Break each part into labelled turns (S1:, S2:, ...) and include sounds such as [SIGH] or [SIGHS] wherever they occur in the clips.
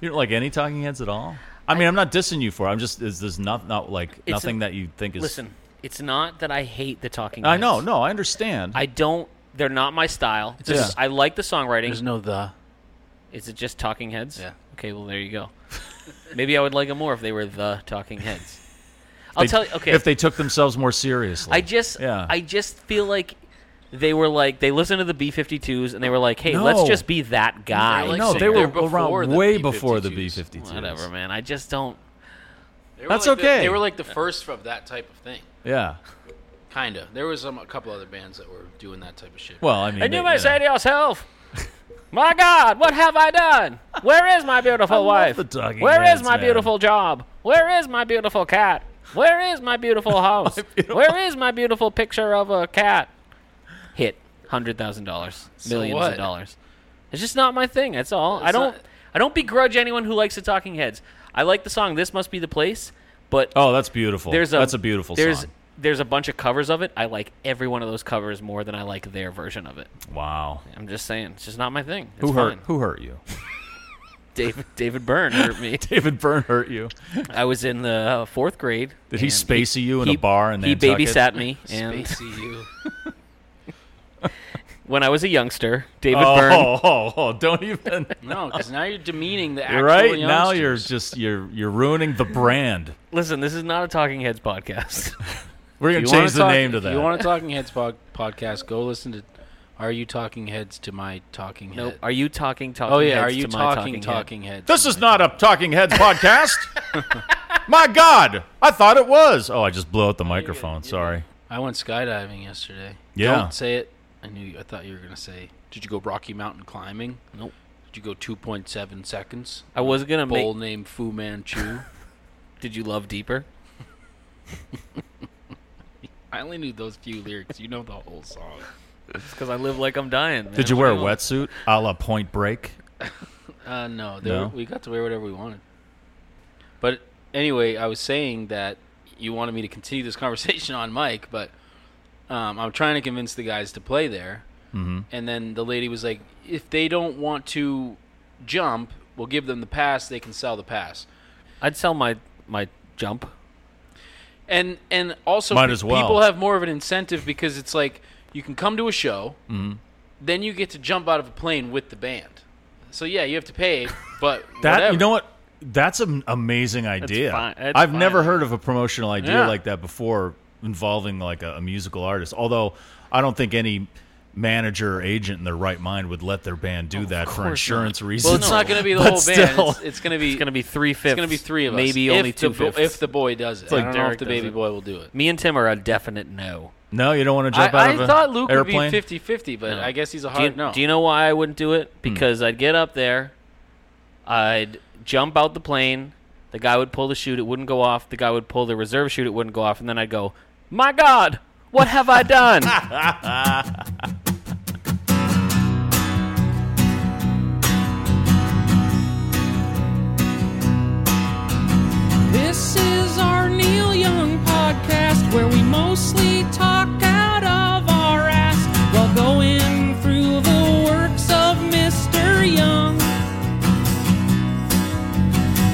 S1: You don't like any Talking Heads at all? I mean, I, am not dissing you for. it. I'm just is this not not like
S2: It's
S1: nothing
S2: a-
S1: that you think is.
S2: Listen, it's not that I hate the Talking
S1: I
S2: Heads.
S1: know, no, I understand.
S2: I don't. They're not my style.
S1: Yeah.
S2: Just- I like the songwriting.
S3: There's no the.
S2: Is it just Talking Heads?
S3: Yeah.
S2: Okay, well there you go. [LAUGHS] Maybe I would like them more if they were the Talking Heads. I'll
S1: They-
S2: tell you. Okay.
S1: if they took themselves more seriously.
S2: I just.
S1: yeah.
S2: I just feel like they were like they listened to the B52s and they were like, hey,
S1: No.
S2: let's just be that guy.
S1: I
S3: like
S1: know
S3: singing.
S1: they were
S3: They're before
S1: around
S3: the
S1: way before the
S3: B-52s.
S1: B-52s.
S2: Whatever, man. I just don't.
S3: They were
S1: That's
S3: like the-
S1: okay.
S3: they were like the first of that type of thing.
S1: Yeah.
S3: Kinda. There was um, a couple other bands that were doing that type of shit.
S1: Well, I mean,
S2: And
S1: they-
S2: you may
S1: know.
S2: say to yourself, "My God, what have I done? Where is my beautiful
S1: I love
S2: wife?
S1: the Talking
S2: Where is
S1: Heads,
S2: my
S1: man.
S2: beautiful job? Where is my beautiful cat? Where is
S1: [LAUGHS]
S2: my beautiful house? Where is my beautiful picture of a cat?" Hit hundred thousand dollars, millions
S3: what?
S2: of dollars. It's just not my thing. That's all. I
S3: It's
S2: don't.
S3: not-
S2: I don't begrudge anyone who likes the Talking Heads. I like the song "This Must Be the Place," but
S1: Oh, that's beautiful.
S2: there's a
S1: that's a beautiful
S2: there's,
S1: song.
S2: There's a bunch of covers of it. I like every one of those covers more than I like their version of it.
S1: Wow.
S2: I'm just saying, it's just not my thing. It's
S1: Who hurt?
S2: fine.
S1: Who hurt you? [LAUGHS]
S2: David David Byrne hurt me.
S1: David Byrne hurt you.
S2: I was in the uh, fourth grade.
S1: Did he
S2: and
S1: spacey you in a bar in
S2: he
S1: Nantucket?
S2: babysat me, and
S3: Spacey
S1: [LAUGHS]
S3: you.
S2: when I was a youngster, David
S1: Oh,
S2: Byrne.
S1: oh, [LAUGHS] oh, oh, don't
S2: [LAUGHS]
S1: even.
S3: No, because now you're demeaning the
S1: You're
S3: actual
S1: right now, you're
S3: youngsters.
S1: just you're you're ruining the brand.
S2: Listen, this is not a Talking Heads podcast. [LAUGHS]
S1: We're gonna
S3: If you wanna
S1: change the
S3: talk-
S1: name to
S3: if
S1: that.
S3: you want
S1: [LAUGHS]
S3: a Talking Heads pod- podcast, go listen to Are You Talking Heads to My Talking Head.
S2: nope. Are you talking Talking
S3: oh, yeah.
S2: Heads
S3: Are You
S2: to my
S3: Talking
S2: Head?
S3: Talking Heads?
S1: this is not a Talking Heads
S3: [LAUGHS]
S1: podcast. My God, I thought it was. Oh, I just blew out the microphone. Sorry.
S3: I went skydiving yesterday.
S1: Yeah.
S3: Don't say it. I knew. You, I thought you were gonna say. Did you go Rocky Mountain climbing?
S2: Nope.
S3: Did you go 2.7 seconds?
S2: I was gonna
S3: Bull
S2: make.
S3: named Fu Manchu.
S2: Did you love deeper?
S3: I only knew those few lyrics. You know the whole song.
S2: Because I live like I'm dying. Man.
S1: Did you wear a wetsuit a la Point Break?
S3: Uh, no, they
S1: No?
S3: Were, we got to wear whatever we wanted. But anyway, I was saying that you wanted me to continue this [LAUGHS] conversation on Mike, but um, I'm trying to convince the guys to play there. Mm-hmm. And then the lady was like, if they don't want to jump, we'll give them the pass. They can sell the pass.
S2: I'd sell my my jump.
S3: And and also,
S1: Might
S3: pe-
S1: as well.
S3: people have more of an incentive because it's like you can come to a show,
S1: Mm-hmm.
S3: then you get to jump out of a plane with the band. So yeah, you have to pay, but
S1: [LAUGHS] That
S3: whatever.
S1: you know what? That's an amazing idea.
S2: fine- that's
S1: I've
S2: fine.
S1: never heard of a promotional idea
S3: Yeah.
S1: like that before involving like a, a musical artist. Although I don't think any manager or agent in their right mind would let their band do that for
S2: course
S1: insurance reasons.
S3: Well, it's not going to be the
S1: [LAUGHS] But
S3: whole band.
S1: still.
S3: It's, it's going to be
S2: It's gonna be three fifths.
S3: it's gonna be three of us.
S2: maybe
S3: If
S2: only
S3: the
S2: two
S3: bo-
S2: fifths.
S3: if the boy does it.
S2: like
S3: I don't know if
S2: Derek
S3: the
S2: does
S3: baby
S2: it.
S3: boy will do it.
S2: Me and Tim are a definite no.
S1: No, you don't want to jump out
S3: I,
S1: of
S3: I
S1: an
S3: thought Luke
S1: airplane.
S3: would be 50-50, but I guess he's a
S2: Do you,
S3: hard no.
S2: do you know why I wouldn't do it? Because I'd get up there, I'd jump out the plane, the guy would pull the chute, it wouldn't go off, the guy would pull the reserve chute, it wouldn't go off, and then I'd go, My God, what have I done?
S3: [LAUGHS]
S4: This is our Neil Young podcast where we mostly talk out of our ass while going through the works of Mr. Young.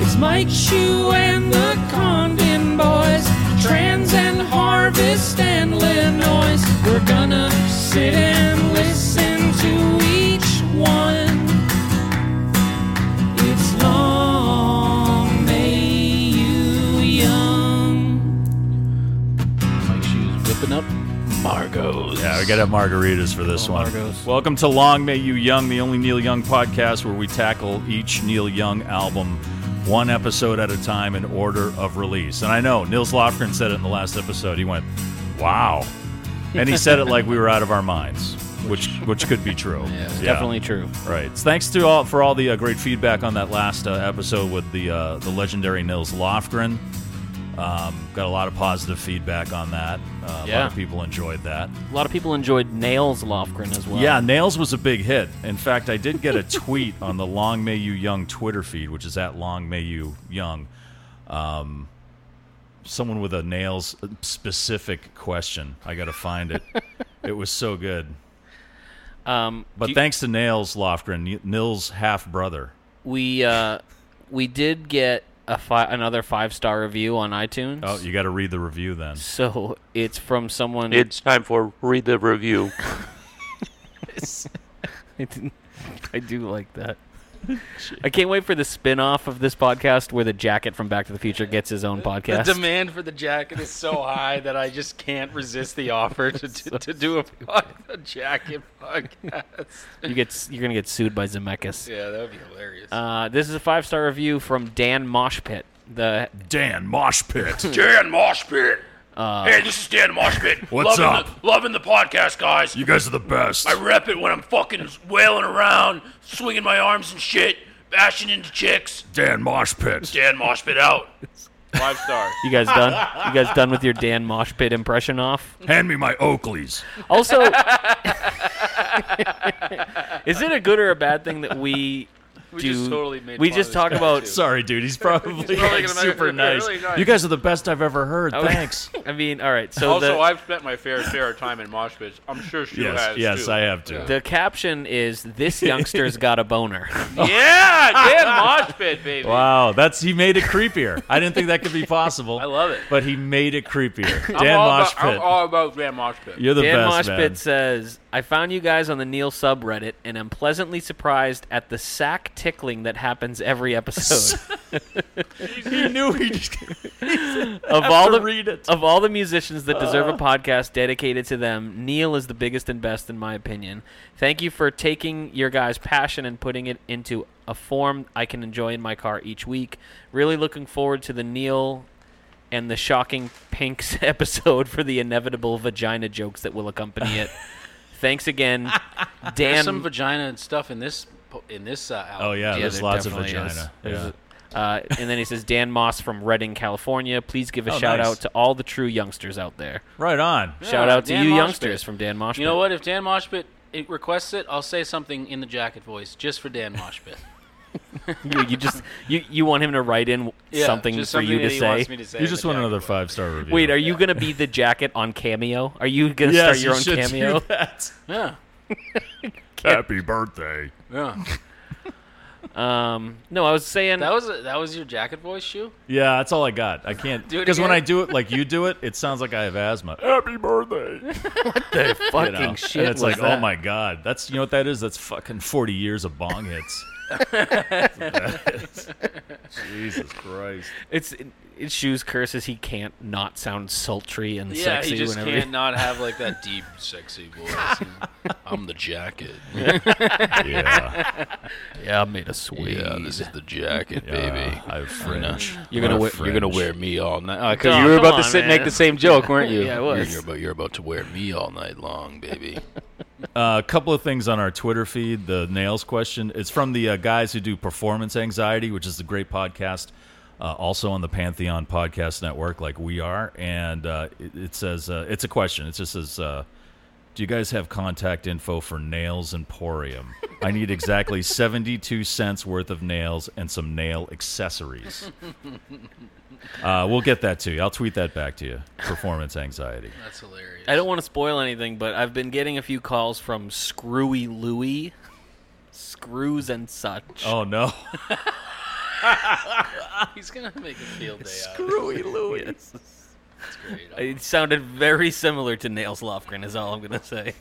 S4: It's Mike Shue and the Condon Boys, Trans and Harvest and Linois. We're gonna sit and listen to each one. It's long may you young.
S3: Mike Shoes whipping up Margot's.
S1: Yeah, we gotta have Oh, margaritas for this one. Welcome to Long May You Young, the only Neil Young podcast where we tackle each Neil Young album one episode at a time in order of release. And I know Nils Lofgren said it in the last episode. He went, "Wow," and he said it like we were out of our minds, which which could be true. [LAUGHS] Yeah,
S2: Definitely true.
S1: Right. Thanks to all for all the uh, great feedback on that last uh, episode with the uh, the legendary Nils Lofgren. Um, got a lot of positive feedback on that. Uh, A
S2: Yeah.
S1: lot of people enjoyed that.
S2: A lot of people enjoyed Nails Lofgren as well.
S1: Yeah, Nails was a big hit. In fact, I did [LAUGHS] get a tweet on the Long May You Young Twitter feed, which is at Long May You Young. Um, someone with a Nails specific question. I got to find [LAUGHS] it. it was so good.
S2: Um,
S1: But thanks to Nails Lofgren, Nils' half brother.
S2: we uh, we did get a fi- another five star review on iTunes.
S1: Oh, you got to read the review then.
S2: So it's from someone.
S5: It's time for read the review.
S2: [LAUGHS] I, didn't- I do like that. I can't wait for the spin off of this podcast where the jacket from Back to the Future gets his own
S3: The
S2: podcast.
S3: demand for the jacket is so high that I just can't resist the offer to, to, to do a, pod, a jacket podcast.
S2: you get s- you're gonna get sued by Zemeckis.
S3: Yeah, that would be hilarious.
S2: Uh, this is a five star review from Dan Moshpit. The
S1: Dan Mosh Pit.
S5: [LAUGHS] Dan Moshpit. hey, this is Dan
S1: [LAUGHS]
S5: Moshpit.
S1: What's
S5: loving
S1: up?
S5: The, loving the podcast, guys.
S1: you guys are the best.
S5: I rep it when I'm fucking wailing around, swinging my arms and shit, bashing into chicks.
S1: Dan Mosh Pit.
S5: Dan Moshpit out. Five [LAUGHS] stars.
S2: you guys done? You guys done with your Dan Moshpit impression off?
S1: Hand me my Oakleys.
S2: [LAUGHS] Also, is it a good or a bad thing that [LAUGHS] we?
S3: We
S2: do,
S3: just totally made
S2: we
S3: fun
S2: just
S3: of this
S2: talk
S3: guy,
S2: [LAUGHS] about
S3: too.
S1: Sorry, dude.
S3: [LAUGHS]
S1: He's probably,
S3: probably
S1: like,
S3: gonna make-
S1: super nice.
S3: really nice.
S1: You guys are the best I've ever heard.
S2: Okay.
S1: Thanks.
S2: [LAUGHS] I mean, all right. So
S5: Also,
S2: the,
S5: I've spent my fair share of time in mosh pits. I'm sure she
S1: yes,
S5: has.
S1: yes,
S5: too.
S1: I have to.
S2: the caption is this youngster's got a boner.
S5: [LAUGHS] Yeah, Dan mosh pit, baby.
S1: Wow, that's he made it creepier. I didn't think that
S2: [LAUGHS]
S1: could be possible. I
S3: love it.
S1: but he made it creepier.
S5: I'm
S1: Dan
S5: all
S1: Mosh
S5: about,
S1: Pit,
S5: I'm all about Dan mosh pit.
S1: you're [LAUGHS] the
S2: Dan
S1: best man.
S2: Moshpit says, I found you guys on the Neil subreddit and am pleasantly surprised at the sack tickling that happens every
S1: [LAUGHS]
S2: episode.
S1: He knew he just
S2: of all
S1: to
S2: the
S1: read it.
S2: of all the musicians that deserve a podcast dedicated to them, Neil is the biggest and best in my opinion. Thank you for taking your guys' passion and putting it into a form I can enjoy in my car each week. Really looking forward to the Neil and the shocking pinks [LAUGHS] episode for the inevitable vagina jokes that will accompany [LAUGHS] it. Thanks again, Dan.
S3: There's some vagina and stuff in this po- in this uh, album.
S1: Oh yeah,
S2: Yeah,
S1: there's
S2: there
S1: lots of
S2: definitely
S1: vagina.
S2: is. There's
S1: Yeah.
S2: a- uh, and then he says, Dan Moss from Redding, California. Please give a
S1: Oh,
S2: shout
S1: nice.
S2: out to all the true youngsters out there.
S1: Right on.
S2: Shout out to
S3: Dan
S2: you,
S3: Moshpit.
S2: youngsters, from Dan Moshpit.
S3: You know what? If Dan Moshpit it requests it, I'll say something in the jacket voice just for Dan Moshpit.
S2: you, you just you, you want him to write in
S3: Yeah,
S2: something for
S3: just
S2: you
S3: that
S2: to
S3: he
S2: say.
S3: wants me to say
S1: You
S3: in
S1: just
S3: the
S1: want
S3: jacket
S1: another
S3: voice.
S1: five star review.
S2: Wait, are you gonna be the jacket on Cameo? Are you gonna
S1: yes,
S2: start your
S1: you
S2: own
S1: should do
S2: Cameo?
S1: [LAUGHS] that.
S3: Yeah,
S1: Happy birthday.
S3: yeah.
S2: Um, [LAUGHS] no, I was saying.
S3: That was a, that was your jacket voice, shoe.
S1: Yeah, that's all I got. I can't
S3: Do it
S1: because when
S3: again.
S1: I do it like you do it, it sounds like I have
S2: [LAUGHS]
S1: asthma. Happy birthday!
S2: fucking
S1: You know?
S2: shit.
S1: And it's
S2: was
S1: like,
S2: that?
S3: [LAUGHS]
S1: oh my god, that's you know what that is? That's fucking forty years of bong hits. Jesus Christ.
S2: It's it, it's shoes curses. He can't not sound sultry and
S3: Yeah,
S2: sexy
S3: he just
S2: whenever.
S3: can't not have like
S1: [LAUGHS]
S3: that deep, sexy [LAUGHS] voice. I'm the jacket.
S1: Yeah.
S2: yeah, I made a sweet.
S3: Yeah, this is the jacket,
S1: yeah.
S3: baby.
S1: I have fringe.
S3: You're gonna
S1: I'm
S3: wear, you're gonna
S1: fringe.
S3: wear me all night. Because
S2: Duh,
S3: you were
S2: come
S3: about
S2: on,
S3: to sit and
S2: man.
S3: make the same joke, [LAUGHS] weren't you?
S2: Yeah, I
S3: You're-
S2: was.
S3: You're, about, you're about to wear me all night long, baby.
S1: Uh, a couple of things on our Twitter feed. The nails question. It's from the uh, guys who do performance anxiety, which is a great podcast, uh, also on the Pantheon Podcast Network, like we are. And uh, it, it says uh, it's a question. It just says, uh, "Do you guys have contact info for Nails Emporium? I need exactly seventy-two cents worth of nails and some nail accessories." Uh, we'll get that to you. I'll tweet that back to you. Performance anxiety.
S3: That's hilarious.
S2: I don't want to spoil anything, but I've been getting a few calls from Screwy Louie, Screws and such.
S1: Oh no.
S3: He's gonna make a field day out. of it.
S2: [LAUGHS] Screwy Louie.
S3: It's great.
S2: It sounded very similar to Nails Lofgren, is all I'm gonna say.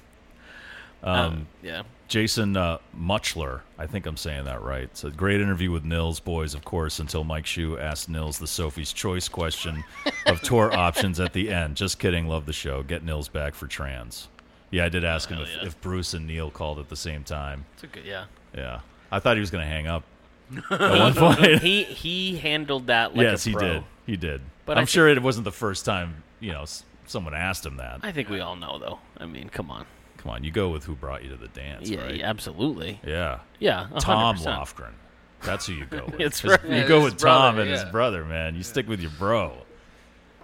S1: Um,
S2: Yeah.
S1: Jason uh, Muchler, I think I'm saying that right. So great interview with Nils boys, of course. Until Mike Shue asked Nils the Sophie's Choice question
S2: [LAUGHS]
S1: of tour options at the end. Just kidding. Love the show. Get Nils back for trans. Yeah, I did ask him if, if Bruce and Neil called at the same time.
S2: It's a good, yeah.
S1: Yeah, I thought he was going to hang
S2: [LAUGHS]
S1: up at one point. [LAUGHS]
S2: He he handled that like
S1: yes,
S2: a
S1: he
S2: pro.
S1: did. He did.
S2: But
S1: But
S2: I
S1: I'm
S2: think-
S1: sure it wasn't the first time. You know, s- someone asked him that.
S2: I think we all know though. I mean, come on.
S1: Come on, you go with who brought you to the dance,
S2: yeah,
S1: right?
S2: yeah, absolutely.
S1: yeah.
S2: Yeah,
S1: Tom
S2: 100%.
S1: Lofgren. That's who you
S3: [LAUGHS]
S1: go with.
S2: That's
S1: His-
S2: right.
S1: You
S3: Yeah,
S1: go
S3: his
S1: with Tom
S3: brother,
S1: and his
S3: yeah.
S1: brother, man. You stick with your bro.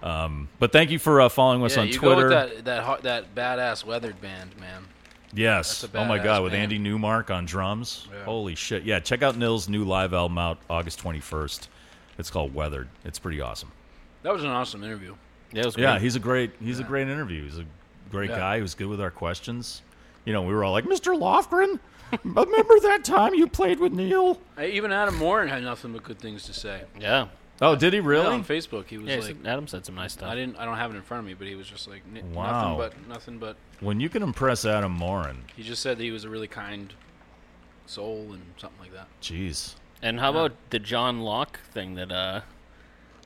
S1: Um, but thank you for uh, following us
S3: yeah,
S1: on
S3: you
S1: Twitter.
S3: go with that that ho- that badass weathered band, man.
S1: Yes.
S3: That's a
S1: Oh my
S3: badass
S1: God, with
S3: band.
S1: Andy Newmark on drums. Holy shit! Yeah, check out Nils' new live album out August twenty first. It's called Weathered. It's pretty awesome.
S3: That was an awesome interview.
S2: Yeah, it was
S1: Yeah,
S2: great.
S1: he's a great he's a great interview. He's a great
S3: Yeah.
S1: guy. He was good with our questions. You know, we were all like, Mr. Lofgren, remember that time you played with Neil?
S3: I, even Adam Warren had nothing but good things to say.
S2: yeah.
S1: Oh, did he
S3: Yeah,
S1: really?
S3: on Facebook, he was
S2: Yeah,
S3: like,
S2: Adam said some nice stuff.
S3: I didn't, I don't have it in front of me, but he was just like, "N-
S1: Wow.
S3: nothing but, nothing but.
S1: When you can impress Adam Morin,
S3: He just said that he was a really kind soul and something like that.
S1: jeez.
S2: And how about the John Locke thing that uh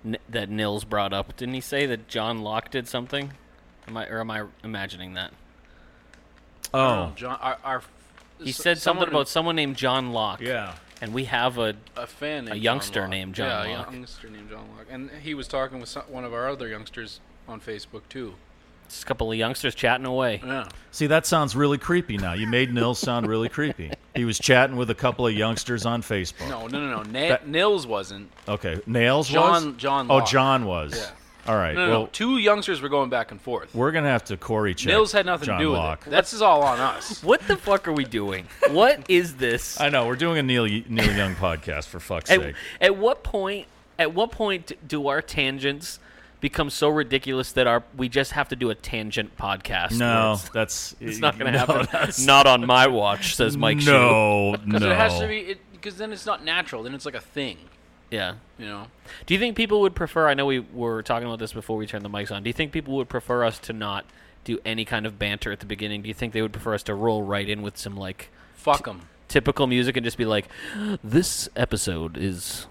S2: N- that Nils brought up? Didn't he say that John Locke did something? Am I or am I imagining that?
S1: Oh,
S3: John, our, our
S2: He said something about someone named John Locke.
S1: yeah.
S2: And we have a
S3: a fan, named John
S2: youngster
S3: Locke.
S2: named John
S3: Yeah,
S2: Locke.
S3: a youngster named John Locke, and he was talking with some, one of our other youngsters on Facebook too.
S2: just a couple of youngsters chatting away.
S3: Yeah,
S1: See, that sounds really creepy now. You made Nils sound really creepy. He was chatting with a couple of youngsters on Facebook.
S3: no, no, no, no. Na- Nils wasn't.
S1: Okay. Nails
S3: John-
S1: was?
S3: John
S1: Oh,
S3: Locke.
S1: John was.
S3: Yeah.
S1: All right.
S3: No, no,
S1: well,
S3: no. Two youngsters were going back and forth.
S1: we're going to have to Corey check.
S3: Nils had nothing
S1: John
S3: to do
S1: Locke.
S3: with it. That's is all on
S2: [LAUGHS]
S3: us.
S2: What the fuck are we doing? [LAUGHS] what is this?
S1: I know. We're doing a Neil, Neil Young podcast, for fuck's
S2: at,
S3: [LAUGHS]
S1: sake.
S2: at what point at what point do our tangents become so ridiculous that our we just have to do a tangent podcast where
S1: No,
S2: it's,
S3: [LAUGHS]
S1: that's.
S2: it's not going to
S1: no,
S2: happen
S1: [LAUGHS] that's-
S2: not on my watch says mike Shue.
S1: No,
S3: Because
S1: no.
S3: it has to be. Because then it's not natural. Then it's like a thing.
S2: yeah
S3: You know.
S2: do you think people would prefer i know we were talking about this before we turned the mics on do you think people would prefer us to not do any kind of banter at the beginning do you think they would prefer us to roll right in with some like
S3: Fuck them.
S2: typical music and just be like this
S1: [LAUGHS]
S2: episode is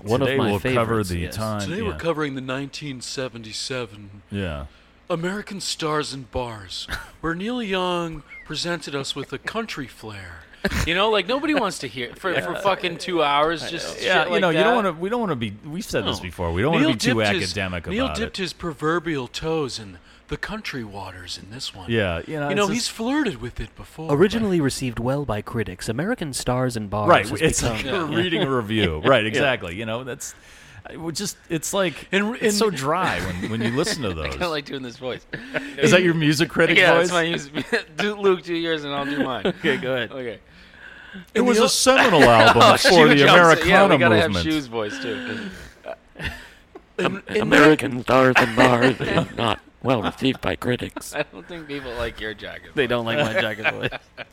S2: one
S1: Today
S2: of my
S1: we'll
S2: favorites
S1: cover the
S2: yes.
S1: time.
S6: Today
S1: yeah.
S6: we're covering the 1977
S1: Yeah.
S6: American Stars and Bars,
S5: [LAUGHS]
S6: where Neil Young presented us with a country flair.
S3: You know, like nobody wants to hear for, for fucking two hours. Just
S1: Yeah,
S3: shit
S1: you
S3: like
S1: know, you don't
S3: that.
S1: want to. We don't want to be. We've said this before. We don't want to
S6: Neil
S1: be too
S6: dipped
S1: academic
S6: his, Neil
S1: about
S6: dipped
S1: it.
S6: his proverbial toes in the country waters in this one.
S1: Yeah, you know,
S6: you know
S1: it's
S6: he's
S1: just-
S6: flirted with it before.
S2: Originally received well by critics, American Stars and
S1: [LAUGHS]
S2: Bars.
S1: right
S2: has
S1: it's [LAUGHS]
S2: become-
S1: like you're reading
S3: [LAUGHS]
S1: a review right exactly you know that's I would just it's like
S6: And-
S1: it's so
S6: and-
S1: dry
S3: [LAUGHS]
S1: when, when you listen to those
S3: I like doing this voice.
S1: is that your music critic
S3: yeah,
S1: voice
S3: that's
S1: [LAUGHS]
S3: my use. do, Luke, do yours, and I'll do mine. okay, go ahead. Okay.
S1: it was a
S3: [LAUGHS]
S1: seminal album
S3: Oh,
S1: for the americana
S3: yeah, we gotta
S1: movement
S3: have shoes voice too. uh,
S7: American stars
S3: [LAUGHS]
S7: and bars is not well received by critics.
S3: I don't think people like your jacket.
S2: they don't like my jacket
S1: [LAUGHS]
S2: voice.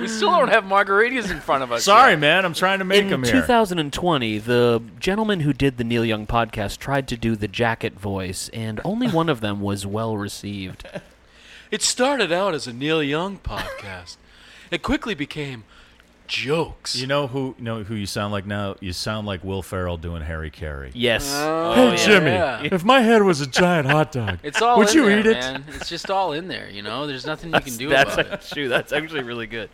S3: We still don't have margaritas in front of us.
S1: sorry
S3: yet.
S1: man i'm trying to make
S2: In
S1: them here
S2: 2020, the gentleman who did the Neil Young podcast tried to do the jacket voice, and only one of them was
S1: [LAUGHS]
S2: well received.
S6: It started out as a Neil Young podcast. it quickly became jokes.
S1: You know who you know who you sound like now? You sound like Will Ferrell doing Harry Carey.
S2: Yes. Oh,
S6: hey
S2: yeah.
S6: Jimmy,
S3: Yeah.
S6: if my head was a giant hot dog,
S3: It's all
S6: would
S3: in
S6: you
S3: there,
S6: eat it?
S3: man. It's just all in there, you know? There's nothing you can do
S2: that's
S3: about it.
S2: true. That's actually really good.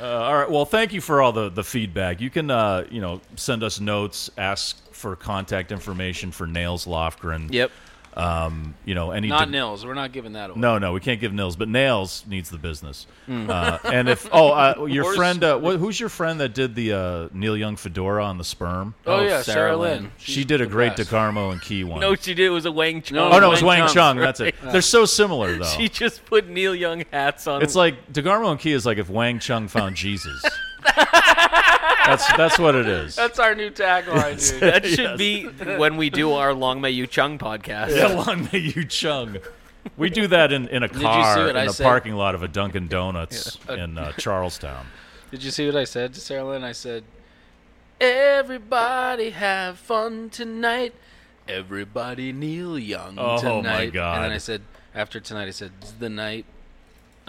S1: Uh, all right. Well, thank you for all the, the feedback. You can uh, you know send us notes, ask for contact information for Nails Lofgren.
S3: Yep.
S1: Um, you know any
S3: Not
S1: de-
S3: Nils. We're not giving that away.
S1: No, no, we can't give Nils, but Nails needs the business. Uh, and if oh, uh, your
S3: Or
S1: friend, uh, wh- who's your friend that did the uh, Neil Young fedora on the sperm?
S3: Oh, yeah, Sarah Lynn.
S1: She did a
S3: the
S1: great
S3: best.
S1: DeCarmo and Key one.
S2: No, she did. It was a Wang Chung.
S1: oh no, it was Wang Chung. That's it.
S2: right?
S1: They're so similar though.
S2: She just put Neil Young hats on.
S1: It's like DeGarmo and Key is like if Wang Chung found Jesus. that's that's what it is.
S3: That's our new tagline,
S1: [LAUGHS]
S3: dude.
S2: that should be when we do our Long May You Chung podcast.
S1: [LAUGHS] Yeah, long may you chung. We do that in, in a
S3: you
S1: car
S3: see what
S1: in
S3: I
S1: the
S3: said?
S1: parking lot of a
S3: [LAUGHS]
S1: Dunkin' Donuts in uh, Charlestown.
S3: Did you see what I said to Sarah Lynn? I said, Everybody have fun tonight. Everybody kneel young
S1: Oh, my
S3: tonight. And
S1: God.
S3: then I said, after tonight, I said, "It's the night.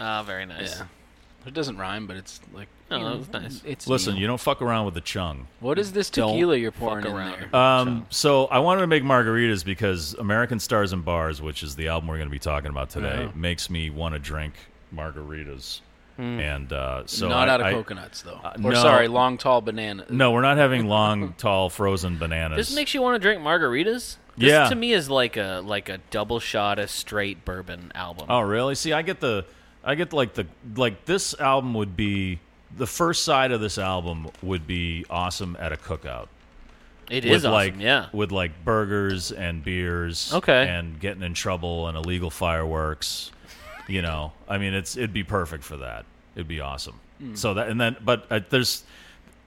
S2: Ah, very nice.
S3: Yeah. It doesn't rhyme, but it's like,
S2: Oh,
S3: you know,
S2: that was nice.
S3: It's
S1: Listen,
S3: kneel.
S1: you don't fuck around with the chung.
S3: What is this
S2: Don't
S3: tequila you're
S2: fuck
S3: pouring in
S2: around.
S3: there?
S1: Um, so I wanted to make margaritas because American Stars and Bars, which is the album we're going to be talking about today, makes me want to drink margaritas. And uh, so
S3: Hmm. Not
S1: I-
S3: out of
S1: I-
S3: coconuts, though.
S1: uh,
S3: or
S1: no.
S3: sorry, long tall banana.
S1: No, we're not having
S3: [LAUGHS]
S1: long, tall, frozen bananas.
S2: This makes you want to drink margaritas. This
S1: Yeah.
S2: to me is like a like a double shot of straight bourbon album.
S1: Oh, really? See, I get the, I get like the like this album would be the first side of this album would be awesome at a cookout.
S2: it
S1: with
S2: is awesome.
S1: like
S2: yeah.
S1: with like burgers and beers.
S2: Okay.
S1: and getting in trouble and illegal fireworks. You know, I mean, it's it'd be perfect for that. It'd be awesome.
S2: Hmm.
S1: So that and then, but uh, there's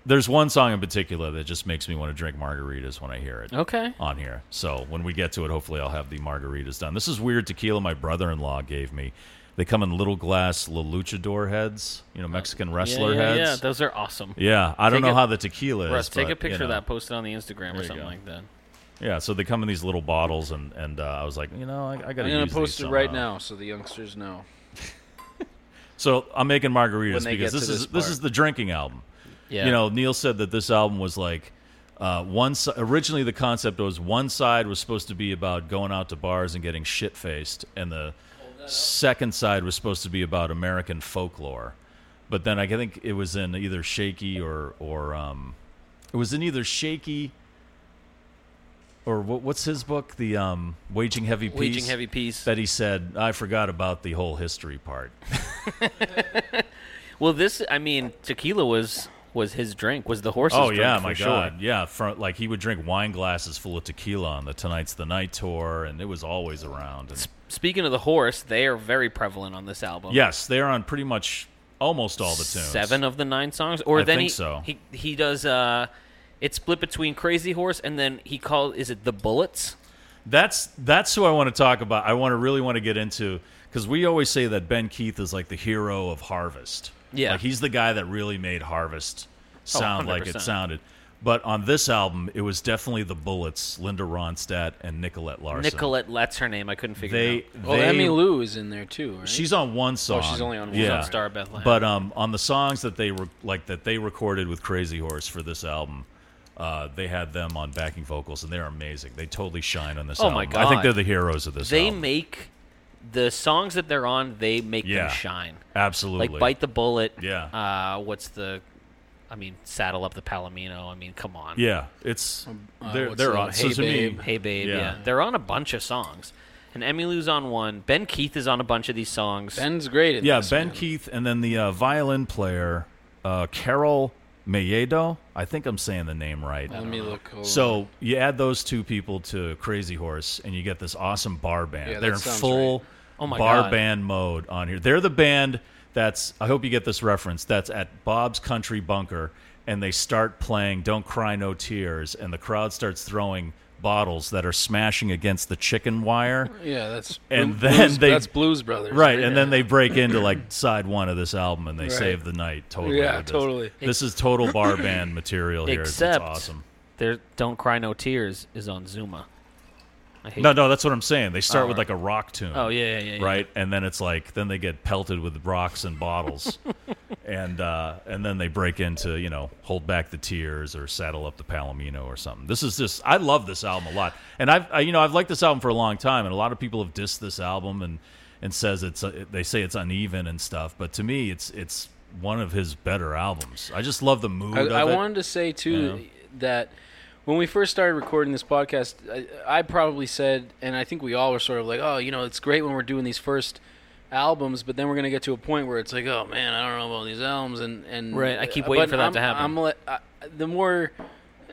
S1: there's one song in particular that just makes me want to drink margaritas when I hear it
S2: Okay.
S1: on here. So when we get to it, hopefully I'll have the margaritas done. This is weird tequila my brother in law gave me. They come in little glass La Luchador heads, you know, Mexican wrestler
S2: yeah, yeah, Yeah,
S1: heads.
S2: those are awesome.
S1: Yeah, I don't
S2: Take
S1: know
S2: a-
S1: how the tequila is.
S2: Russ, take
S1: but,
S2: a picture
S1: you know.
S2: of that, post it on the Instagram
S1: There
S2: or
S1: you
S2: something
S1: go.
S2: like that.
S1: Yeah, so they come in these little bottles, and and uh, I was like, you know, I, I got to.
S3: I'm going to post it right now so the youngsters know.
S1: So I'm making margaritas
S3: When they
S1: because
S3: get
S1: this
S3: to
S1: is
S3: this
S1: this
S3: part.
S1: is the drinking album.
S2: Yeah.
S1: You know, Neil said that this album was like uh, one. si- Originally, the concept was one side was supposed to be about going out to bars and getting shit faced, and the second side was supposed to be about American folklore. But then I think it was in either shaky or or um, it was in either shaky or what, what's his book, the um, Waging Heavy Peace.
S2: Waging Heavy Peace.
S1: That he said, I forgot about the whole history part.
S2: Well, this I mean, tequila was was his drink. Was the horse's
S1: oh
S2: drink
S1: yeah,
S2: for
S1: my
S2: sure.
S1: god, yeah. Front like he would drink wine glasses full of tequila on the Tonight's the Night tour, and it was always around. And,
S2: Speaking of the horse, they are very prevalent on this album.
S1: yes, they're on pretty much almost all the tunes.
S2: seven of the nine songs, or
S1: I
S2: then
S1: think
S2: he,
S1: so.
S2: he he does. uh It's split between Crazy Horse and then he called. Is it the Bullets?
S1: That's that's who I want to talk about. I want to really want to get into because we always say that Ben Keith is like the hero of Harvest.
S2: Yeah. Oh,
S1: like he's the guy that really made Harvest sound like it
S2: 100%.
S1: sounded. But on this album, it was definitely the Bullets, Linda Ronstadt, and Nicolette Larson.
S2: Nicolette, Oh, that's her name. I couldn't figure it out.
S1: They,
S3: Well,
S1: they
S3: Oh, Emmy Lou is in there, too, right?
S1: She's on one song.
S3: she's only on one.
S1: Yeah.
S3: She's on
S2: Star Bethlehem.
S1: But um, on the songs that they re- like that they recorded with Crazy Horse for this album, uh, they had them on backing vocals, and they're amazing. They totally shine on this.
S2: Oh,
S1: album.
S2: my
S1: I think
S2: God.
S1: they're the heroes of this.
S2: they
S1: album.
S2: make the songs that they're on. They make
S1: Yeah.
S2: them shine.
S1: absolutely
S2: Like bite the bullet.
S1: Yeah.
S2: Uh, what's the? I mean, saddle up the Palomino. I mean, come on.
S1: Yeah, it's they're
S3: Um, uh, what's
S1: they're
S3: the-
S1: on. so
S3: Hey
S1: to me-
S3: Babe.
S2: Hey babe. Yeah.
S1: Yeah.
S2: They're on a bunch of songs, and Emmylou's on one. Ben Keith is on a bunch of these songs.
S3: Ben's great in
S1: yeah,
S3: this,
S1: Ben
S3: man.
S1: Keith, and then the uh, violin player uh, Carol Mayedo. I think I'm saying the name right.
S3: Let me look. hold on.
S1: So you add those two people to Crazy Horse, and you get this awesome bar band.
S3: Yeah,
S1: They're in
S3: that sounds
S1: full
S2: Oh my
S1: bar
S2: God.
S1: band mode on here. They're the band that's. I hope you get this reference. That's at Bob's Country Bunker, and they start playing "Don't Cry No Tears," and the crowd starts throwing bottles that are smashing against the chicken wire.
S3: Yeah, that's
S1: And
S3: Blue-
S1: then
S3: Blues-
S1: they
S3: that's Blues Brothers,
S1: right? And then they break into
S3: [LAUGHS]
S1: like side one of this album, and they save the night totally.
S3: Yeah,
S1: with this.
S3: totally.
S1: This is total bar band
S3: [LAUGHS]
S1: material here. It's-
S2: Except-
S1: it's awesome.
S2: There, don't cry no tears is on Zuma. I hate
S1: No, no, that's what I'm saying. They start with like a rock tune.
S2: Oh, yeah, yeah, yeah, yeah. [LAUGHS]
S1: Right, and then it's like then they get pelted with rocks and bottles, and uh, and then they break into you know hold back the tears or saddle up the palomino or something. This is just I love this album a lot, and I've I, you know I've liked this album for a long time, and a lot of people have dissed this album and and says it's uh, they say it's uneven and stuff, but to me it's it's one of his better albums. I just love the mood.
S3: I,
S1: of
S3: I
S1: it.
S3: wanted to say too
S1: Yeah.
S3: that when we first started recording this podcast, I, I probably said, and I think we all were sort of like, oh, you know, it's great when we're doing these first albums, but then we're gonna get to a point where it's like, oh man, I don't know about these albums, and and uh,
S2: Right, I keep waiting
S3: but
S2: for that
S3: I'm-
S2: to happen.
S3: I'm le- I, the more,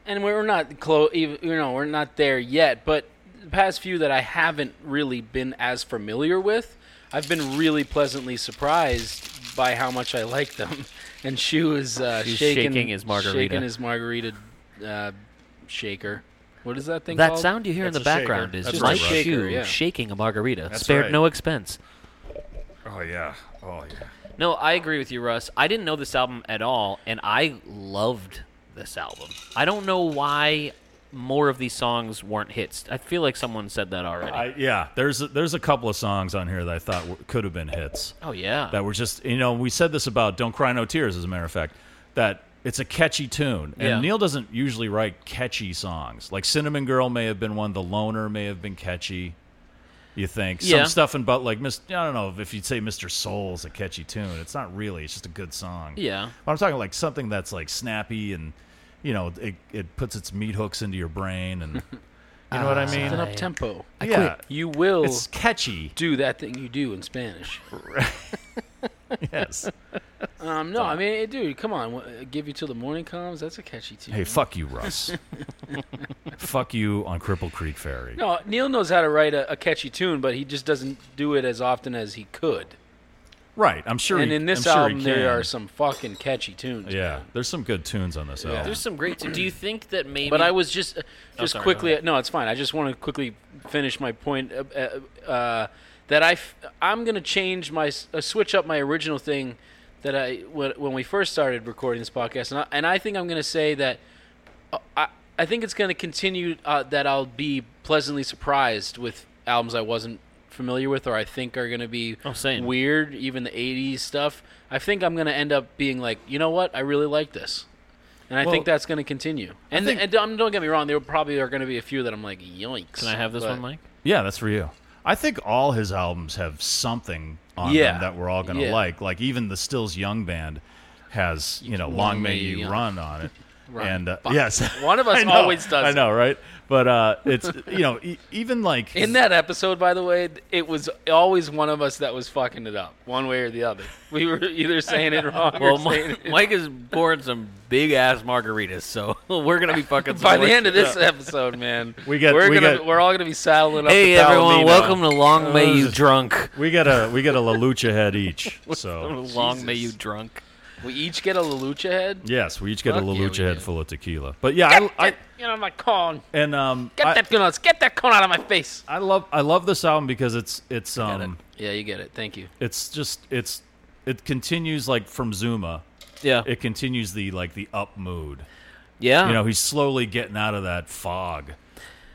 S3: and we're not close, you know, we're not there yet, but the past few that I haven't really been as familiar with, I've been really pleasantly surprised by how much I like them. [LAUGHS] And Shu is uh,
S2: She's
S3: shaking,
S2: shaking his margarita.
S3: shaking his margarita uh, shaker. What is that thing?
S2: That
S3: called?
S2: sound you hear in
S3: That's
S2: the
S3: a shaker.
S2: background is
S3: That's
S2: Mike
S3: right, Rob.
S2: Hugh
S3: yeah.
S2: shaking a margarita,
S1: That's
S2: spared
S1: right.
S2: no expense.
S1: Oh yeah, oh yeah.
S2: No, I agree with you, Russ. I didn't know this album at all, and I loved this album. I don't know why more of these songs weren't hits. I feel like someone said that already.
S1: I, yeah, there's a, there's a couple of songs on here that I thought were, could have been hits.
S2: oh yeah,
S1: that were just you know we said this about "Don't Cry No Tears" as a matter of fact that it's a catchy tune and
S2: Yeah.
S1: Neil doesn't usually write catchy songs like "Cinnamon Girl" may have been one, "The Loner" may have been catchy. You think
S2: Yeah.
S1: some stuff in but like Miss I don't know if you'd say Mr. Soul is a catchy tune. It's not really. It's just a good song.
S2: yeah.
S1: But I'm talking like something that's like snappy and you know it it puts its meat hooks into your brain and [LAUGHS] you know what
S2: Ah,
S1: I mean.
S3: It's an up tempo.
S1: yeah,
S3: You will
S1: it's catchy.
S3: do that thing you do in Spanish.
S1: Yes.
S3: Um, no, I mean, dude, come on. wha- Give you till the morning comes. That's a catchy
S1: [LAUGHS]
S3: tune.
S1: Hey, fuck you, Russ. fuck you on Cripple Creek Ferry.
S3: No, Neil knows how to write a, a catchy tune, but he just doesn't do it as often as he could.
S1: Right, I'm sure.
S3: and
S1: he-
S3: in this
S1: I'm sure he
S3: album, there
S1: can.
S3: are some fucking catchy tunes.
S1: Yeah, there's some good tunes on this album.
S2: There's some great. Do you think that maybe? Oh,
S3: But I was just, just
S2: sorry, go
S3: quickly. No, it's fine. I just want to quickly finish my point uh, uh, uh, that I f- I'm gonna change my s- uh, switch up my original thing that I when, when we first started recording this podcast, and I, and I think I'm gonna say that uh, I I think it's gonna continue uh, that I'll be pleasantly surprised with albums I wasn't familiar with or I think are gonna be
S2: Oh, same.
S3: weird, even the '80s stuff. I think I'm gonna end up being like, you know what? I really like this. And I think
S1: Well,
S3: that's going to continue. And, th- and don't- don't get me wrong, there probably are going to be a few that I'm like, yoinks.
S2: Can I have this
S3: but-
S2: one, Mike?
S1: yeah, that's for you. I think all his albums have something on
S3: Yeah.
S1: them that we're all gonna
S3: Yeah.
S1: like. Like even the Stills Young Band has, you know, Long May You Run on it.
S3: [LAUGHS]
S1: And uh, yes,
S3: One of us
S1: [LAUGHS] I know,
S3: always does
S1: I
S3: it.
S1: know, right? But uh, it's you know, e- even like
S3: [LAUGHS] In that episode, by the way, th- it was always one of us that was fucking it up, one way or the other. We were either saying it
S2: [LAUGHS]
S3: wrong
S2: Well,
S3: or saying
S2: Mike,
S3: it.
S2: Mike is pouring some big ass margaritas, so [LAUGHS] we're gonna be fucking.
S3: By the
S2: smushed.
S3: end of this episode, man,
S1: We get-
S3: we're
S1: we
S3: gonna
S1: get-
S3: we're all gonna be saddling up.
S2: Hey
S3: the
S2: everyone,
S3: Palomino.
S2: welcome to Long May You
S1: this is-
S2: Drunk.
S1: we get a we get a La Lucha head
S3: [LAUGHS]
S1: each. So
S2: Long May You Drunk.
S3: We each get a Lelucha head.
S1: yes, we each get a
S2: Fuck
S1: La
S2: yeah, we
S1: Lucha head
S2: did.
S1: full of tequila. But yeah, I, I
S3: Get, you know my cone.
S1: and um,
S3: Get
S1: I,
S3: that cone. Get that cone out of my face.
S1: I love I love this album because it's it's um
S3: Yeah, you get it. Thank you.
S1: it's just it's it continues like from Zuma.
S2: Yeah,
S1: It continues the like the up mood.
S2: yeah.
S1: You know, he's slowly getting out of that fog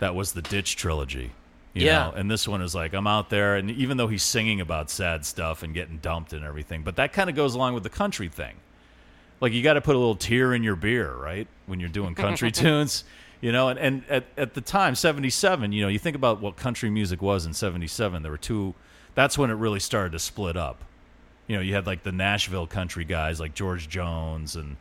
S1: that was the Ditch trilogy. You
S2: Yeah.
S1: know, and this one is like I'm out there and even though he's singing about sad stuff and getting dumped and everything, but that kind of goes along with the country thing. Like you got to put a little tear in your beer, right? When you're doing
S2: [LAUGHS]
S1: country tunes, you know, and, and at, at the time 77, you know, you think about what country music was in 77, there were two that's when it really started to split up you know, you had like the Nashville country guys like George Jones and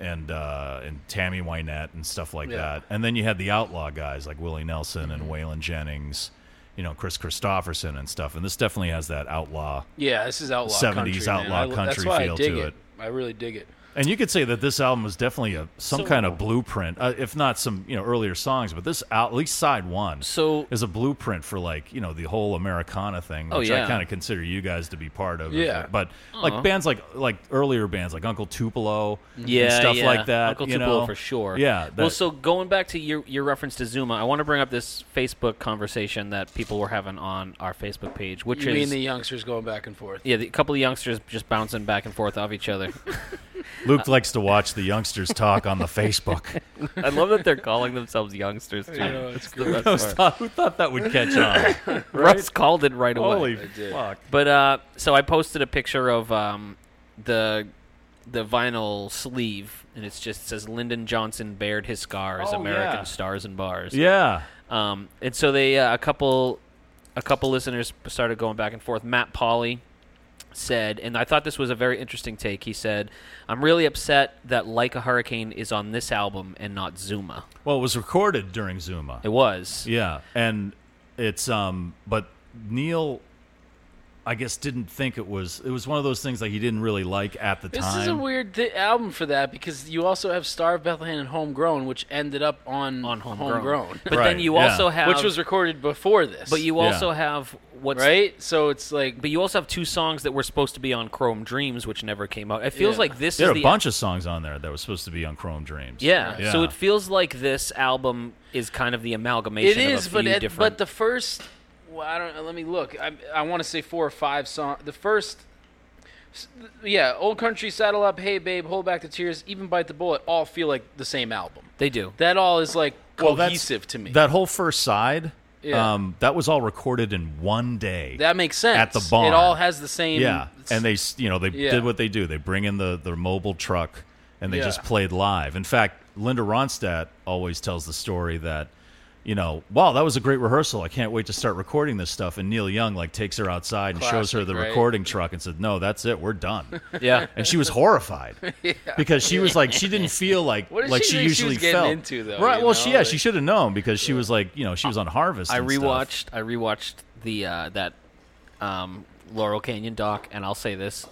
S1: and uh, and Tammy Wynette and stuff like that, and then you had the outlaw guys like Willie Nelson and Waylon Jennings, you know, Chris Christopherson and stuff. And this definitely has that outlaw.
S3: Yeah, this is outlaw
S1: 70s
S3: country. man.
S1: outlaw
S3: I lo-
S1: country
S3: that's why
S1: feel
S3: I dig
S1: to it.
S3: it. I really dig it.
S1: And you could say that this album was definitely a some kind of blueprint, uh, if not some you know earlier songs, but this out, at least side one
S2: So-
S1: is a blueprint for like you know the whole Americana thing, which
S2: Oh,
S1: I
S2: yeah.
S1: kind of consider you guys to be part of.
S3: Yeah.
S1: but like bands like like earlier bands like Uncle Tupelo,
S2: yeah,
S1: and stuff
S2: yeah.
S1: like that.
S2: Uncle
S1: you
S2: Tupelo
S1: know?
S2: for sure.
S1: Yeah,
S2: well,
S1: that-
S2: so going back to your your reference to Zuma, I want to bring up this Facebook conversation that people were having on our Facebook page, which
S3: You
S2: is
S3: mean the youngsters going back and forth?
S2: yeah, the, a couple of youngsters just bouncing back and forth off each other.
S1: Luke likes to watch the youngsters talk on the Facebook.
S2: [LAUGHS] [LAUGHS] I love that they're calling themselves youngsters too.
S1: Who thought, who thought that would catch on?
S2: [LAUGHS] Russ called it right away.
S1: Holy fuck!
S2: But uh, so I posted a picture of um, the the vinyl sleeve, and it's just it says Lyndon Johnson bared his scars,
S1: Oh,
S2: American
S1: yeah.
S2: stars and bars.
S1: Yeah.
S2: Um, and so they uh, a couple a couple listeners started going back and forth. Matt Polly said, and I thought this was a very interesting take. He said, "I'm really upset that Like a Hurricane is on this album and not Zuma."
S1: Well, it was recorded during Zuma.
S2: It was.
S1: Yeah, and it's um, but Neil, I guess, didn't think it was. It was one of those things like he didn't really like at the
S3: This
S1: time.
S3: is a weird th- album for that because you also have Star of Bethlehem and Homegrown, which ended up on on Homegrown.
S2: [LAUGHS] But then you also have
S3: which was recorded before this.
S2: But you also have what's
S3: right. So it's like,
S2: but you also have two songs that were supposed to be on Chrome Dreams, which never came out. It feels
S3: Yeah.
S2: like this
S1: There
S2: is
S1: are
S2: the
S1: a bunch of songs on there that was supposed to be on Chrome Dreams.
S2: yeah.
S1: yeah.
S2: So it feels like this album is kind of the
S3: It
S2: amalgamation.
S3: is,
S2: of a
S3: but
S2: few
S3: at,
S2: different.
S3: but the first, well, I don't. Let me look. I, I want to say four or five song. The first, s- yeah, old country, saddle up, hey babe, hold back the tears, even bite the bullet. All feel like the same album.
S2: they do.
S3: That all is like
S1: Well, that's-
S3: cohesive to me.
S1: That whole first side,
S3: Yeah.
S1: um, that was all recorded in one day.
S3: That makes sense.
S1: At the barn.
S3: it all has the same.
S1: yeah, and they s- you know they
S3: Yeah.
S1: did what they do. They bring in the their mobile truck and they
S3: Yeah.
S1: just played live. In fact, Linda Ronstadt always tells the story that you know, wow, that was a great rehearsal. I can't wait to start recording this stuff. And Neil Young like takes her outside and shows her
S3: Classic,
S1: the
S3: right?
S1: recording truck and said, "No, that's it. We're
S3: [LAUGHS]
S1: done."
S2: Yeah.
S1: and she was horrified because she was like she didn't
S3: [LAUGHS]
S1: feel like
S3: What did
S1: like
S3: she
S1: she,
S3: think she was
S1: usually
S3: getting
S1: felt
S3: into, though,
S1: right
S3: you
S1: well
S3: know?
S1: she yeah
S3: Like-
S1: she should have known because she was like you know she was on harvest
S2: I
S1: and stuff.
S2: rewatched. I rewatched the uh, that um, Laurel Canyon doc, and I'll say this: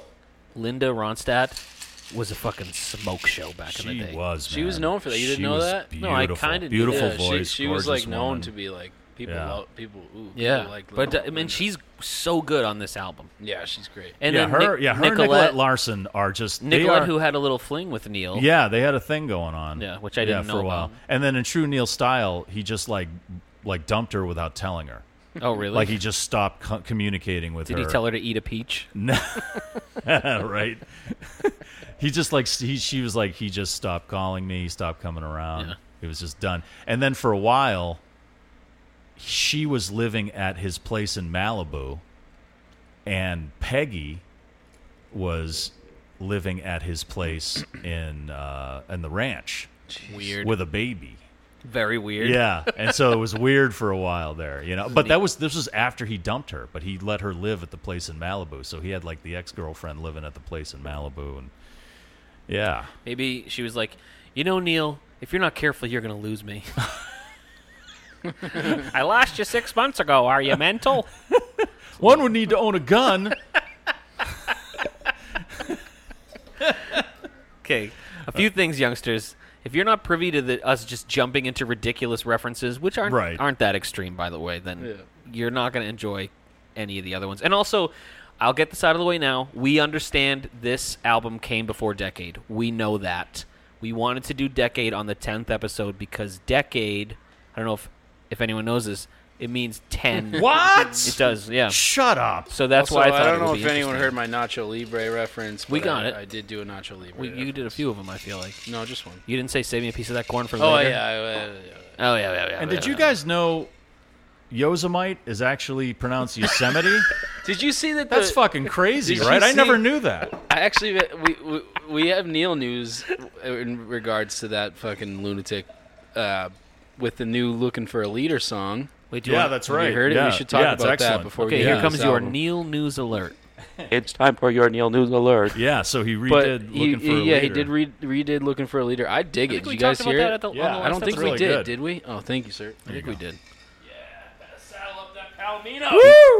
S2: Linda Ronstadt was a fucking smoke show back in
S1: she
S2: the day.
S1: was
S3: She was
S1: man.
S3: known for that. You didn't
S1: She
S3: know
S1: was
S3: that?
S2: No, I
S1: beautiful.
S2: kinda knew
S1: beautiful
S3: Yeah,
S1: voice
S3: She, she was like
S1: gorgeous
S3: known
S1: woman.
S3: to be like people.
S1: Yeah.
S3: Love, people. Ooh,
S2: Yeah,
S3: People like
S2: but uh,
S3: Linda
S2: I mean,
S3: Ronstadt.
S2: she's so good on this album.
S3: yeah, she's great.
S2: And
S1: yeah,
S2: then
S1: her,
S2: Nic-
S1: yeah, her and
S2: Nicolette,
S1: Nicolette Larson are just they
S2: Nicolette,
S1: are-
S2: who had a little fling with Neil.
S1: yeah, they had a thing going on.
S2: Yeah, which I
S1: yeah,
S2: didn't know
S1: for a while.
S2: about.
S1: And then in true Neil style, he just like like dumped her without telling her.
S2: Oh, really?
S1: Like he just stopped co- communicating with
S2: Did
S1: her.
S2: he tell her to eat a peach?
S1: right. he just like he, she was like he just stopped calling me, he stopped coming around.
S2: Yeah.
S1: It was just done. And then for a while, she was living at his place in Malibu, and Peggy was living at his place in uh, in the ranch
S2: Weird.
S1: with a baby.
S2: Very weird.
S1: Yeah, and so it was weird for a while there, you know. But that was this was after he dumped her, but he let her live at the place in Malibu. So he had like the ex girlfriend living at the place in Malibu, and yeah,
S2: Maybe she was like, you know, Neil, if you're not careful, you're going to lose me. [LAUGHS] I lost you six months ago. Are you mental?
S1: one would need to own a
S3: [LAUGHS]
S1: gun.
S2: Okay. A
S1: Uh,
S2: few things, youngsters. If you're not privy to the, us just jumping into ridiculous references, which aren't
S1: Right.
S2: aren't that extreme, by the way, then you're not going to enjoy any of the other ones. And also, I'll get this out of the way now. We understand this album came before Decade. We know that. We wanted to do Decade on the tenth episode because Decade. I don't know if if anyone knows this. It means
S3: [LAUGHS]
S2: ten.
S1: What?
S2: It does, yeah.
S1: Shut up.
S2: So that's
S3: Also,
S2: why I thought
S3: don't
S2: it would
S3: know
S2: be
S3: if anyone
S2: interesting.
S3: heard my Nacho Libre reference.
S2: We
S3: but
S2: got
S3: I,
S2: it.
S3: I did do a Nacho Libre.
S2: We, you did a few of them, I feel like.
S3: No, just one.
S2: You didn't say save me a piece of that corn for
S3: Oh
S2: later.
S3: yeah, I- uh,
S2: Oh yeah, yeah, yeah.
S1: And
S2: yeah,
S1: did you
S2: yeah.
S1: guys know Yosemite is actually pronounced
S3: [LAUGHS]
S1: Yosemite?
S3: did you see that? The,
S1: That's fucking crazy,
S3: Did you
S1: right? I
S3: see-
S1: never knew that.
S3: I actually, we, we we have Neil news in regards to that fucking lunatic uh, with the new "Looking for a Leader" song.
S2: Wait, do you
S1: Yeah,
S2: wanna-
S1: that's
S3: Have you
S1: right.
S3: heard it?
S1: Yeah.
S3: We should talk
S1: Yeah, it's
S3: about
S1: excellent.
S3: that before
S2: Okay,
S3: we.
S2: here
S3: get
S2: comes
S3: this
S2: your
S3: album.
S2: Neil News Alert.
S7: It's time for your Neil News Alert.
S1: Yeah, so he redid
S3: But
S1: looking
S3: he,
S1: for a
S3: yeah, he
S1: Leader.
S3: did re- redid "Looking for a Leader." I dig it. Did you guys hear it?
S2: the,
S1: Yeah, the
S3: oh, I don't
S1: That's
S3: think we
S1: really
S3: did.
S1: good.
S3: Did we? Oh, thank you, sir. I think we did.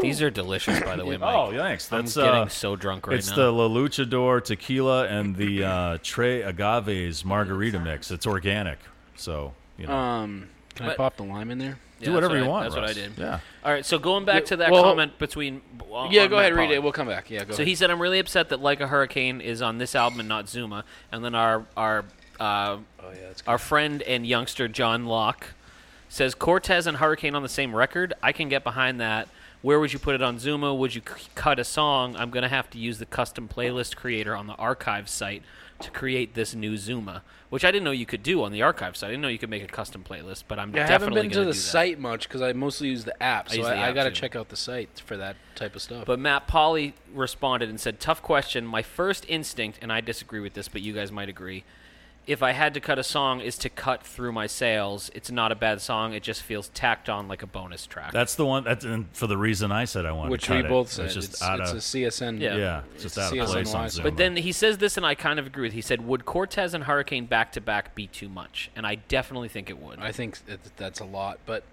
S2: These are delicious, by the way, Mike.
S1: [LAUGHS] Oh, thanks. That's
S2: I'm getting
S1: uh,
S2: so drunk right
S1: it's
S2: now.
S1: the La Luchador tequila and the uh, Tre Agaves margarita mix. It's organic, so you know,
S3: Um, can I pop the lime in there?
S1: do whatever
S2: that's
S1: you
S2: what I-
S1: want.
S2: that's what I
S1: Russ.
S2: did.
S1: Yeah,
S2: All right, so going back to that
S3: well-
S2: comment between. on-
S3: yeah,
S2: on
S3: go ahead,
S2: Matt
S3: read
S2: Pollock.
S3: it. We'll come back. Yeah, go.
S2: So he said, "I'm really upset that Like a Hurricane is on this album and not Zuma." And then our our uh,
S3: Oh,
S2: our friend and youngster John Locke says Cortez and Hurricane on the same record. I can get behind that, Where would you put it on Zuma? Would you c- cut a song? I'm going to have to use the custom playlist creator on the archive site to create this new Zuma, which I didn't know you could do on the archive site. I didn't know you could make a custom playlist, but I'm
S3: Yeah, I haven't
S2: definitely
S3: been
S2: going
S3: to the
S2: do that.
S3: site much because I mostly use the app,
S2: I
S3: so
S2: use
S3: I,
S2: the
S3: I,
S2: app,
S3: gotta
S2: too.
S3: check out the site for that type of stuff.
S2: But Matt Polly responded and said, "Tough question. My first instinct, and I disagree with this, but you guys might agree. If I had to cut a song, is to cut through my sales. It's not a bad song. It just feels tacked on like a bonus track.
S1: That's the one. That's and for the reason I said I wanted.
S3: Which
S1: to cut
S3: we
S1: it.
S3: both
S1: It's
S3: said.
S1: just
S3: It's-
S1: out
S3: it's
S1: of-
S3: a CSN
S2: Yeah.
S1: Yeah, it's just
S3: It's
S1: out of place on
S3: CSNY.
S1: Zoom.
S2: But then he says this, and I kind of agree with. He said, "Would Cortez and Hurricane back to back be too much?" And I definitely think it would.
S3: I think that, that's a lot, but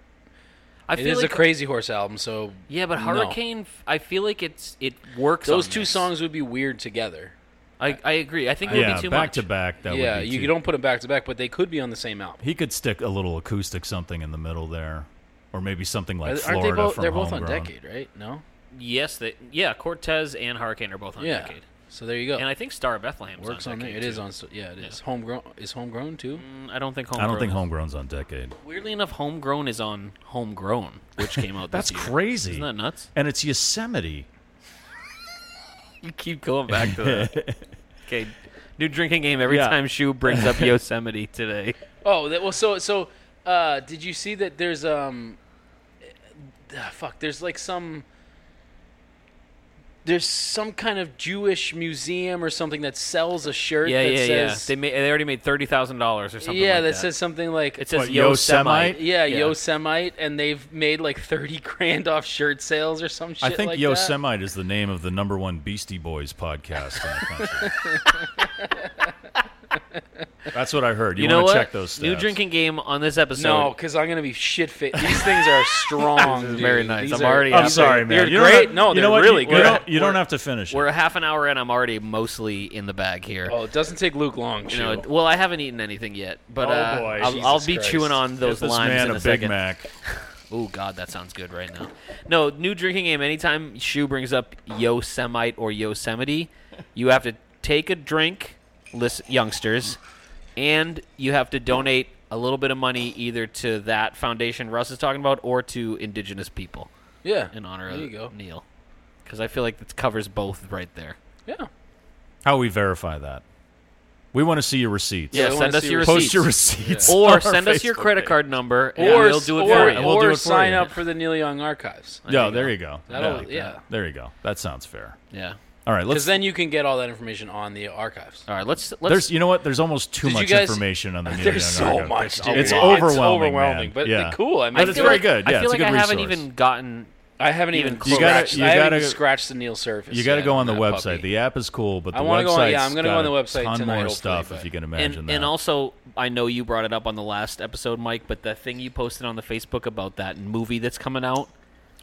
S2: I
S3: it
S2: feel
S3: is
S2: like-
S3: a Crazy Horse album, so
S2: Yeah, but
S3: no.
S2: Hurricane, I feel like it's it works.
S3: Those
S2: on
S3: two
S2: this.
S3: songs would be weird together.
S2: I, I agree. I think it would
S1: yeah,
S2: be too
S1: back
S2: much.
S1: to back. That
S3: yeah,
S1: would be
S3: you
S1: too-
S3: don't put them back to back, but they could be on the same album.
S1: He could stick a little acoustic something in the middle there, or maybe something like
S3: Aren't
S1: Florida
S3: they both?
S1: from
S3: They're both on
S1: Homegrown.
S3: Decade, right? No.
S2: Yes, that yeah, Cortez and Hurricane are both on
S3: Yeah.
S2: Decade.
S3: So there you go.
S2: And I think Star of Bethlehem
S3: Works
S2: on,
S3: on there.
S2: Decade,
S3: It is
S2: too.
S3: on. so- Yeah, it is. Homegrown is homegrown too.
S2: Mm, I don't think
S1: I
S2: homegrown.
S1: don't think Homegrown's on Decade.
S2: Weirdly enough, homegrown is on homegrown, which came out.
S1: That's
S2: this year.
S1: crazy.
S2: Isn't that nuts?
S1: And it's Yosemite.
S2: You keep going back
S1: [LAUGHS]
S2: to that. okay, new drinking game every
S1: Yeah.
S2: time Shu brings
S1: [LAUGHS]
S2: up Yosemite today.
S3: Oh, that, well, so so uh, did you see that? There's um, uh, fuck. There's like some. There's some kind of Jewish museum or something that sells a shirt.
S2: Yeah,
S3: that
S2: yeah, yeah.
S3: says,
S2: They ma- they already made thirty thousand dollars or something.
S3: yeah,
S2: like
S3: that, says something like
S2: it says
S1: What, Yosemite?
S2: Yosemite.
S3: Yeah, Yosemite, and they've made like thirty [LAUGHS] grand off shirt sales or some shit.
S1: I think
S3: like that.
S1: Yosemite is the name of the number one Beastie Boys podcast in the country.
S2: [LAUGHS]
S1: That's what I heard. You,
S2: You, know
S1: want
S2: what?
S1: to check those stats.
S2: New drinking game on this episode.
S3: No, because I'm gonna be shit fit. These
S1: [LAUGHS]
S3: things are strong.
S2: This is
S3: dude.
S2: very nice.
S3: These
S2: I'm
S3: are-
S2: already
S1: I'm
S2: happy.
S1: sorry, man.
S3: They're
S1: You don't
S3: great.
S1: have-
S3: no,
S1: you
S3: they're
S1: know what?
S3: really
S1: You
S3: good.
S1: don't, you don't have to finish. it.
S2: We're a half an hour in. I'm already mostly in the bag here.
S3: Oh, it doesn't take Luke long.
S2: You know,
S3: Shu.
S2: it- well, I haven't eaten anything yet, but
S1: Oh,
S2: uh,
S1: boy.
S2: I'll, I'll
S3: Jesus
S2: be
S3: Christ.
S2: chewing on
S1: Get
S2: those
S1: this
S2: limes
S1: man a,
S2: in a,
S1: Big
S2: second.
S1: Mac.
S2: Oh God, that sounds good right now. No, new drinking game. Anytime Shu brings up Yosemite or Yosemite, you have to take a drink, listen, youngsters, and you have to donate a little bit of money either to that foundation Russ is talking about or to Indigenous people
S3: yeah.
S2: in honor
S3: There
S2: of
S3: you go.
S2: Neil, because I feel like that covers both right there.
S3: Yeah.
S1: How we verify that? We want to see your receipts.
S2: Yeah,
S3: we wanna
S2: send us
S3: see
S2: your
S3: your
S1: Post
S2: receipts.
S1: your receipts. on [LAUGHS]
S2: or
S1: our
S2: send us your
S1: Facebook
S2: credit
S1: page.
S2: card number, and
S3: or
S2: we'll do it
S3: or,
S2: for you.
S1: And we'll
S3: or
S1: do it for
S3: sign
S1: you.
S3: up for the Neil Young Archives.
S1: Yeah, there you go.
S3: That'll-
S1: yeah.
S3: yeah.
S1: there you go. That sounds fair.
S2: Yeah.
S1: All right,
S3: Because
S1: let's.
S3: then you can get all that information on the archives.
S1: Uh,
S2: All right. Let's let's.
S1: There's, you know what? There's almost too
S3: Did you
S1: much
S3: guys-
S1: information on the Neil
S3: There's so
S1: Young archive.
S3: much, dude.
S1: It's
S3: It's
S1: overwhelming,
S3: overwhelming,
S1: man.
S3: but
S1: yeah.
S3: cool. I mean,
S1: but
S3: I
S1: it's
S3: feel
S1: very
S3: like-
S1: good.
S2: I
S1: Yeah,
S2: feel
S1: it's
S2: like
S1: a
S2: I
S1: good
S2: haven't
S1: resource.
S2: even gotten.
S3: I haven't even,
S2: Even
S1: You gotta-
S3: scratched.
S1: you
S3: I haven't
S1: gotta-
S3: even scratched the Neil surface.
S1: You got to
S3: yet
S1: go
S3: on
S1: on the
S3: that
S1: website.
S3: puppy.
S1: The app is cool, but the
S3: I wanna go on-
S1: website.
S3: yeah, I'm gonna go on the website
S1: ton
S3: tonight,
S1: more
S3: hopefully,
S1: stuff if
S3: but-
S1: you can
S2: And,
S1: imagine that.
S2: and also, I know you brought it up on the last episode, Mike, but the thing you posted on the Facebook about that movie that's coming out,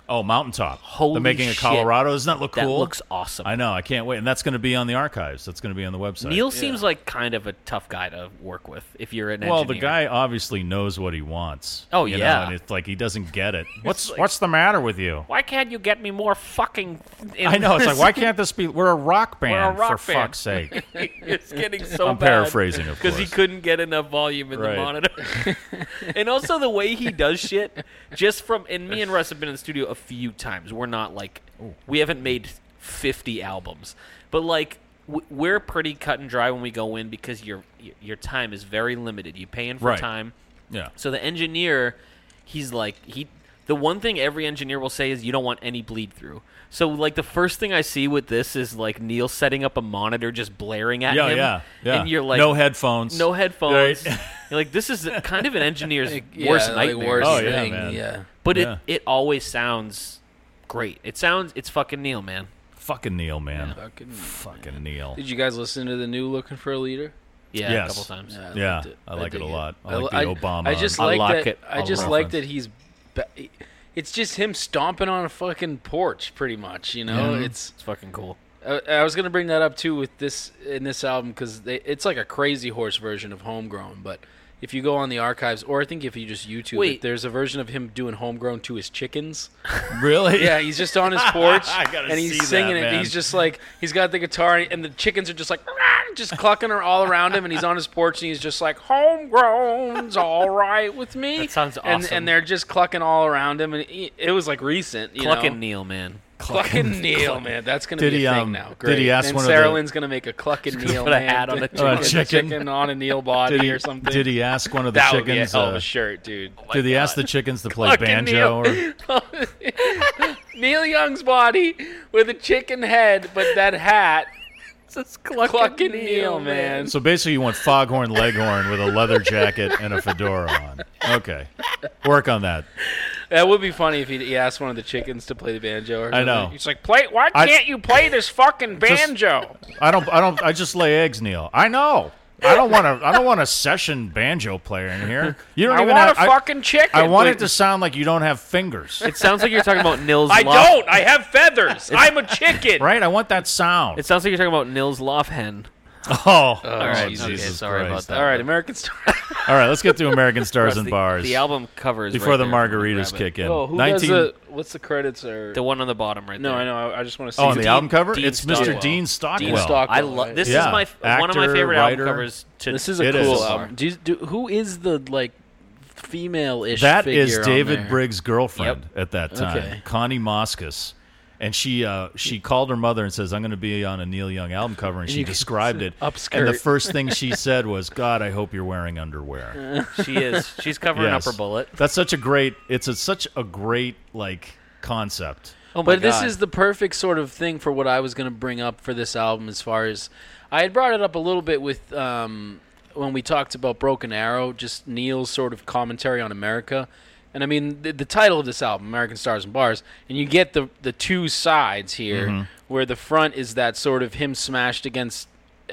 S1: oh, Mountaintop.
S2: Holy
S1: the making
S2: shit.
S1: of Colorado. Doesn't that look
S2: that
S1: cool?
S2: looks awesome.
S1: I know. I can't wait. And that's going to be on the archives. That's going to be on the website.
S2: Neil seems like kind of a tough guy to work with if you're an
S1: well, the
S2: engineer.
S1: guy obviously knows what he wants.
S2: Oh,
S1: you
S2: yeah.
S1: know, and it's like he doesn't get it. What's what's the matter with you?
S2: Why can't you get me more fucking?
S1: I know. It's like why can't this be? We're a rock band.
S2: We're a rock
S1: for
S2: band.
S1: fuck's sake.
S2: [LAUGHS] it's getting so
S1: I'm
S2: bad.
S1: paraphrasing, of
S2: he
S1: course.
S2: couldn't get enough volume in the
S1: Right.
S2: monitor. [LAUGHS] and also the way he does shit, just from and me and Russ have been in the studio a few times. We're not like we haven't made fifty albums, but like w- we're pretty cut and dry when we go in because your your time is very limited. You paying for
S1: Right.
S2: time.
S1: Yeah.
S2: So the engineer, he's like he. The one thing every engineer will say is you don't want any bleed through. So like the first thing I see with this is like Neil setting up a monitor just blaring at
S1: Yeah,
S2: him.
S1: yeah, yeah.
S2: And you're like
S1: no headphones.
S2: no headphones.
S1: Right. [LAUGHS]
S2: You're like this is kind of an engineer's
S3: Yeah,
S2: worst
S3: like,
S2: nightmare.
S3: worst
S1: Oh, yeah,
S3: thing.
S1: man.
S3: yeah.
S2: But
S1: Yeah.
S2: it it always sounds great. It sounds it's fucking Neil, man.
S1: Fucking Neil, man.
S3: Fucking-
S1: Fucking Neil.
S3: Did you guys listen to the new Looking for a Leader?
S2: Yeah,
S1: Yes.
S2: a couple times.
S3: I
S1: Yeah,
S3: liked
S1: I like it
S3: dig
S1: a lot. I like
S3: li-
S1: the Obama Uh,
S3: I just [LAUGHS]
S1: and-
S3: like
S2: I like
S3: that.
S2: it
S3: I
S2: a
S3: just
S2: lot.
S3: like that he's. Ba- it's just him stomping on a fucking porch, pretty much. You know, it's.
S2: It's fucking cool.
S3: I, I was gonna bring that up too with this in this album because it's like a crazy horse version of Homegrown, but. If you go on the archives, or I think if you just YouTube
S2: Wait.
S3: it, there's a version of him doing homegrown to his chickens.
S1: really?
S3: Yeah, he's just on his porch
S1: I gotta
S3: and he's
S1: see that,
S3: singing it.
S1: man.
S3: He's just like he's got the guitar and the chickens are just like just clucking her all around him, and he's on his porch, and he's just like, "Homegrown's all right with me." That
S2: sounds
S3: And,
S2: awesome.
S3: and they're just clucking all around him, and he, it was like recent. You
S2: Clucking
S3: know?
S2: Neil, man.
S3: Clucking Neil, man. That's gonna
S1: Did
S3: be
S1: he,
S3: a thing
S1: um,
S3: now.
S1: did
S3: Great.
S1: he ask
S3: and
S1: one of
S3: Sarah
S1: the-
S3: Lynn's gonna make
S1: [LAUGHS]
S3: a clucking Neil
S2: put a
S3: man
S2: hat on a
S3: to- to
S1: chicken.
S3: put a
S1: Chicken.
S3: chicken on a Neil body
S1: Did he-
S3: or something.
S1: Did he ask one of the
S3: that would be a
S1: chickens?
S3: hell of
S1: uh,
S3: a shirt, dude.
S1: did he
S3: [LAUGHS]
S1: ask the chickens to play
S3: Fucking
S1: banjo? Or,
S3: [LAUGHS] Neil. [LAUGHS] Neil Young's body with a chicken head, but that [LAUGHS] hat.
S2: Just clucking,
S3: Clucking Neil, man.
S1: so basically, you want foghorn leghorn with a leather jacket and a fedora on. Okay, work on that.
S3: That would be funny if he, he asked one of the chickens to play the banjo. Or
S1: I know.
S3: something. He's like, play. Why
S1: I-
S3: can't you play this fucking
S1: Just-
S3: banjo?
S1: I don't. I don't. I just lay eggs, Neil. I know. I don't want to. I don't want a session banjo player in here. You don't
S3: I
S1: even
S3: want
S1: have.
S3: a fucking chicken.
S1: I, I want
S3: Like,
S1: it to sound like you don't have fingers,
S2: It sounds like you're
S1: [LAUGHS]
S2: talking about Nils.
S3: I
S2: Lof-
S3: don't. I have feathers. I'm a chicken.
S1: right? I want that sound.
S2: It sounds like you're talking about Nils Lofhen.
S1: oh,
S2: All right,
S1: Jesus
S2: okay, sorry
S1: Christ.
S2: about that.
S3: All right,
S1: [LAUGHS]
S3: American Star. [LAUGHS]
S1: All right, let's get to
S2: [LAUGHS]
S1: American Stars
S2: The-
S1: and Bars
S2: The album covers
S1: before
S2: right
S1: the
S2: there if you
S1: margaritas
S2: grab it.
S1: kick in.
S3: Oh, who does
S1: 19
S3: the? What's the credits are?
S2: The one on the bottom right
S3: no,
S2: there.
S3: I know. I, I just want to see.
S1: Oh, on the
S3: Dean-
S1: album cover,
S2: Dean
S1: it's Mr.
S2: Stockwell.
S1: Dean Stockwell.
S3: Dean Stockwell.
S2: I love this
S1: Yeah.
S2: is my f- one of my
S1: Actor,
S2: favorite
S1: writer.
S2: album covers. To
S3: This is a
S1: It
S3: cool
S1: is.
S3: album. Do, you- do, who is the like female-ish?
S1: That is
S3: figure on
S1: David
S3: there?
S1: Briggs' girlfriend at that time,
S3: Okay.
S1: Connie Moskis. And she uh, she called her mother and says, "I'm going to be on a Neil Young album cover." And she described it. And the
S3: [LAUGHS] upskirt.
S1: first thing she said was, "God, I hope you're wearing underwear."
S2: [LAUGHS] she is. She's covering
S1: Yes.
S2: up her bullet.
S1: That's such a great. It's a, such a great like concept.
S2: Oh my
S3: but this
S2: God.
S3: is the perfect sort of thing for what I was going to bring up for this album. As far as I had brought it up a little bit with um, when we talked about Broken Arrow, just Neil's sort of commentary on America. And I mean, the, the title of this album, American Stars and Bars, and you get the the two sides here,
S1: Mm-hmm.
S3: where the front is that sort of him smashed against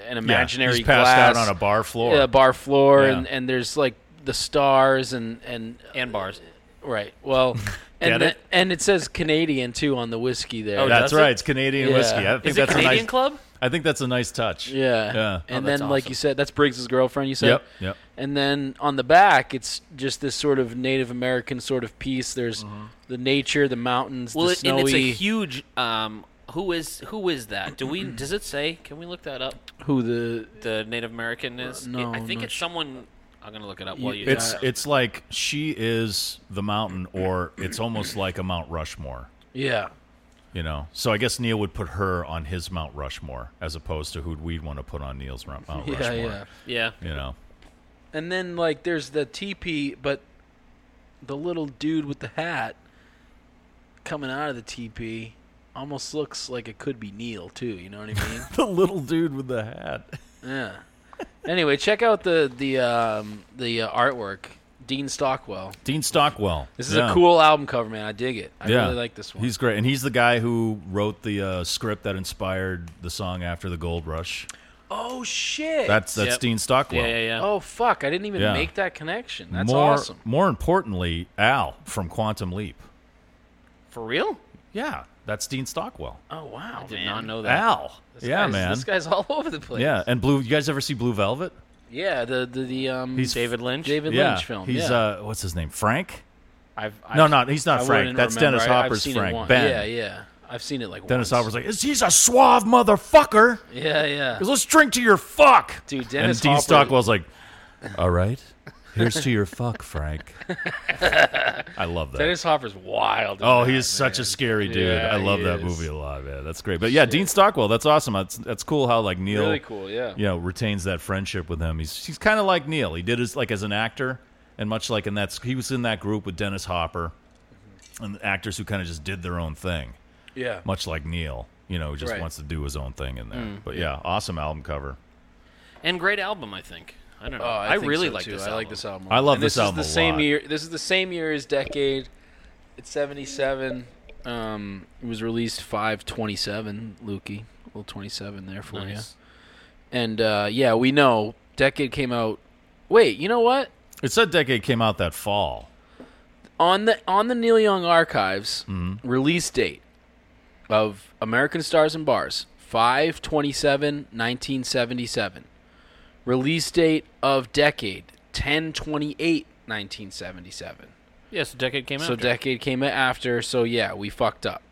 S3: an imaginary
S1: yeah, he's passed
S3: glass,
S1: out on a bar floor.
S3: yeah, bar floor,
S1: Yeah.
S3: and, and there's like the stars and and
S2: And bars.
S3: Right.
S1: [LAUGHS]
S3: Well, and
S1: Get
S3: the-
S1: it?
S3: and it says Canadian too on the whiskey there.
S2: Oh,
S1: that's
S2: does it?
S1: right. It's Canadian
S3: Yeah.
S1: whiskey. I think
S2: Is it
S1: that's
S2: Canadian
S1: a nice,
S2: Club?
S1: I think that's a nice touch.
S3: Yeah.
S1: Yeah. Oh,
S3: And
S2: that's
S3: then, like
S2: awesome.
S3: you said, that's Briggs's girlfriend. You said.
S1: Yep, yep.
S3: And then on the back, it's just this sort of Native American sort of piece. There's
S2: Uh-huh.
S3: the nature, the mountains,
S2: Well,
S3: the
S2: it, and it's a
S3: snowy.
S2: huge. Um, who is who is that? Do we? Does it say? Can we look that up?
S3: who the
S2: The Native American is.
S3: Uh, no,
S2: I think
S3: not
S2: it's someone. I'm gonna look it up while you.
S1: It's it's like she is the mountain, or it's almost like a Mount Rushmore.
S3: yeah.
S1: You know, so I guess Neil would put her on his Mount Rushmore as opposed to who we'd want to put on Neil's Mount, Mount
S3: Yeah,
S1: Rushmore.
S3: yeah.
S2: yeah.
S1: You know,
S3: And then like there's the teepee, but the little dude with the hat coming out of the teepee almost looks like it could be Neil too. You know what I mean?
S1: the little dude with the hat.
S3: Yeah. Anyway, check out the the um, the uh, artwork. Dean Stockwell.
S1: Dean Stockwell.
S3: This is
S1: Yeah.
S3: a cool album cover, man. I dig it. I
S1: yeah,
S3: really like this one.
S1: He's great, and he's the guy who wrote the uh, script that inspired the song after the Gold Rush.
S3: oh shit.
S1: That's that's
S2: Yep.
S1: Dean Stockwell.
S2: Yeah, yeah, yeah.
S3: oh fuck. I didn't even
S1: Yeah.
S3: make that connection. That's
S1: more,
S3: awesome.
S1: More importantly, Al from Quantum Leap.
S2: For real?
S1: Yeah, that's Dean Stockwell.
S3: Oh wow,
S2: Did
S3: man.
S2: not know that.
S1: Al.
S3: This
S1: Yeah,
S3: guy's-
S1: man.
S3: This guy's [LAUGHS] all over the place.
S1: Yeah, and Blue. You guys ever see Blue Velvet?
S3: Yeah. The the, the um.
S1: He's-
S2: David Lynch.
S3: David
S1: yeah,
S3: Lynch film.
S1: He's
S3: yeah.
S1: uh, what's his name? Frank?
S2: I've, I've
S1: no, no, he's not
S3: I
S1: Frank.
S3: wouldn't
S1: That's
S3: remember.
S1: Dennis
S3: I- I've
S1: Hopper's
S3: seen it
S1: Frank.
S3: once.
S1: Ben.
S3: Yeah, yeah. I've seen it like
S1: Dennis
S3: once.
S1: Hopper's like, "Is- he's a suave motherfucker.
S3: Yeah, yeah.
S1: Let's drink to your fuck,
S3: Dude, Dennis
S1: And Dean
S3: Hopper-
S1: Stockwell's
S3: [LAUGHS]
S1: like, all right, here's to your fuck,
S3: [LAUGHS]
S1: Frank. I love that.
S3: Dennis Hopper's wild. in
S1: Oh,
S3: that,
S1: he is such a
S3: man.
S1: scary dude.
S3: Yeah,
S1: I love
S3: he
S1: that
S3: is.
S1: movie a lot, man. That's great. But yeah, Dean Stockwell, that's awesome. That's that's cool how like Neil
S3: Really cool, yeah.
S1: you know, retains that friendship with him. He's he's kind of like Neil. He did his like as an actor and much like in that he was in that group with Dennis Hopper and actors who kind of just did their own thing,
S3: Yeah.
S1: much like Neil, you know, who just
S3: Right. Mm.
S1: wants to do his own thing in there. But yeah, awesome album cover.
S2: and great album. I think. I don't know.
S3: Oh, I,
S2: I
S3: think
S2: really
S3: so,
S2: like
S3: too.
S2: this.
S3: I
S2: album.
S3: like this album.
S1: I love
S3: And
S1: this
S3: this
S1: album
S3: Is
S1: a
S3: the same
S1: lot.
S3: year. This is the same year as Decade. It's seventy seven. Um, it was released five twenty seven. Lukey, little twenty seven there for
S2: Nice.
S3: you. And uh, yeah, we know Decade came out. Wait, you know what?
S1: It said Decade came out that fall.
S3: On the on the Neil Young archives
S1: Mm-hmm.
S3: release date of American Stars and Bars 5/27/1977. Release date of Decade 10/28/1977.
S2: Yes, decade came out.
S3: So decade came after. So yeah, we fucked up.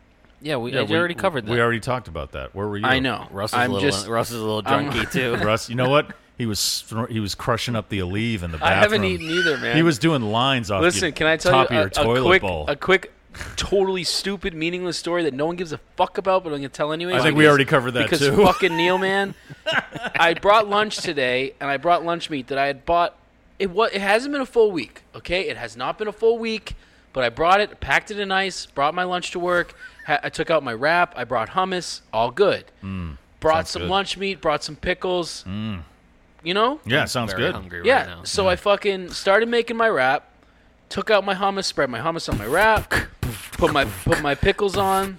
S2: Yeah, we, I already covered that.
S1: We already talked about that. Where were you?
S3: I know. Russ is a Oh. I'm little- just- Russ is a little I'm- [LAUGHS] drunky, too.
S1: Russ, you know what? He was snor- he was crushing up the Aleve in the bathroom.
S3: I haven't eaten either, man.
S1: He was doing lines off.
S3: Listen,
S1: your
S3: can I tell
S1: top
S3: you
S1: of
S3: a,
S1: your
S3: a
S1: toilet
S3: quick,
S1: bowl?
S3: a quick, totally stupid, meaningless story that no one gives a fuck about, but I'm gonna tell anyway.
S1: I think we already covered that,
S3: because
S1: too.
S3: fucking
S1: [LAUGHS]
S3: Neil, man. I brought lunch today, and I brought lunch meat that I had bought. It was. It hasn't been a full week. Okay, it has not been a full week, but I brought it, packed it in ice, brought my lunch to work. Ha- I took out my wrap. I brought hummus. All good.
S1: Mm,
S3: Brought
S1: sounds
S3: some
S1: good.
S3: lunch meat. Brought some pickles.
S1: Mm.
S3: You know?
S1: Yeah, sounds good.
S3: yeah. So I fucking started making my wrap, took out my hummus, spread my hummus on my wrap, put my put my pickles on.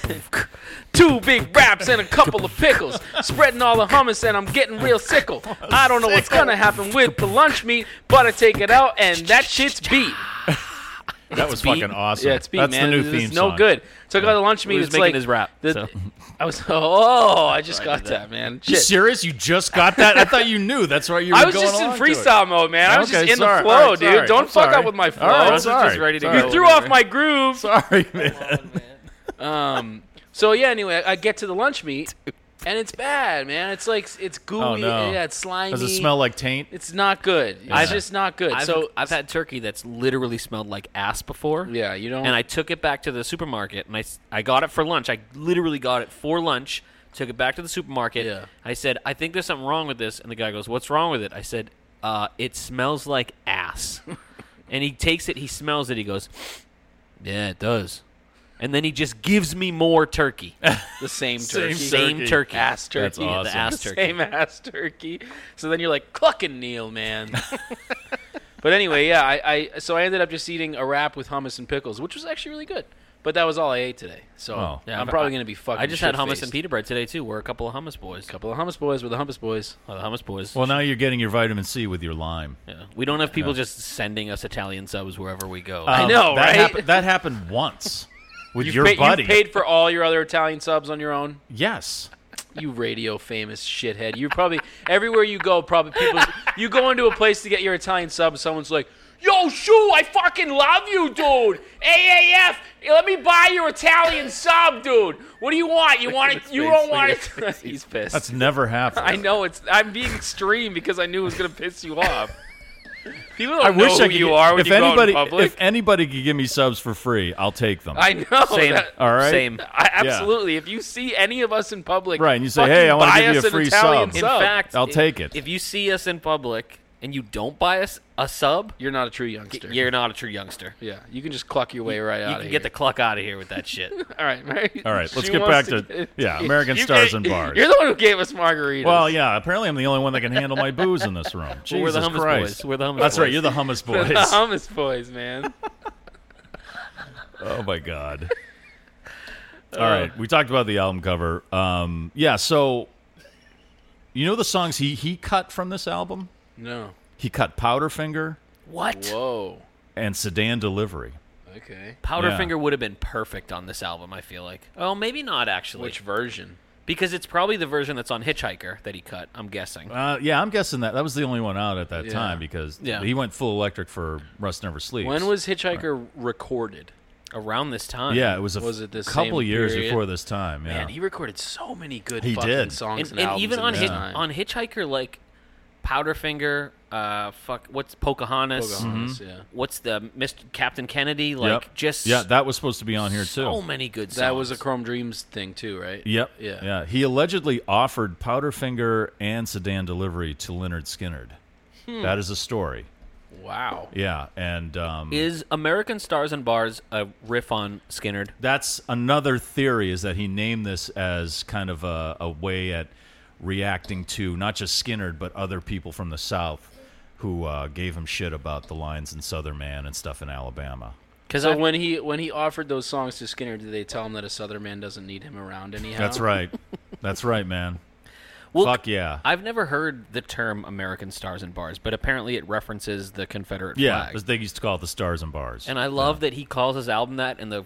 S3: [LAUGHS] Two big wraps and a couple of pickles. Spreading all the hummus and I'm getting real sickle. I don't know what's gonna happen with the lunch meat, but I take it out and that shit's beat.
S1: That was fucking awesome.
S3: Yeah, it's beat,
S1: That's the
S3: man.
S1: new
S3: It's
S1: theme
S3: no
S1: song.
S3: good. Took out the lunch meat.
S2: He was
S3: it's
S2: making
S3: like
S2: his rap,
S3: the-
S2: so.
S3: I was [LAUGHS] oh, I just got that, man.
S1: You
S3: Shit.
S1: serious? You just got that? I thought you knew. That's why you were
S3: [LAUGHS] I was
S1: going
S3: just in
S1: along to it.
S3: freestyle mode, man. I was
S1: Okay,
S3: just in
S1: sorry.
S3: the flow,
S1: All right,
S3: dude.
S1: sorry.
S3: Don't
S1: I'm
S3: fuck
S1: sorry.
S3: up with my flow.
S1: All right,
S3: Russ is
S1: sorry.
S3: just ready to
S1: Sorry.
S3: go. You threw off my groove.
S1: [LAUGHS] Sorry,
S3: [LAUGHS]
S1: man.
S3: Um. So yeah. Anyway, I I get to the lunch meat, and it's bad, man. It's like it's gooey.
S1: Oh, no.
S3: Yeah, it's slimy.
S1: Does it smell like taint?
S3: It's not good. It's
S2: I've-
S3: just not good.
S2: I've,
S3: so
S2: I've had turkey that's literally smelled like ass before.
S3: Yeah, you don't-
S2: And I took it back to the supermarket, and I s- I got it for lunch. I literally got it for lunch. Took it back to the supermarket.
S3: Yeah.
S2: I said, I think there's something wrong with this, and the guy goes, What's wrong with it? I said, uh, It smells like
S3: [LAUGHS]
S2: ass. and he takes it, he smells it, he goes, Yeah, it does. And then he just gives me more turkey.
S3: the same
S2: Same
S3: turkey.
S2: Same turkey.
S3: Ass turkey.
S2: That's awesome. The ass turkey.
S3: Same ass turkey. So then you're like, clucking
S1: [LAUGHS]
S3: Neil, man. but anyway, yeah, I, I so I ended up just eating a wrap with hummus and pickles, which was actually really good. But that was all I ate today. So
S2: Oh.
S3: yeah, I'm probably gonna be fucking.
S2: I just had hummus
S3: shit-faced.
S2: and pita bread today too. We're a couple of hummus boys.
S3: Couple of hummus boys with the hummus boys.
S2: Oh, the hummus boys.
S1: Well, now you're getting your vitamin C with your lime.
S2: Yeah. We don't have people just sending us Italian subs wherever we go.
S1: Um, that Happened, that happened
S3: [LAUGHS]
S1: once with
S3: You've
S1: your
S3: pa- you've
S1: buddy.
S3: paid for all your other Italian subs on your own.
S1: yes.
S3: You radio famous shithead. You probably everywhere you go, probably people. You go into a place to get your Italian sub, someone's like, "Yo, Shu, I fucking love you, dude. AAF, let me buy your Italian sub, dude. What do you want? You want it? You don't want [LAUGHS] it? He's pissed.
S1: That's never happened.
S3: I know it's. I'm being extreme because I knew it was gonna piss you off. People don't
S1: I
S3: know
S1: wish
S3: who
S1: I could
S3: you
S1: get-
S3: are when
S1: if
S3: you go out in
S1: anybody,
S3: public.
S1: If anybody could give me subs for free, I'll take them. [LAUGHS]
S3: I know.
S2: Same.
S3: that-
S1: All right.
S2: Same.
S3: I,
S1: Yeah.
S3: absolutely. If you see any of us in public,
S1: Right, and you say,
S3: fucking
S1: "Hey, I wanna
S3: buy
S1: give you
S3: us
S1: a
S3: an
S1: free
S3: Italian
S1: sub."
S2: In
S3: sub.
S2: fact,
S1: I'll
S2: i-
S1: take it.
S2: If you see us in public and you don't buy us a sub,
S3: you're not a true youngster.
S2: you're not a true youngster.
S3: Yeah, you can just cluck your way right
S2: You
S3: out
S2: can get the cluck out of here with that [LAUGHS] shit.
S3: the. All right, Mary.
S1: All right, let's
S3: She
S1: get
S3: wants
S1: back to,
S3: get-
S1: yeah, American
S3: You
S1: Stars
S3: gave-
S1: and Bars.
S3: You're the one who gave us margaritas.
S1: well, yeah. Apparently, I'm the only one that can handle my booze in this room. Jesus
S2: [LAUGHS] Well, we're the hummus
S1: Christ!
S2: boys. We're the hummus
S1: That's right.
S2: boys.
S1: You're the
S2: [LAUGHS]
S1: hummus
S3: [LAUGHS] the
S1: boys.
S3: hummus boys, man.
S1: Oh my
S2: [LAUGHS]
S1: god. All right, we talked about the album cover. Um, yeah, so you know the songs he he cut from this album?
S3: No.
S1: He cut Powderfinger
S2: What?
S3: Whoa.
S1: and Sedan Delivery.
S3: Oh, Okay.
S2: Powderfinger would have been perfect on this album, I feel like. Oh, maybe not actually.
S3: Which version?
S2: because it's probably the version that's on Hitchhiker that he cut, I'm guessing.
S1: Uh, yeah, I'm guessing that that was the only one out at that
S3: Yeah.
S1: time because
S2: Yeah.
S1: he went full electric for Rust Never Sleeps.
S3: When was Hitchhiker recorded?
S2: Around this time.
S1: Yeah, it was a
S3: Was it this
S1: couple
S3: same
S1: years
S3: period?
S1: before this time. Yeah.
S3: Man, he recorded so many good
S1: He
S3: fucking
S1: did.
S3: songs
S2: and,
S3: and,
S2: and
S3: albums
S2: even
S3: in
S2: on
S3: this
S2: Hitch-
S3: time.
S2: on Hitchhiker, like Powderfinger, uh, fuck, what's Pocahontas?
S1: Mm-hmm.
S3: Pocahontas, yeah.
S2: What's the Mr. Captain Kennedy? Like
S1: Yep.
S2: just
S1: Yeah, that was supposed to be on here too.
S2: so many good. Songs.
S3: That was a Chrome Dreams thing too, right?
S1: Yep.
S3: Yeah.
S1: Yeah. He allegedly offered Powderfinger and Sedan Delivery to Leonard Skinnard.
S2: Hmm.
S1: That is a story.
S3: Wow.
S1: Yeah, and um,
S2: Is American Stars and Bars a riff on Skinnerd?
S1: that's another theory is that he named this as kind of a, a way at reacting to not just Skinner but other people from the South who uh, gave him shit about the lines in Southern Man and stuff in Alabama.
S2: Because
S3: So when he when he offered those songs to Skinner, did they tell him that a Southern man doesn't need him around anyhow?
S2: Oh.
S1: That's right. That's right, man.
S2: well,
S1: Fuck yeah.
S2: I've never heard the term American Stars and Bars, but apparently it references the Confederate
S1: Yeah,
S2: flag.
S1: they used to call it the Stars and Bars.
S2: And I love that he calls his album that, and the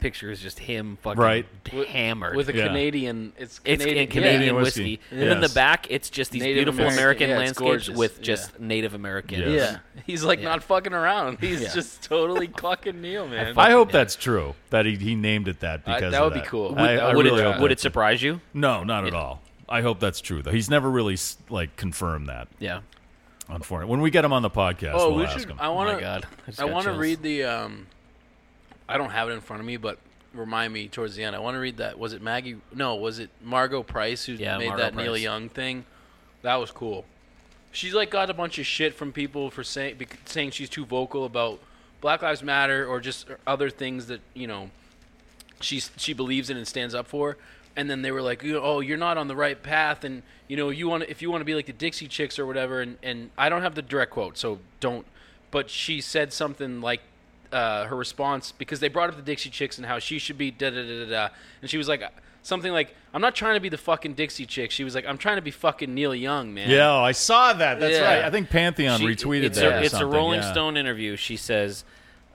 S2: picture is just him fucking
S1: Right.
S3: With-
S2: hammered
S3: with a
S1: Yeah.
S3: Canadian. It's
S2: It's
S3: Canadian,
S2: in Canadian
S1: Canadian
S2: whiskey,
S1: whiskey.
S2: and then in the
S1: Yes.
S2: back it's just these
S3: Native
S2: beautiful American,
S3: American- yeah, it's
S2: landscapes
S3: gorgeous.
S2: with
S3: Yeah.
S2: just Native American.
S1: Yes.
S3: Yeah, [LAUGHS] he's like not fucking around. He's
S2: Yeah.
S3: just totally fucking Neil, man.
S1: I hope that's true that he, he named it that
S3: I-
S1: because
S3: that
S1: of
S3: would uh, be cool.
S1: I,
S2: Would,
S1: I
S2: would
S1: really
S2: it
S1: hope
S2: would it
S1: that's-
S2: surprise you?
S1: No, not at all. I hope that's true though. He's never really s- like confirmed that.
S2: Yeah.
S1: Unfortunately, when we get him on the podcast,
S3: Oh,
S1: we'll
S3: we
S1: ask
S3: should.
S1: him.
S3: I want to.
S2: my God. I just
S3: I
S2: got
S3: want to
S2: chills.
S3: read the. Um, I don't have it in front of me, but remind me towards the end. I want to read that. Was it Maggie? No, was it Margot Price who
S2: Yeah,
S3: made
S2: Margot
S3: that Neil
S2: Price.
S3: Young thing? That was cool. She's like got a bunch of shit from people for saying bec- saying she's too vocal about Black Lives Matter or just other things that you know she's she believes in and stands up for. And then they were like, you- "Oh, you're not on the right path, and you know you want to if you want to be like the Dixie Chicks or whatever." And and I don't have the direct quote, so don't. But she said something like uh, her response because they brought up the Dixie Chicks and how she should be da da da da da, and she was like something like, "I'm not trying to be the fucking Dixie Chick." She was like, "I'm trying to be fucking Neil Young, man."
S1: Yeah, oh, I saw that. That's
S3: Yeah.
S1: right. I think Pantheon
S2: She-
S1: retweeted
S2: it's
S1: that.
S2: A,
S1: or
S2: it's a
S1: something,
S2: Rolling
S3: Uh.
S1: yeah.
S2: Stone interview. She says,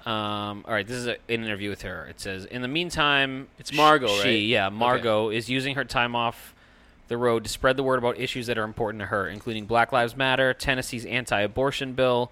S2: um, "All right, this is a, an interview with her." It says, "In the meantime,
S3: It's Margot,
S2: she,
S3: right?
S2: Yeah,
S3: Okay.
S2: Margot is using her time off the road to spread the word about issues that are important to her, including Black Lives Matter, Tennessee's anti-abortion bill,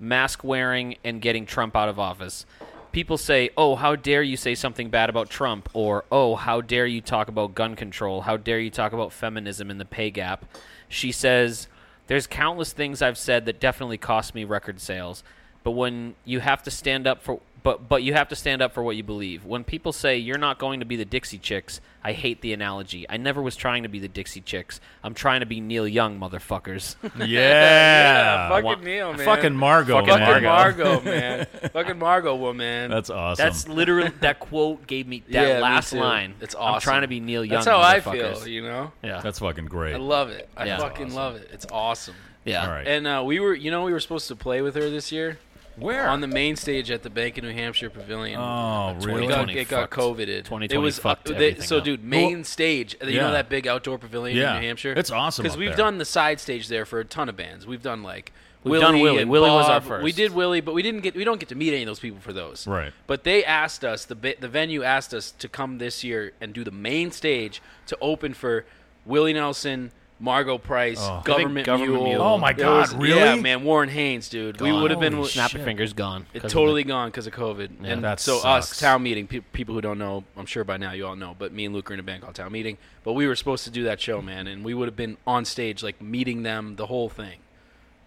S2: mask wearing, and getting Trump out of office." People say, "Oh, how dare you say something bad about Trump?" or "Oh, how dare you talk about gun control? How dare you talk about feminism and the pay gap?" She says, there's countless things I've said that definitely cost me record sales, but when you have to stand up for but but you have to stand up for what you believe. When people say you're not going to be the Dixie Chicks, I hate the analogy. I never was trying to be the Dixie Chicks. I'm trying to be Neil Young, motherfuckers. [LAUGHS]
S1: Yeah,
S3: [LAUGHS] Yeah, fucking
S1: Uh, Wa-
S3: Neil, man.
S1: Fucking Margot,
S3: Fucking
S1: man.
S3: Margot, [LAUGHS] man. fucking Margot woman.
S1: That's awesome.
S2: That's
S3: [LAUGHS]
S2: literally that quote gave me that
S3: Yeah, me
S2: last
S3: too.
S2: line.
S3: It's
S2: I'm
S3: awesome.
S2: trying to be Neil Young.
S3: That's how I
S2: motherfuckers.
S3: feel, you know?
S2: Yeah.
S1: That's fucking great.
S3: I love it. I
S2: Yeah.
S3: fucking love it. It's awesome.
S2: yeah.
S1: All right.
S3: And uh, we were, you know, we were supposed to play with her this year
S1: Where?
S3: on the main stage at the Bank of New Hampshire Pavilion.
S1: oh,
S3: It
S1: really?
S3: got,
S2: 2020
S3: it got
S2: fucked-
S3: coveted.
S2: 2020
S3: it was,
S2: fucked
S3: they-
S2: everything
S3: So,
S2: up.
S3: dude, main stage. You
S1: yeah.
S3: know that big outdoor pavilion
S1: Yeah.
S3: in New Hampshire?
S1: It's awesome up
S3: we've
S1: there.
S3: done the side stage there for a ton of bands. We've done like
S2: We've done Willie.
S3: and
S2: Willie was our
S3: Bob. We
S2: first.
S3: did Willie, but we didn't get. We don't get to meet any of those people for those.
S1: Right.
S3: But they asked us. The ba- the venue asked us to come this year and do the main stage to open for Willie Nelson. Margot Price, government,
S2: Government
S3: mule.
S2: Mule.
S1: Oh my
S3: There
S1: God,
S3: Yeah,
S1: really?
S3: man, Warren Haynes, dude. We
S2: Gone.
S3: would have been
S2: Holy snap your fingers gone.
S3: it
S2: 'Cause of
S3: totally
S2: the-
S3: gone because of COVID. and
S1: That
S3: so
S1: sucks.
S3: us town meeting pe- people who don't know, I'm sure by now you all know, but me and Luke are in a band called Town Meeting. But we were supposed to do that show, man, and we would have been on stage like meeting them, the whole thing.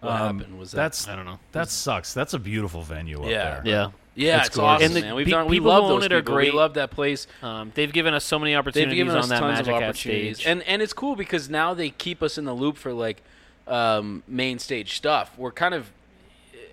S3: What happened was that?
S1: That's
S2: I don't know.
S1: That sucks. That's a beautiful venue up
S3: Yeah.
S1: there.
S2: Yeah.
S3: yeah,
S1: that's
S3: it's
S1: gorgeous.
S3: awesome,
S1: And the
S3: man. We've
S2: pe-
S3: done, we
S2: people
S3: love
S2: who own
S3: those
S2: it are
S3: people.
S2: great.
S3: We love that place.
S2: Um, they've given us so many opportunities
S3: They've given us
S2: on that
S3: tons
S2: Magic
S3: of
S2: Hat
S3: opportunities,
S2: stage.
S3: and and it's cool because now they keep us in the loop for like um, main stage stuff. We're kind of,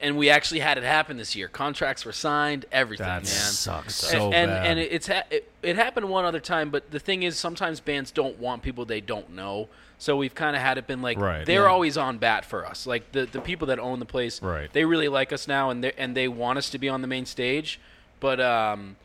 S3: and we actually had it happen this year. Contracts were signed, everything.
S1: That
S3: man.
S1: sucks
S3: and,
S1: so
S3: and,
S1: bad.
S3: and it- it's ha- it, it happened one other time, but the thing is, sometimes bands don't want people they don't know. So we've kind of had it been like
S1: Right.
S3: they're
S1: Yeah.
S3: always on bat for us. Like the, the people that own the place,
S1: Right.
S3: They really like us now, and they and they want us to be on the main stage. But um,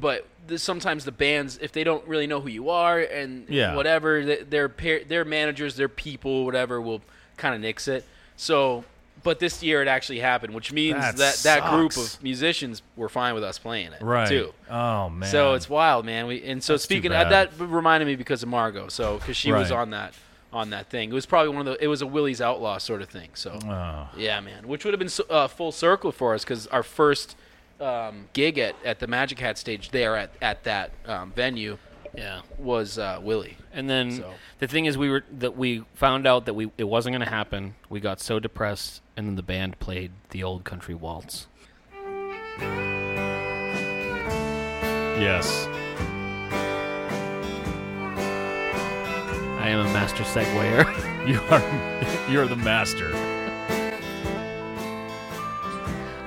S3: but the, sometimes the bands, if they don't really know who you are and
S1: Yeah.
S3: whatever, th- their par- their managers, their people, whatever, will kind of nix it. So. But this year it actually happened, which means
S1: That
S3: that that, group
S1: sucks.
S3: of musicians were fine with us playing it
S1: Right.
S3: too.
S1: Oh man.
S3: So it's wild, man. We and so
S1: That's too
S3: speaking
S1: bad.
S3: uh, that reminded me because of Margot, so because she was
S1: Right.
S3: on that on that thing. It was probably one of the it was a Willie's Outlaw sort of thing. So
S1: Oh.
S3: yeah, man, which would have been so, uh, full circle for us because our first um, gig at, at the Magic Hat stage there at at that um, venue
S2: yeah.
S3: was uh, Willie.
S2: And then
S3: So-
S2: the thing is, we were that we found out that we it wasn't going to happen. We got so depressed, and then the band played the old country waltz.
S1: yes. [LAUGHS]
S2: I am a master segwayer. [LAUGHS]
S1: You are you're the master.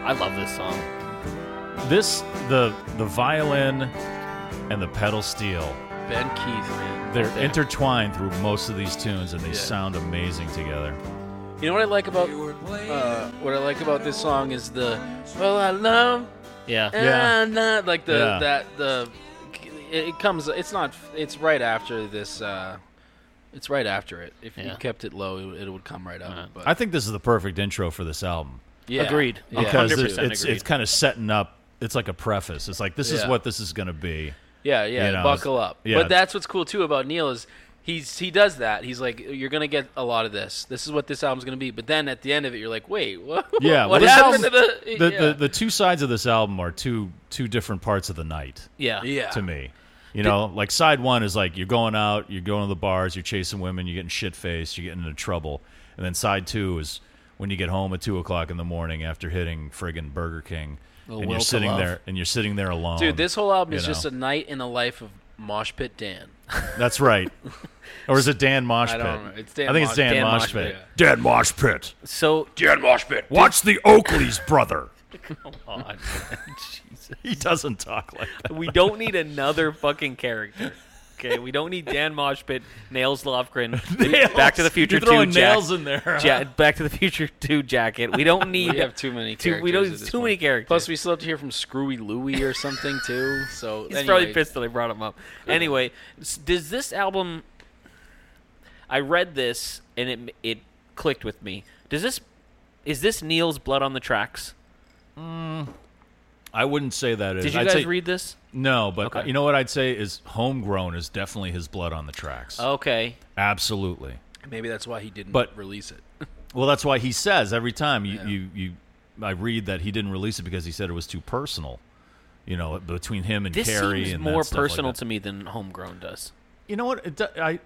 S2: I love this song.
S1: This the the violin and the pedal steel.
S3: Ben Keith, man.
S1: They're intertwined through most of these tunes and they sound amazing together.
S3: You know what I like about uh, what I like about this song is the well I love
S2: Yeah,
S1: Yeah.
S3: yeah. not like the
S1: Yeah.
S3: that the it, it comes it's not it's right after this uh it's right after it if
S2: Yeah.
S3: you kept it low it, it would come right up but
S1: I think this is the perfect intro for this album.
S3: yeah.
S2: agreed.
S3: Yeah.
S1: because
S2: 100%
S1: it's it's,
S2: agreed.
S1: it's kind of setting up it's like a preface. It's like this is
S3: Yeah.
S1: what this is going to be.
S3: Yeah, yeah.
S1: You know,
S3: buckle
S1: it's-
S3: up.
S1: Yeah,
S3: But that's what's cool too about Neil is he's he does that. He's like, you're gonna get a lot of this. This is what this album's gonna be. But then at the end of it, you're like, wait, [LAUGHS] what?
S1: yeah. well,
S3: what
S1: this
S3: happened
S1: album-
S3: to the?
S1: the,
S3: yeah.
S1: the the two sides of this album are two two different parts of the night.
S3: Yeah. Yeah.
S1: To me, you know, like side one is like you're going out, you're going to the bars, you're chasing women, you're getting shit faced, you're getting into trouble, and then side two is when you get home at two o'clock in the morning after hitting friggin' Burger King,
S3: The
S1: and
S3: will
S1: you're
S3: to
S1: sitting
S3: love.
S1: there and you're sitting there alone.
S3: Dude, this whole album
S1: um, you
S3: is just
S1: know.
S3: a night in the life of Mosh Pit Dan. [LAUGHS]
S1: That's right. Or is it Dan Moshpit?
S3: I don't remember. It's Dan
S1: I think
S3: Mosh-
S1: it's Dan,
S3: Dan
S1: Moshpit.
S3: Moshpit, yeah.
S1: Dan Moshpit.
S2: So
S5: Dan Moshpit.
S1: Watch the Oakleys,
S3: [LAUGHS]
S1: brother.
S2: Come
S1: [LAUGHS]
S2: on, Jesus.
S1: He doesn't talk like that.
S2: We don't need another fucking character. Okay, we don't need Dan Moshpit, Nails
S1: [LAUGHS]
S2: Lofgren,
S1: Nails.
S2: Back to the Future
S1: You're throwing
S2: two, Jack-
S1: nails in there, huh?
S2: Ja- Back to the Future two jacket.
S1: [LAUGHS]
S2: We don't need.
S3: We have too many
S2: two-
S3: characters.
S2: we don't
S3: at
S2: need
S3: this
S2: too many
S3: point.
S2: characters.
S3: Plus, we still have to hear from Screwy Louie or something [LAUGHS] too.
S2: [LAUGHS]
S3: So
S2: He's
S3: anyway.
S2: probably pissed that I brought him up. Anyway, s- does this album? I read this and it m- it clicked with me. Does this is this Neil's blood on the tracks?
S1: I wouldn't say that is.
S2: Did you
S1: I'd
S2: guys
S1: say-
S2: read this?
S1: No, but uh,
S2: Okay.
S1: you know what I'd say is homegrown is definitely his blood on the tracks.
S2: Okay,
S1: Absolutely.
S3: Maybe that's why he didn't
S1: But-
S3: release it.
S1: Well, that's why he says every time you, you, you I read that he didn't release it because he said it was too personal. You know, between him and
S2: this
S1: Carrie
S2: seems
S1: and that
S2: more
S1: stuff like
S2: personal
S1: that.
S2: to me than Homegrown does.
S1: You know what? It, do- I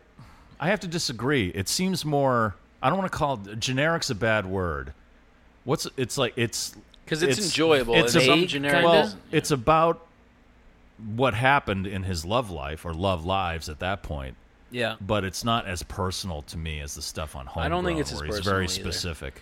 S1: I have to disagree. It seems more. I don't want to call it, generic's a bad word. What's it's like? It's
S3: 'Cause it's enjoyable and
S1: a-
S3: some Vague, generic
S1: Well,
S3: isn't,
S1: it's about what happened in his love life or love lives at that point.
S2: Yeah.
S1: But it's not as personal to me as the stuff on home.
S3: I don't think it's as
S1: where he's very
S3: personal either.
S1: specific.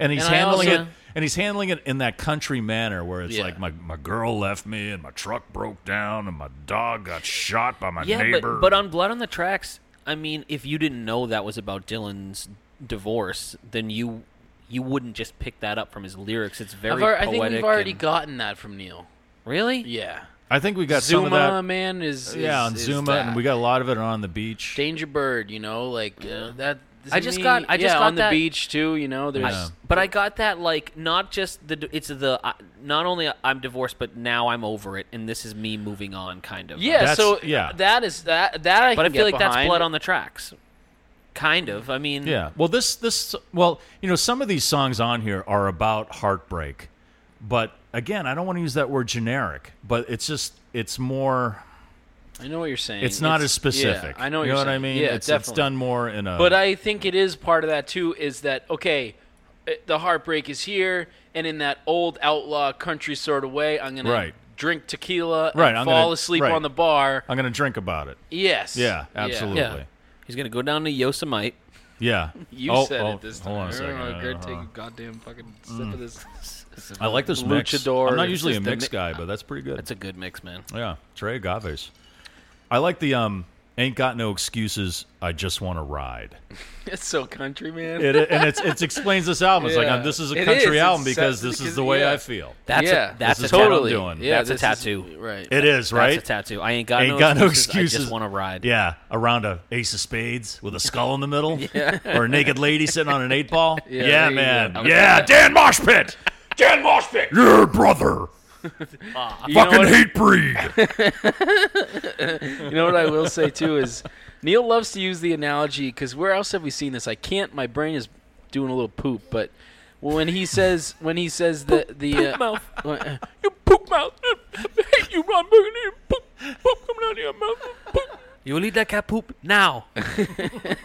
S1: And he's
S3: And I
S1: handling
S3: also-
S1: it, and he's handling it in that country manner where it's
S3: Yeah.
S1: like my, my girl left me, and my truck broke down, and my dog got shot by my
S2: yeah,
S1: neighbor.
S2: but but on Blood on the Tracks, I mean, if you didn't know that was about Dylan's divorce, then you you wouldn't just pick that up from his lyrics. It's very
S3: I've alre- I
S2: poetic.
S3: think we've already
S2: and-
S3: gotten that from Neil.
S2: really.
S3: Yeah.
S1: I think we got
S3: Zuma
S1: some of that.
S3: man is, is
S1: yeah, on
S3: is
S1: Zuma,
S3: that.
S1: and we got a lot of it on the beach.
S3: Danger Bird, you know, like uh, that.
S2: I just
S3: to
S2: got- I just
S3: yeah,
S2: got
S3: on
S2: that-
S3: the beach too. You know, there's
S1: Yeah.
S2: But I got that like not just the it's the uh, not only I'm divorced but now I'm over it and this is me moving on kind of.
S3: yeah.
S1: That's-
S3: so
S1: yeah.
S3: that is that. That I
S2: but I
S3: can
S2: feel
S3: get
S2: like that's
S3: behind.
S2: blood on the tracks, kind of. I mean,
S1: Yeah. Well, this this well, you know, some of these songs on here are about heartbreak, but again, I don't want to use that word generic, but it's just it's more.
S3: I know what you're saying.
S1: It's not as specific.
S3: Yeah, I know.
S1: you
S3: you're
S1: know what I
S3: saying.
S1: mean.
S3: Yeah,
S1: it's,
S3: definitely.
S1: it's done more in a.
S3: But I think it is part of that too. Is that okay? it- The heartbreak is here, and in that old outlaw country sort of way, I'm gonna
S1: Right.
S3: drink tequila
S1: Right,
S3: and
S1: I'm
S3: fall
S1: gonna-
S3: asleep
S1: right.
S3: on the bar.
S1: I'm gonna drink about
S3: [LAUGHS]
S1: it.
S3: Yes.
S1: Yeah, absolutely.
S2: yeah. He's gonna go down to Yosemite.
S1: Yeah.
S3: You
S1: Oh,
S3: said
S1: oh,
S3: it this time. Oh,
S1: Hold on a
S3: I
S1: second.
S3: don't know,
S1: Uh,
S3: Gert,
S1: hold
S3: take a
S1: on.
S3: goddamn fucking sip of this.
S1: I like this mix.
S3: Luchador.
S1: I'm not
S3: It's
S1: usually a
S3: just a
S1: mix
S3: mi-
S1: guy, but that's pretty good.
S2: That's a good mix, man.
S1: yeah, Trey Agaves. I like the um. Ain't got no excuses. I just want to ride.
S3: [LAUGHS] It's so country, man.
S1: It, and it's, it explains this album. It's like
S3: Yeah.
S1: um, this is a
S3: It
S1: country
S3: is.
S1: album
S3: It's-
S1: because this is the way
S3: yeah.
S1: I feel.
S2: That's
S3: yeah,
S2: a, that's
S1: This
S2: a
S1: is
S2: tattoo.
S1: totally- doing.
S3: Yeah,
S2: That's a
S3: this is-
S2: tattoo.
S3: right.
S1: It is right.
S2: That's a tattoo. I ain't got,
S1: Ain't
S2: no,
S1: got no
S2: excuses. I
S1: excuses.
S2: just want to
S1: [LAUGHS]
S2: ride.
S1: Yeah, around a ace of spades with a skull in the middle, or a naked lady sitting on an eight ball. Yeah,
S3: there you
S1: man.
S3: go.
S1: Yeah, Dan Moshpit,
S5: Dan Moshpit.
S1: your brother. Fucking [LAUGHS] hate breed.
S3: You know what I will say too is Neil loves to use the analogy because where else have we seen this? I can't. My brain is doing a little poop, but when he says when he says the the uh,
S2: mouth.
S3: [LAUGHS] when-
S2: You poop mouth. hate you, Ron Burgundy. Poop, poop coming out of your mouth. You leave that cat poop now.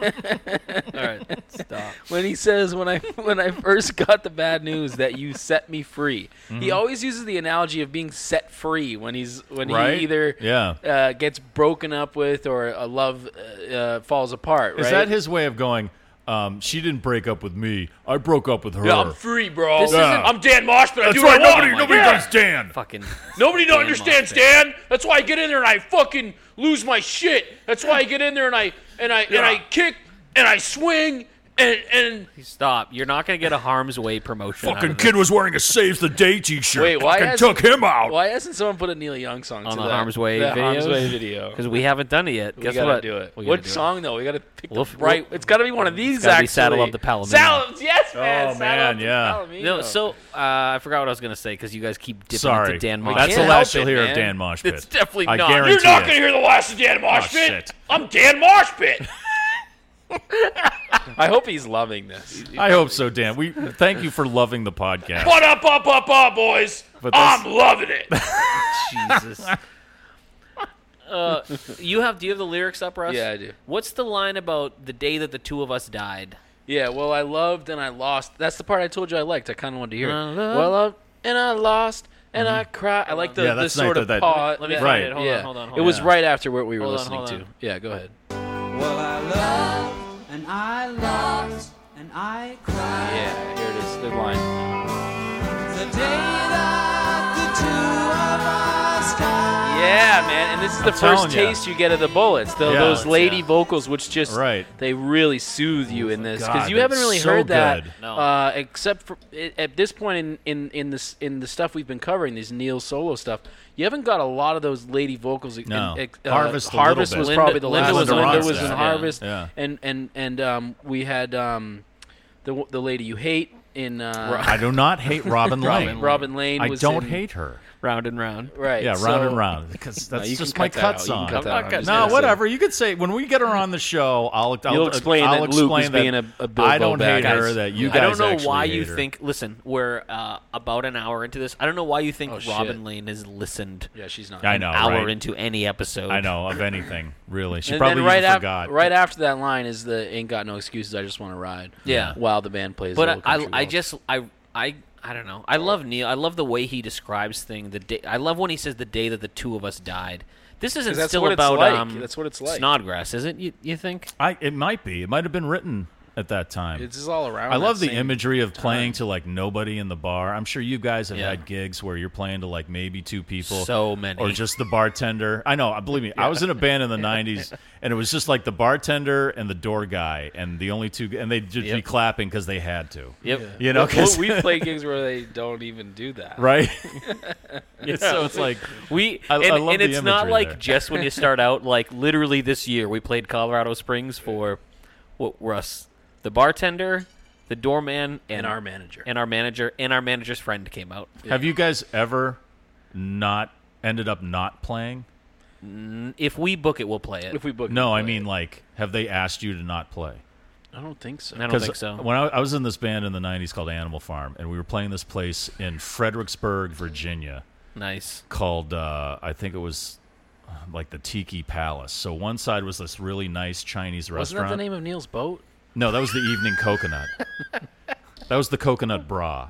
S2: All right, [LAUGHS] stop.
S3: when he says when I when I first got the bad news that you set me free, he
S1: Mm-hmm.
S3: always uses the analogy of being set free when he's when
S1: Right?
S3: he either
S1: Yeah.
S3: uh, gets broken up with or a love uh, uh, falls apart. Right?
S1: Is that his way of going? Um, she didn't break up with me. I broke up with her.
S5: Yeah, I'm free, bro.
S1: This Yeah. isn't-
S5: I'm Dan Moshpit. I
S1: That's
S5: do
S1: right.
S5: what I want.
S1: Nobody, nobody
S5: Yeah.
S1: does Dan.
S2: Fucking.
S5: Nobody
S2: Dan
S5: understands
S2: Moshpit.
S5: Dan. That's why I get in there and I fucking lose my shit. That's why I get in there and I and I and I kick and I swing and
S2: and, and stop. You're not gonna get a harm's way promotion. out
S1: Fucking
S2: of
S1: kid was wearing a Save the Day T-shirt.
S3: Wait, why
S1: Fucking
S3: hasn't-
S1: took him out?
S3: Why hasn't someone put a Neil Young song
S2: Oh. on
S3: to
S2: the
S3: that,
S2: harm's way
S3: that
S2: video.
S3: harm's way
S2: [LAUGHS]
S3: video?
S2: because we haven't done it yet.
S3: We
S2: Guess
S3: gotta
S2: what?
S3: do it.
S2: We gotta
S3: What
S2: do
S3: song though? We gotta pick
S2: We'll
S3: the
S2: f-
S3: right.
S2: we'll-
S3: it's gotta be one of these.
S2: It's gotta
S3: actually,
S2: be Saddle of the Palomino.
S3: Saddle- yes, man.
S1: Oh,
S3: Saddle
S1: man,
S3: of the
S1: yeah.
S3: Palomino.
S2: No, so uh, I forgot what I was gonna say because you guys keep dipping
S1: Sorry,
S2: into
S3: [LAUGHS]
S2: Dan.
S1: Well,
S2: Moss.
S1: that's the
S3: can't
S1: last
S3: help
S1: you'll
S3: it,
S1: hear of
S3: man.
S1: Dan Moshpit.
S2: It's definitely
S1: I
S2: not. You're
S1: guarantee
S5: You're not going
S1: it. Oh,
S5: to hear the last of Dan Moshpit.
S1: shit.
S5: I'm
S2: [LAUGHS]
S5: Dan Moshpit.
S3: I hope he's loving this.
S1: I hope so, Dan. We thank you for loving the podcast.
S5: What up, up, up, up, boys?
S1: But
S3: Ah,
S5: I'm
S2: [LAUGHS]
S5: loving it.
S3: [LAUGHS]
S2: Jesus. uh, you have? Do you have the lyrics up, Russ?
S3: Yeah, I do.
S2: What's the line about the day that the two of us died?
S3: Yeah, well, I loved and I lost. That's the part I told you I liked. I kind of wanted to hear. it.
S2: I loved-
S3: well, I loved and I lost and I cried. I like the,
S1: Yeah,
S3: the
S1: that's
S3: sort
S1: nice
S3: of
S1: that-
S3: pause.
S2: Let me
S3: yeah.
S2: find
S1: Right.
S2: it. Hold
S3: yeah.
S2: on, hold on, hold
S3: It
S2: on.
S3: was right after what we were
S2: Hold on,
S3: listening
S2: hold
S3: to.
S2: on.
S3: Yeah, go ahead.
S8: Well, I loved and I lost and I cried
S3: Yeah, here it is. The line.
S8: the day that the two of us died.
S3: Yeah, man, and this is the first
S1: telling ya.
S3: taste you get of the bullets. The,
S1: Yeah.
S3: those lady
S2: Yeah.
S3: vocals, which just
S1: Right.
S3: they really soothe you in this because
S1: God,
S3: you haven't
S1: that's
S3: really
S1: so
S3: heard that
S1: good.
S2: No.
S3: uh, except for i- at this point in in in this in the stuff we've been covering, these Neil solo stuff. You haven't got a lot of those lady vocals. in-
S1: No.
S3: ex- uh,
S1: Harvest a little
S3: Harvest
S1: bit.
S3: was
S2: Linda-
S3: probably the
S2: Linda
S3: last.
S1: was
S3: Linda
S1: Linda
S3: was in
S1: Ronstadt.
S3: Harvest,
S1: Yeah.
S3: and and and um, we had um, the w- the lady you hate in uh,
S1: I do not hate Robin Lane.
S3: Robin Lane.
S1: I
S3: was
S1: don't
S3: in-
S1: hate her.
S2: Round and round.
S1: [LAUGHS]
S3: Right.
S1: yeah, round
S3: so-
S1: and round. Because that's
S3: you can
S1: just
S3: cut
S1: my
S3: that
S1: cut
S3: out. You can
S1: song.
S3: cut that
S2: I'm not
S3: out.
S2: cutting
S1: No,
S3: Yeah, so-
S1: whatever. You could say when we get her on the show, I'll, I'll
S3: You'll explain
S1: I'll
S3: that
S1: explain
S3: Luke was
S1: that
S3: being a- a Bilbo
S1: I don't hate
S3: bad guy.
S1: her. That you
S2: I
S1: guys
S2: don't know
S1: actually
S2: why
S1: hate
S2: you
S1: her.
S2: think. Listen, we're uh, about an hour into this. I don't know why you think
S3: Oh, shit.
S2: Robin Lane has listened
S3: Yeah, she's not.
S1: I know.
S2: an hour
S1: right?
S2: into any episode.
S1: I know of anything really. She
S3: and
S1: probably
S3: then right,
S1: even
S3: af-
S1: forgot.
S3: right after that line is the "Ain't got no excuses, I just want to ride."
S2: Yeah.
S3: while the band plays.
S2: But
S3: Little
S2: I, I,
S3: Country
S2: I
S3: Road.
S2: just I I I don't know. I love Neil. I love the way he describes thing. The day I love when he says the day that the two of us died. This isn't
S3: 'Cause that's
S2: still
S3: what it's
S2: about
S3: like.
S2: um.
S3: That's what it's like.
S2: Snodgrass, is it? You you think?
S1: I, it might be. It might have been written at that time.
S3: it's just all around.
S2: Oh,
S1: I
S3: that
S1: love the
S3: same-
S1: imagery of playing to like nobody in the bar. I'm sure you guys have
S2: Yeah.
S1: had gigs where you're playing to like maybe two people.
S2: So many.
S1: Or just the bartender. I know, uh, believe me, I was in a band in
S2: [LAUGHS]
S1: the 90s and it was just like the bartender and the door guy and the only two, and they'd just be
S2: Yep.
S1: clapping because they had to.
S2: Yep.
S1: You know, 'cause-
S3: we play gigs where they don't even do that.
S2: [LAUGHS]
S1: right? So [LAUGHS] it's
S3: [LAUGHS]
S1: like,
S2: We
S1: I- I
S2: and,
S1: love
S2: and
S1: the
S2: it's not
S1: imagery
S2: like
S1: there.
S2: just when you start out.
S1: [LAUGHS]
S2: Like literally this year, we played Colorado Springs for what Russ, the bartender, the doorman, and,
S3: And our manager.
S2: and our manager, and our manager's friend came out.
S1: have you guys ever not ended up not playing?
S2: If we book it, we'll play it.
S3: If we book.
S1: No,
S3: we
S1: I
S3: play
S1: mean,
S3: it.
S1: like, have they asked you to not play?
S3: I don't think so.
S2: I don't
S1: Because
S2: think so.
S1: When I, I was in this band in the '90s called Animal Farm, and we were playing this place in Fredericksburg, Virginia,
S2: nice.
S1: called uh, I think it was uh, like the Tiki Palace. So one side was this really nice Chinese
S3: Wasn't
S1: restaurant.
S3: that the name of Neil's boat?
S1: No, that was the Evening
S3: [LAUGHS]
S1: Coconut. that was the Coconut Bra.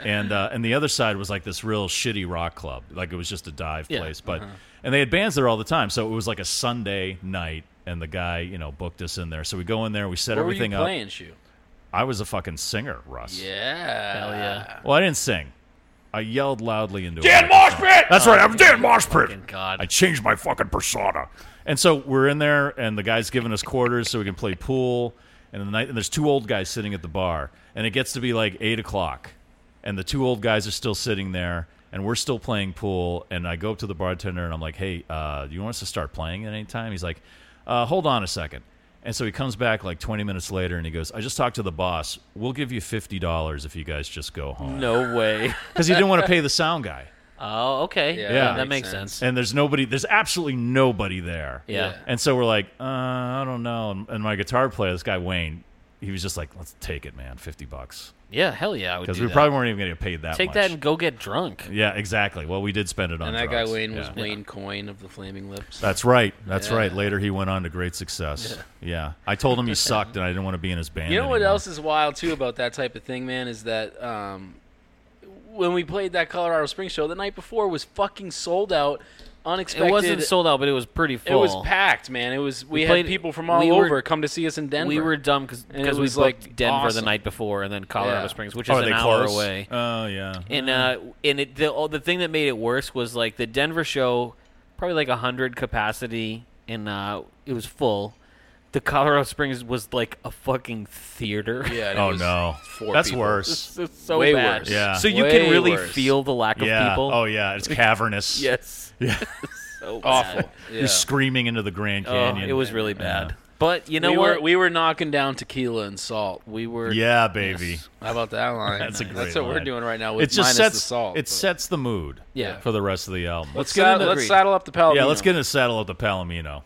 S1: And uh, and the other side was like this real shitty rock club. Like it was just a dive
S2: Yeah,
S1: place.
S3: uh-huh.
S1: But and they had bands there all the time. So it was like a Sunday night, and the guy you know booked us in there. So we go in there, we set
S3: What were you
S1: everything up.
S3: playing, Shu?
S1: I was a fucking singer, Russ.
S3: Yeah.
S2: Hell yeah.
S1: Well, I didn't sing. I yelled loudly into
S5: Dan
S1: a microphone.
S5: Moshpit.
S1: That's right. I'm Dan Moshpit.
S2: Oh, Fucking God.
S1: I changed my fucking persona. And so we're in there, and the guy's giving us quarters so we can play pool. And the night, and there's two old guys sitting at the bar, and it gets to be like eight o'clock, and the two old guys are still sitting there, and we're still playing pool. And I go up to the bartender, and I'm like, "Hey, uh, do you want us to start playing at any time?" He's like, uh, "Hold on a second. And so he comes back like 20 minutes later, and he goes, "I just talked to the boss. We'll give you fifty dollars if you guys just go home."
S2: No way.
S1: because he didn't want to pay the sound guy.
S2: [LAUGHS] Oh, okay. Yeah,
S3: Yeah,
S1: Yeah.
S2: that makes sense.
S1: And there's nobody, there's absolutely nobody there.
S2: Yeah.
S1: And so we're like, uh, I don't know. And, and my guitar player, this guy Wayne, he was just like, let's take it, man, fifty bucks,
S2: Yeah, hell yeah, I would
S1: because
S2: do
S1: we
S2: that.
S1: probably weren't even going to get paid that.
S2: take
S1: much.
S2: that and go get drunk.
S1: yeah, exactly. Well, we did spend it on.
S3: And that guy
S1: drugs.
S3: Wayne was
S1: Yeah.
S3: Wayne Coyne of the Flaming Lips.
S1: That's right. That's
S3: Yeah.
S1: right. Later, he went on to great success. Yeah. I told
S3: [LAUGHS]
S1: him he sucked, and I didn't want to be in his band.
S3: You know what
S1: anymore.
S3: else is wild too about that type of thing, man, is that um, when we played that Colorado Springs show the night before was fucking sold out, unexpected.
S2: It wasn't sold out, but it was pretty
S3: It
S2: full.
S3: was packed, man. It was.
S2: We
S3: We, had
S2: played-
S3: people from all
S2: we were-
S3: over come to see us in Denver.
S2: We were dumb because
S3: And it
S2: we
S3: was,
S2: booked
S3: like,
S2: Denver
S3: awesome.
S2: the night before and then Colorado
S3: Yeah.
S2: Springs, which
S1: Oh,
S2: is
S1: are
S2: an
S1: they
S2: hour
S1: close?
S2: away.
S1: Oh yeah.
S2: and uh, and it, the oh, the thing that made it worse was like the Denver show, probably like hundred capacity, and uh, it was full. the Colorado Springs was like a fucking theater.
S3: Yeah.
S1: and it Oh, was no. four That's people. worse.
S2: It's, it's so
S3: Way
S2: bad.
S3: worse.
S2: [LAUGHS]
S3: Yeah.
S2: So you
S3: Way
S2: can really
S3: worse.
S2: feel the lack of
S1: Yeah.
S2: people.
S1: Oh, yeah.
S3: [LAUGHS]
S1: It's cavernous.
S2: yes.
S1: Yeah.
S2: so
S3: Awful.
S2: bad.
S3: Yeah.
S1: You're screaming into the Grand
S2: Oh,
S1: Canyon.
S2: it was really bad. But you know
S3: we
S2: what?
S3: Were, we were knocking down tequila and salt. We were.
S1: Yeah, baby.
S3: How about
S1: [LAUGHS]
S3: that line?
S1: That's a great.
S3: That's what we're
S1: line.
S3: doing right now. With
S1: it just
S3: minus
S1: sets
S3: the salt.
S1: It sets the mood.
S3: Yeah.
S1: For the rest of the album.
S3: Let's get saddle- into- let's saddle up the
S1: Yeah,
S3: Palomino.
S1: let's get into saddle up the Palomino.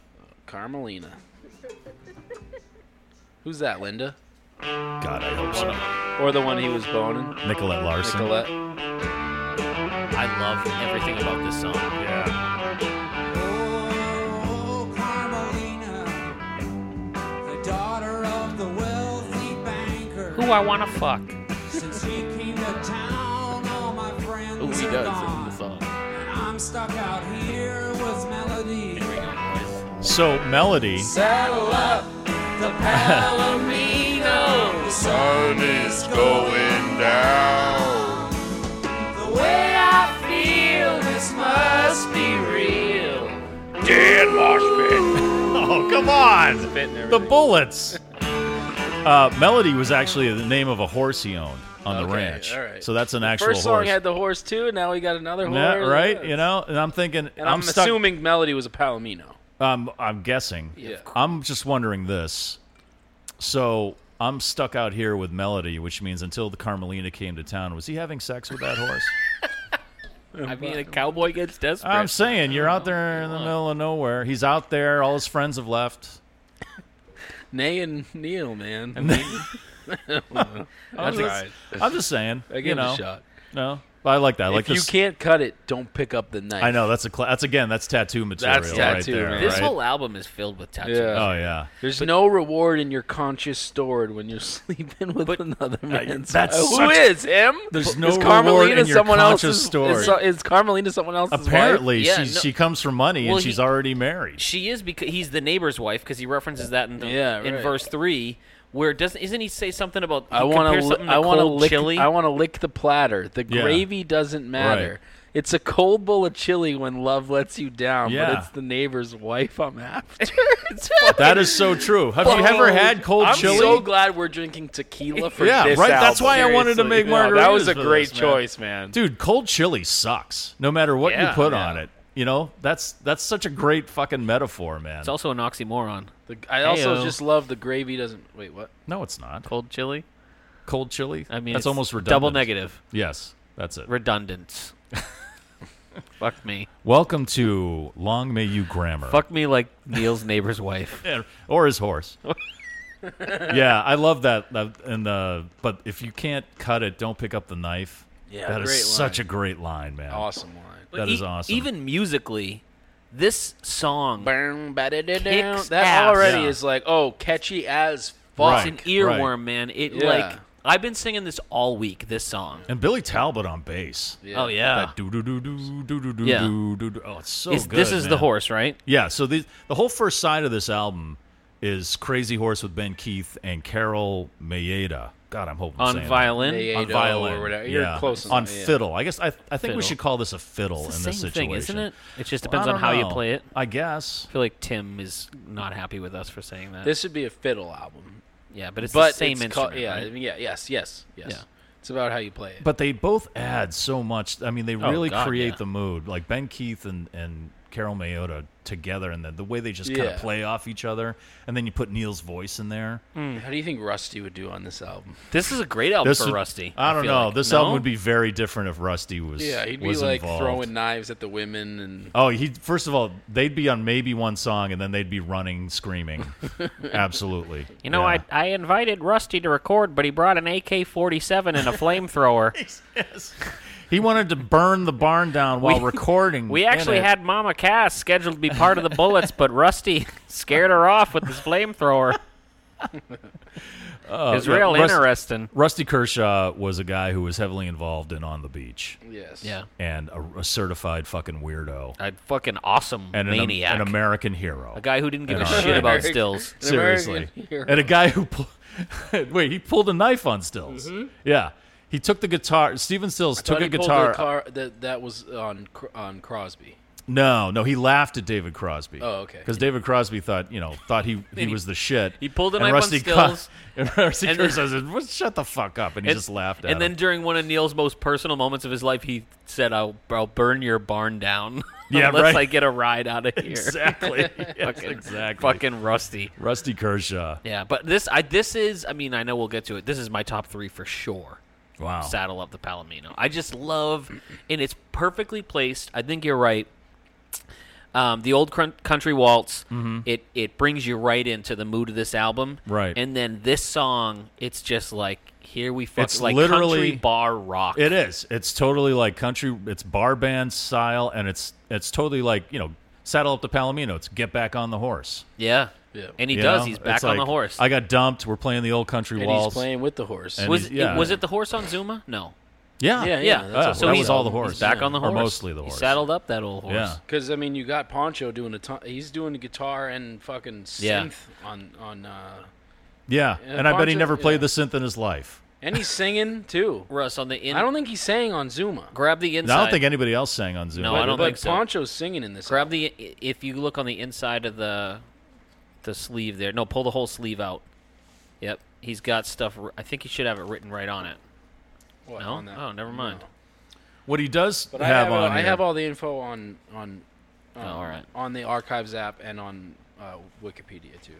S3: Carmelina. Who's that, Linda?
S1: God, I hope so.
S3: Or the one he was boning.
S1: Nicolette Larson.
S3: Nicolette.
S2: I love everything about this song.
S1: Yeah.
S8: daughter of the wealthy banker.
S2: Who I wanna fuck.
S8: Since he came to town, all my friends
S2: Ooh, he
S8: are
S2: does in
S8: gone.
S2: the song.
S8: I'm stuck out here with Melody.
S1: So melody.
S8: Saddle up the Palomino. the sun is going down. The way I feel, this must be real.
S1: Dan Marshman. [LAUGHS] oh, come on. The Bullets. Uh, melody was actually the name of a horse he owned on the ranch.
S3: all right.
S1: So that's an actual
S3: First song
S1: horse.
S3: had the horse too, and now we got another horse.
S1: Yeah, right? You know, and I'm thinking,
S3: And I'm,
S1: stuck.
S3: assuming Melody was a Palomino.
S1: Um, I'm guessing.
S3: Yeah. Of
S1: I'm just wondering this. So I'm stuck out here with Melody, which means until the Carmelina came to town, was he having sex with that
S3: [LAUGHS]
S1: horse?
S2: I mean, a cowboy gets desperate.
S1: I'm saying you're out there in the middle of nowhere. He's out there. All his friends have left.
S3: Nay and Neil, man. [LAUGHS]
S1: [LAUGHS] I'm
S3: That's
S1: just,
S3: right.
S1: I'm just saying.
S3: I gave
S1: you
S3: it a
S1: know.
S3: shot.
S1: No, but I like that. I like
S3: if
S1: this.
S3: you can't cut it, don't pick up the knife.
S1: I know that's a cla- that's again that's tattoo material
S3: That's
S1: right
S3: tattoo,
S1: there.
S3: man.
S2: This
S1: right?
S2: whole album is filled with tattoos.
S3: Yeah.
S1: oh yeah.
S3: There's no reward in your conscious stored when you're [LAUGHS] sleeping with another man.
S1: that's
S3: Uh, who
S1: such-
S3: is him?
S1: There's
S3: Is
S1: no reward
S3: Carmelina
S1: in your
S3: someone
S1: conscious
S3: else's
S1: stored.
S3: Is, so- is Carmelina someone else's wife?
S1: Apparently
S2: Yeah,
S1: she
S2: no-
S1: she comes from money
S2: Well,
S1: and she's
S2: he-
S1: already married.
S2: She is because he's the neighbor's wife because he references that in the,
S3: Yeah,
S2: in
S3: right.
S2: verse three where doesn't isn't he say something about
S3: I want to.
S2: to
S3: I want to
S2: cold
S3: lick.
S2: chili
S3: I want to lick the platter. The
S1: Yeah.
S3: gravy doesn't matter. It's a cold bowl of chili when love lets you down,
S1: Yeah.
S3: but it's the neighbor's wife I'm after. [LAUGHS] It's
S1: That is so true. Have you ever had cold
S3: I'm
S1: chili?
S3: so glad we're drinking tequila for
S1: yeah,
S3: this
S1: right. That's
S3: album.
S1: why I wanted to
S3: Seriously.
S1: make
S3: No,
S1: margaritas.
S3: That was a
S1: for
S3: great
S1: this, man.
S3: choice, man.
S1: Dude, cold chili sucks. No matter what
S2: Yeah,
S1: you put
S2: yeah.
S1: on it, you know that's that's such a great fucking metaphor, man.
S2: it's also an oxymoron
S3: The, I also
S2: Heyo.
S3: just love the gravy doesn't. Wait, what?
S1: no, it's not
S2: cold chili
S1: cold chili.
S2: I mean
S1: that's
S2: it's
S1: almost redundant.
S2: double negative
S1: Yes, that's it. [LAUGHS]
S2: redundant fuck me
S1: Welcome to Long May You Grammar.
S2: fuck me like Neil's neighbor's wife
S1: Yeah, or his
S2: [LAUGHS]
S1: horse. yeah, I love that. that and uh, but if you can't cut it, don't pick up the knife.
S3: Yeah,
S1: that is
S3: great
S1: such
S3: line.
S1: a great line, man.
S3: Awesome line.
S1: That
S2: E-
S1: is awesome.
S2: even musically this song
S3: Bang,
S2: Kicks
S3: ba-da-da-down. That
S2: ass.
S3: already
S1: Yeah.
S3: is like, oh, catchy as
S1: Right.
S3: fuck.
S2: it's an earworm man it
S3: Yeah.
S2: like I've been singing this all week this song
S1: and Billy Talbot on bass.
S2: oh yeah
S1: That do do do do do do do
S2: Yeah.
S1: do do do. Oh, it's so
S2: Is-
S1: good.
S2: this is the
S1: man.
S2: horse right
S1: Yeah. So the the whole first side of this album is Crazy Horse with Ben Keith and Carol Maeda. God, I'm hoping I'm
S2: on
S1: saying that.
S2: violin
S3: Yeah, yeah.
S1: On
S3: Maeda or
S1: violin,
S3: whatever. You're
S1: yeah.
S3: close enough,
S1: on
S3: yeah.
S1: fiddle. I guess I, I think
S2: Fiddle.
S1: we should call this a fiddle
S2: It's
S1: in
S2: the
S1: this
S2: same
S1: situation,
S2: thing, isn't it? It just
S1: Well, I
S2: depends on
S1: don't
S2: how you
S1: know.
S2: play it.
S1: I guess.
S2: I feel like Tim is not happy with us for saying that.
S3: This would be a fiddle album.
S2: yeah, but it's
S3: but
S2: the same
S3: it's
S2: instrument.
S3: called- yeah,
S2: right?
S3: I mean, yeah, yes, yes, yes.
S2: Yeah.
S3: It's about how you play it.
S1: But they both add so much. I mean, they
S2: Oh,
S1: really
S2: God,
S1: create
S2: yeah.
S1: the mood. Like Ben Keith and, and Carol Mayotta together, and the, the way they just kind
S3: Yeah.
S1: of play off each other. And then you put Neil's voice in there.
S2: Hmm.
S3: how do you think Rusty would do on this album?
S2: This is a great album
S1: This
S2: for
S1: would-
S2: Rusty.
S1: I don't
S2: feel
S1: know.
S2: like.
S1: This
S2: No?
S1: album would be very different if Rusty was.
S3: Yeah, he'd be
S1: was
S3: like
S1: involved.
S3: throwing knives at the women and
S1: Oh, he first of all, they'd be on maybe one song, and then they'd be running,
S3: [LAUGHS]
S1: screaming. Absolutely.
S2: You know,
S1: Yeah.
S2: I I invited Rusty to record, but he brought an
S1: [LAUGHS]
S2: AK-47 and a flamethrower.
S1: Yes. He wanted to burn the barn down while
S2: [LAUGHS] We-
S1: recording.
S2: We
S1: in
S2: actually
S1: it.
S2: had Mama Cass scheduled to be part of the Bullets, but Rusty [LAUGHS] scared her off with
S1: [LAUGHS]
S2: his flamethrower. it's
S1: Oh, yeah,
S2: real
S1: Rust-
S2: interesting.
S1: Rusty Kershaw was a guy who was heavily involved in On the Beach
S3: yes.
S2: Yeah,
S1: and a, a certified fucking weirdo
S2: a fucking awesome
S1: and an,
S2: maniac,
S1: an American hero.
S2: a guy who didn't give a
S1: And
S2: shit
S1: a-
S2: about stills.
S3: An
S1: seriously,
S3: American hero.
S1: and a guy who pull, [LAUGHS] wait, he pulled a knife on Stills.
S2: Mm-hmm.
S1: Yeah, he took the guitar. Steven Stills took
S3: Thought
S1: a
S3: he pulled
S1: guitar.
S3: the car- that that was on Cr- on Crosby.
S1: No, no, he laughed at David Crosby.
S3: Oh, okay.
S1: Because David Crosby thought, you know, thought
S2: [LAUGHS]
S1: he, he,
S3: he-
S1: was the shit.
S2: he pulled a
S1: and
S2: knife on
S1: Rusty
S2: Stills,
S1: Co- [LAUGHS] and Rusty
S2: and
S1: Kerr
S2: then-
S1: says, "Well, "Shut the fuck up," and he [LAUGHS] just laughed at
S2: And [LAUGHS]
S1: him.
S2: then during one of Neil's most personal moments of his life, he said, "I'll, I'll burn your barn down [LAUGHS]
S1: Yeah,
S2: unless
S1: right.
S2: I get a ride
S1: [LAUGHS]
S2: out of here."
S1: Exactly. Yes,
S2: [LAUGHS] fucking,
S1: exactly.
S2: Fucking rusty.
S1: Rusty Kershaw.
S2: Yeah, but this I this is I mean I know we'll get to it. This is my top three for sure.
S1: Wow.
S2: Saddle up the Palomino. I just love, and it's perfectly placed. I think you're right. Um, the old crun- country waltz.
S1: Mhm.
S2: It it brings you right into the mood of this album.
S1: Right.
S2: And then this song, it's just like here we fuck.
S1: It's
S2: like
S1: literally-
S2: country bar rock.
S1: It is. It's totally like country. It's bar band style, and it's it's totally like you know, saddle up the Palomino. It's get back on the horse.
S2: Yeah. And he
S1: You
S2: does.
S1: know?
S2: He's
S1: It's
S2: back on the
S1: like,
S2: horse.
S1: I got dumped. We're playing the old country
S3: And
S1: waltz.
S3: he's playing with the horse.
S1: And
S2: was
S1: he's- yeah.
S2: was it the horse on Zuma? No.
S1: Yeah.
S3: Yeah,
S2: Yeah.
S3: that's
S1: Oh,
S3: a-
S2: so
S1: that
S2: he's-
S1: was all the
S2: he's
S1: horse.
S2: back on the
S1: Or
S2: horse.
S1: mostly the
S2: He
S1: horse.
S2: saddled up that old horse.
S1: Yeah.
S3: Because I mean, you got Poncho doing a ton. He's doing the guitar and fucking synth
S2: Yeah.
S3: on on. Uh,
S1: Yeah.
S3: Yeah,
S1: And I bet he
S3: Poncho-
S1: never played
S3: yeah.
S1: the synth in his life.
S3: and he's singing too.
S2: Russ on the in.
S3: I don't think he sang on Zuma.
S2: grab the
S1: And
S2: inside.
S1: I don't think anybody else sang on Zoom.
S2: No, I don't
S3: but
S2: think so.
S3: Poncho's singing in this.
S2: Grab the if you look on the inside of the the sleeve there. No, pull the whole sleeve out. Yep, he's got stuff. wr- I think he should have it written right on it.
S3: What,
S2: no,
S3: on that?
S2: oh, never mind.
S1: What he does
S3: But I
S1: have,
S3: have, all,
S1: on
S3: I
S1: here-
S3: have all the info on on uh,
S2: Oh, all right.
S3: on the archives app and on uh, Wikipedia too.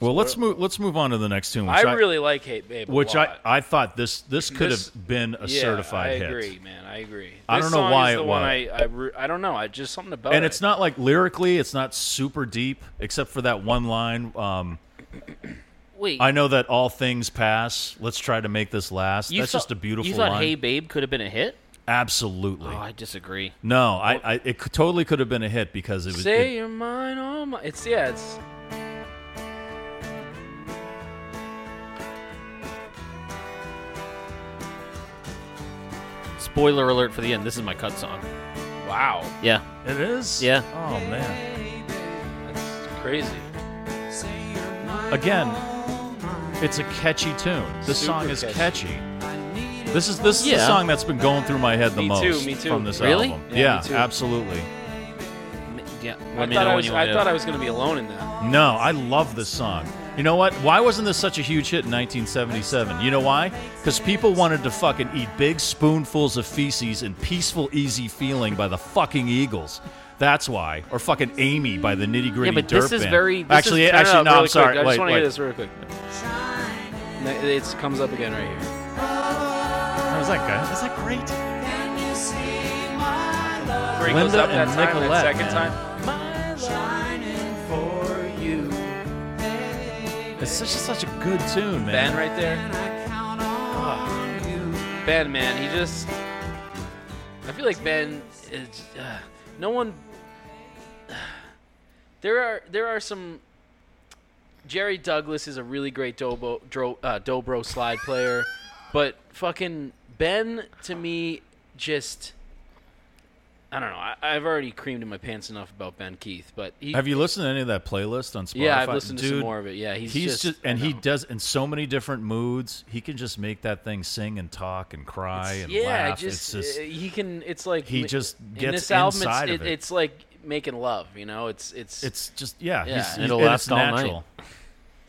S1: Well, let's move. Let's move on to the next tune. Which
S3: I really like Hate Babe. a
S1: which I,
S3: lot.
S1: I thought this this could
S3: This-
S1: have been a
S3: Yeah,
S1: certified
S3: I
S1: hit.
S3: agree, man. I agree.
S1: I
S3: This
S1: don't know
S3: song
S1: why
S3: is the
S1: it
S3: one
S1: won.
S3: I I, re- I don't know. I just something about
S1: and
S3: it.
S1: it's not like lyrically, it's not super deep, except for that one line. Um,
S2: Wait,
S1: I know that all things pass. Let's try to make this last.
S2: you
S1: That's
S2: thought-
S1: just a beautiful
S2: You thought
S1: line.
S2: "Hey Babe" could have been a hit? Oh,
S1: Absolutely.
S2: I disagree.
S1: no, I, I it c- totally could have been a hit because it was.
S3: Say
S1: it-
S3: you're mine, all my. It's yeah. It's
S2: Spoiler alert for the end. This is my cut song.
S3: wow.
S2: Yeah,
S1: it is.
S2: Yeah.
S1: Oh man.
S3: That's crazy.
S1: Again, it's a catchy tune. This
S3: Super
S1: song is
S3: catchy.
S1: catchy. This is this is the
S2: Yeah.
S1: song that's been going through my head the
S3: Me
S1: most
S3: too, me too.
S1: from this
S2: Really?
S1: album.
S3: Yeah, me too.
S1: absolutely.
S2: M- yeah. Let
S3: I
S2: me
S3: thought
S2: know
S3: I
S2: when
S3: was
S2: you
S3: I
S2: want
S3: thought
S2: to-
S3: I was gonna be alone in that.
S1: No, I love this song. You know what? Why wasn't this such a huge hit in 1977? You know why? Because people wanted to fucking eat big spoonfuls of feces and peaceful, easy feeling by the fucking Eagles. That's why. Or fucking Amy by the Nitty Gritty
S2: Yeah, but
S1: Dirt
S2: this is
S1: Band.
S2: very- this
S1: actually,
S2: is-
S3: Turn it
S1: actually,
S3: up
S1: no.
S3: really
S1: I'm sorry.
S3: Quick.
S1: wait,
S3: I just want to
S1: wait.
S3: hear this real quick. It comes up again right here.
S1: Oh, is that good? Is that great?
S3: Where he goes
S1: Linda
S3: up that
S1: and
S3: time, that
S1: Nicolette,
S3: second
S1: man.
S3: time.
S1: It's such, such a good tune,
S3: Ben
S1: man.
S3: right there. Oh. Ben, man, he just. I feel like Ben is. Uh, no one. [SIGHS] there are there are some. Jerry Douglas is a really great Dobro, dro, uh, Dobro slide player, but fucking Ben to me just. I don't know. I, I've already creamed in my pants enough about Ben Keith, but he,
S1: Have you listened to any of that playlist on Spotify?
S3: Yeah, I've listened to some
S1: Dude,
S3: more of it. Yeah, he's just- I
S1: and he
S3: know.
S1: does in so many different moods. He can just make that thing sing and talk and cry and
S3: yeah,
S1: laugh.
S3: just,
S1: it's just
S3: uh, he can. It's like
S1: he
S3: m-
S1: just
S3: in
S1: gets
S3: this album.
S1: inside
S3: it's,
S1: of it.
S3: It's like making love. You know, it's it's it's
S1: It's just yeah.
S3: Yeah,
S1: he's,
S3: and
S1: he's-
S2: it'll
S1: and
S2: last
S1: it's
S2: all night.
S1: natural.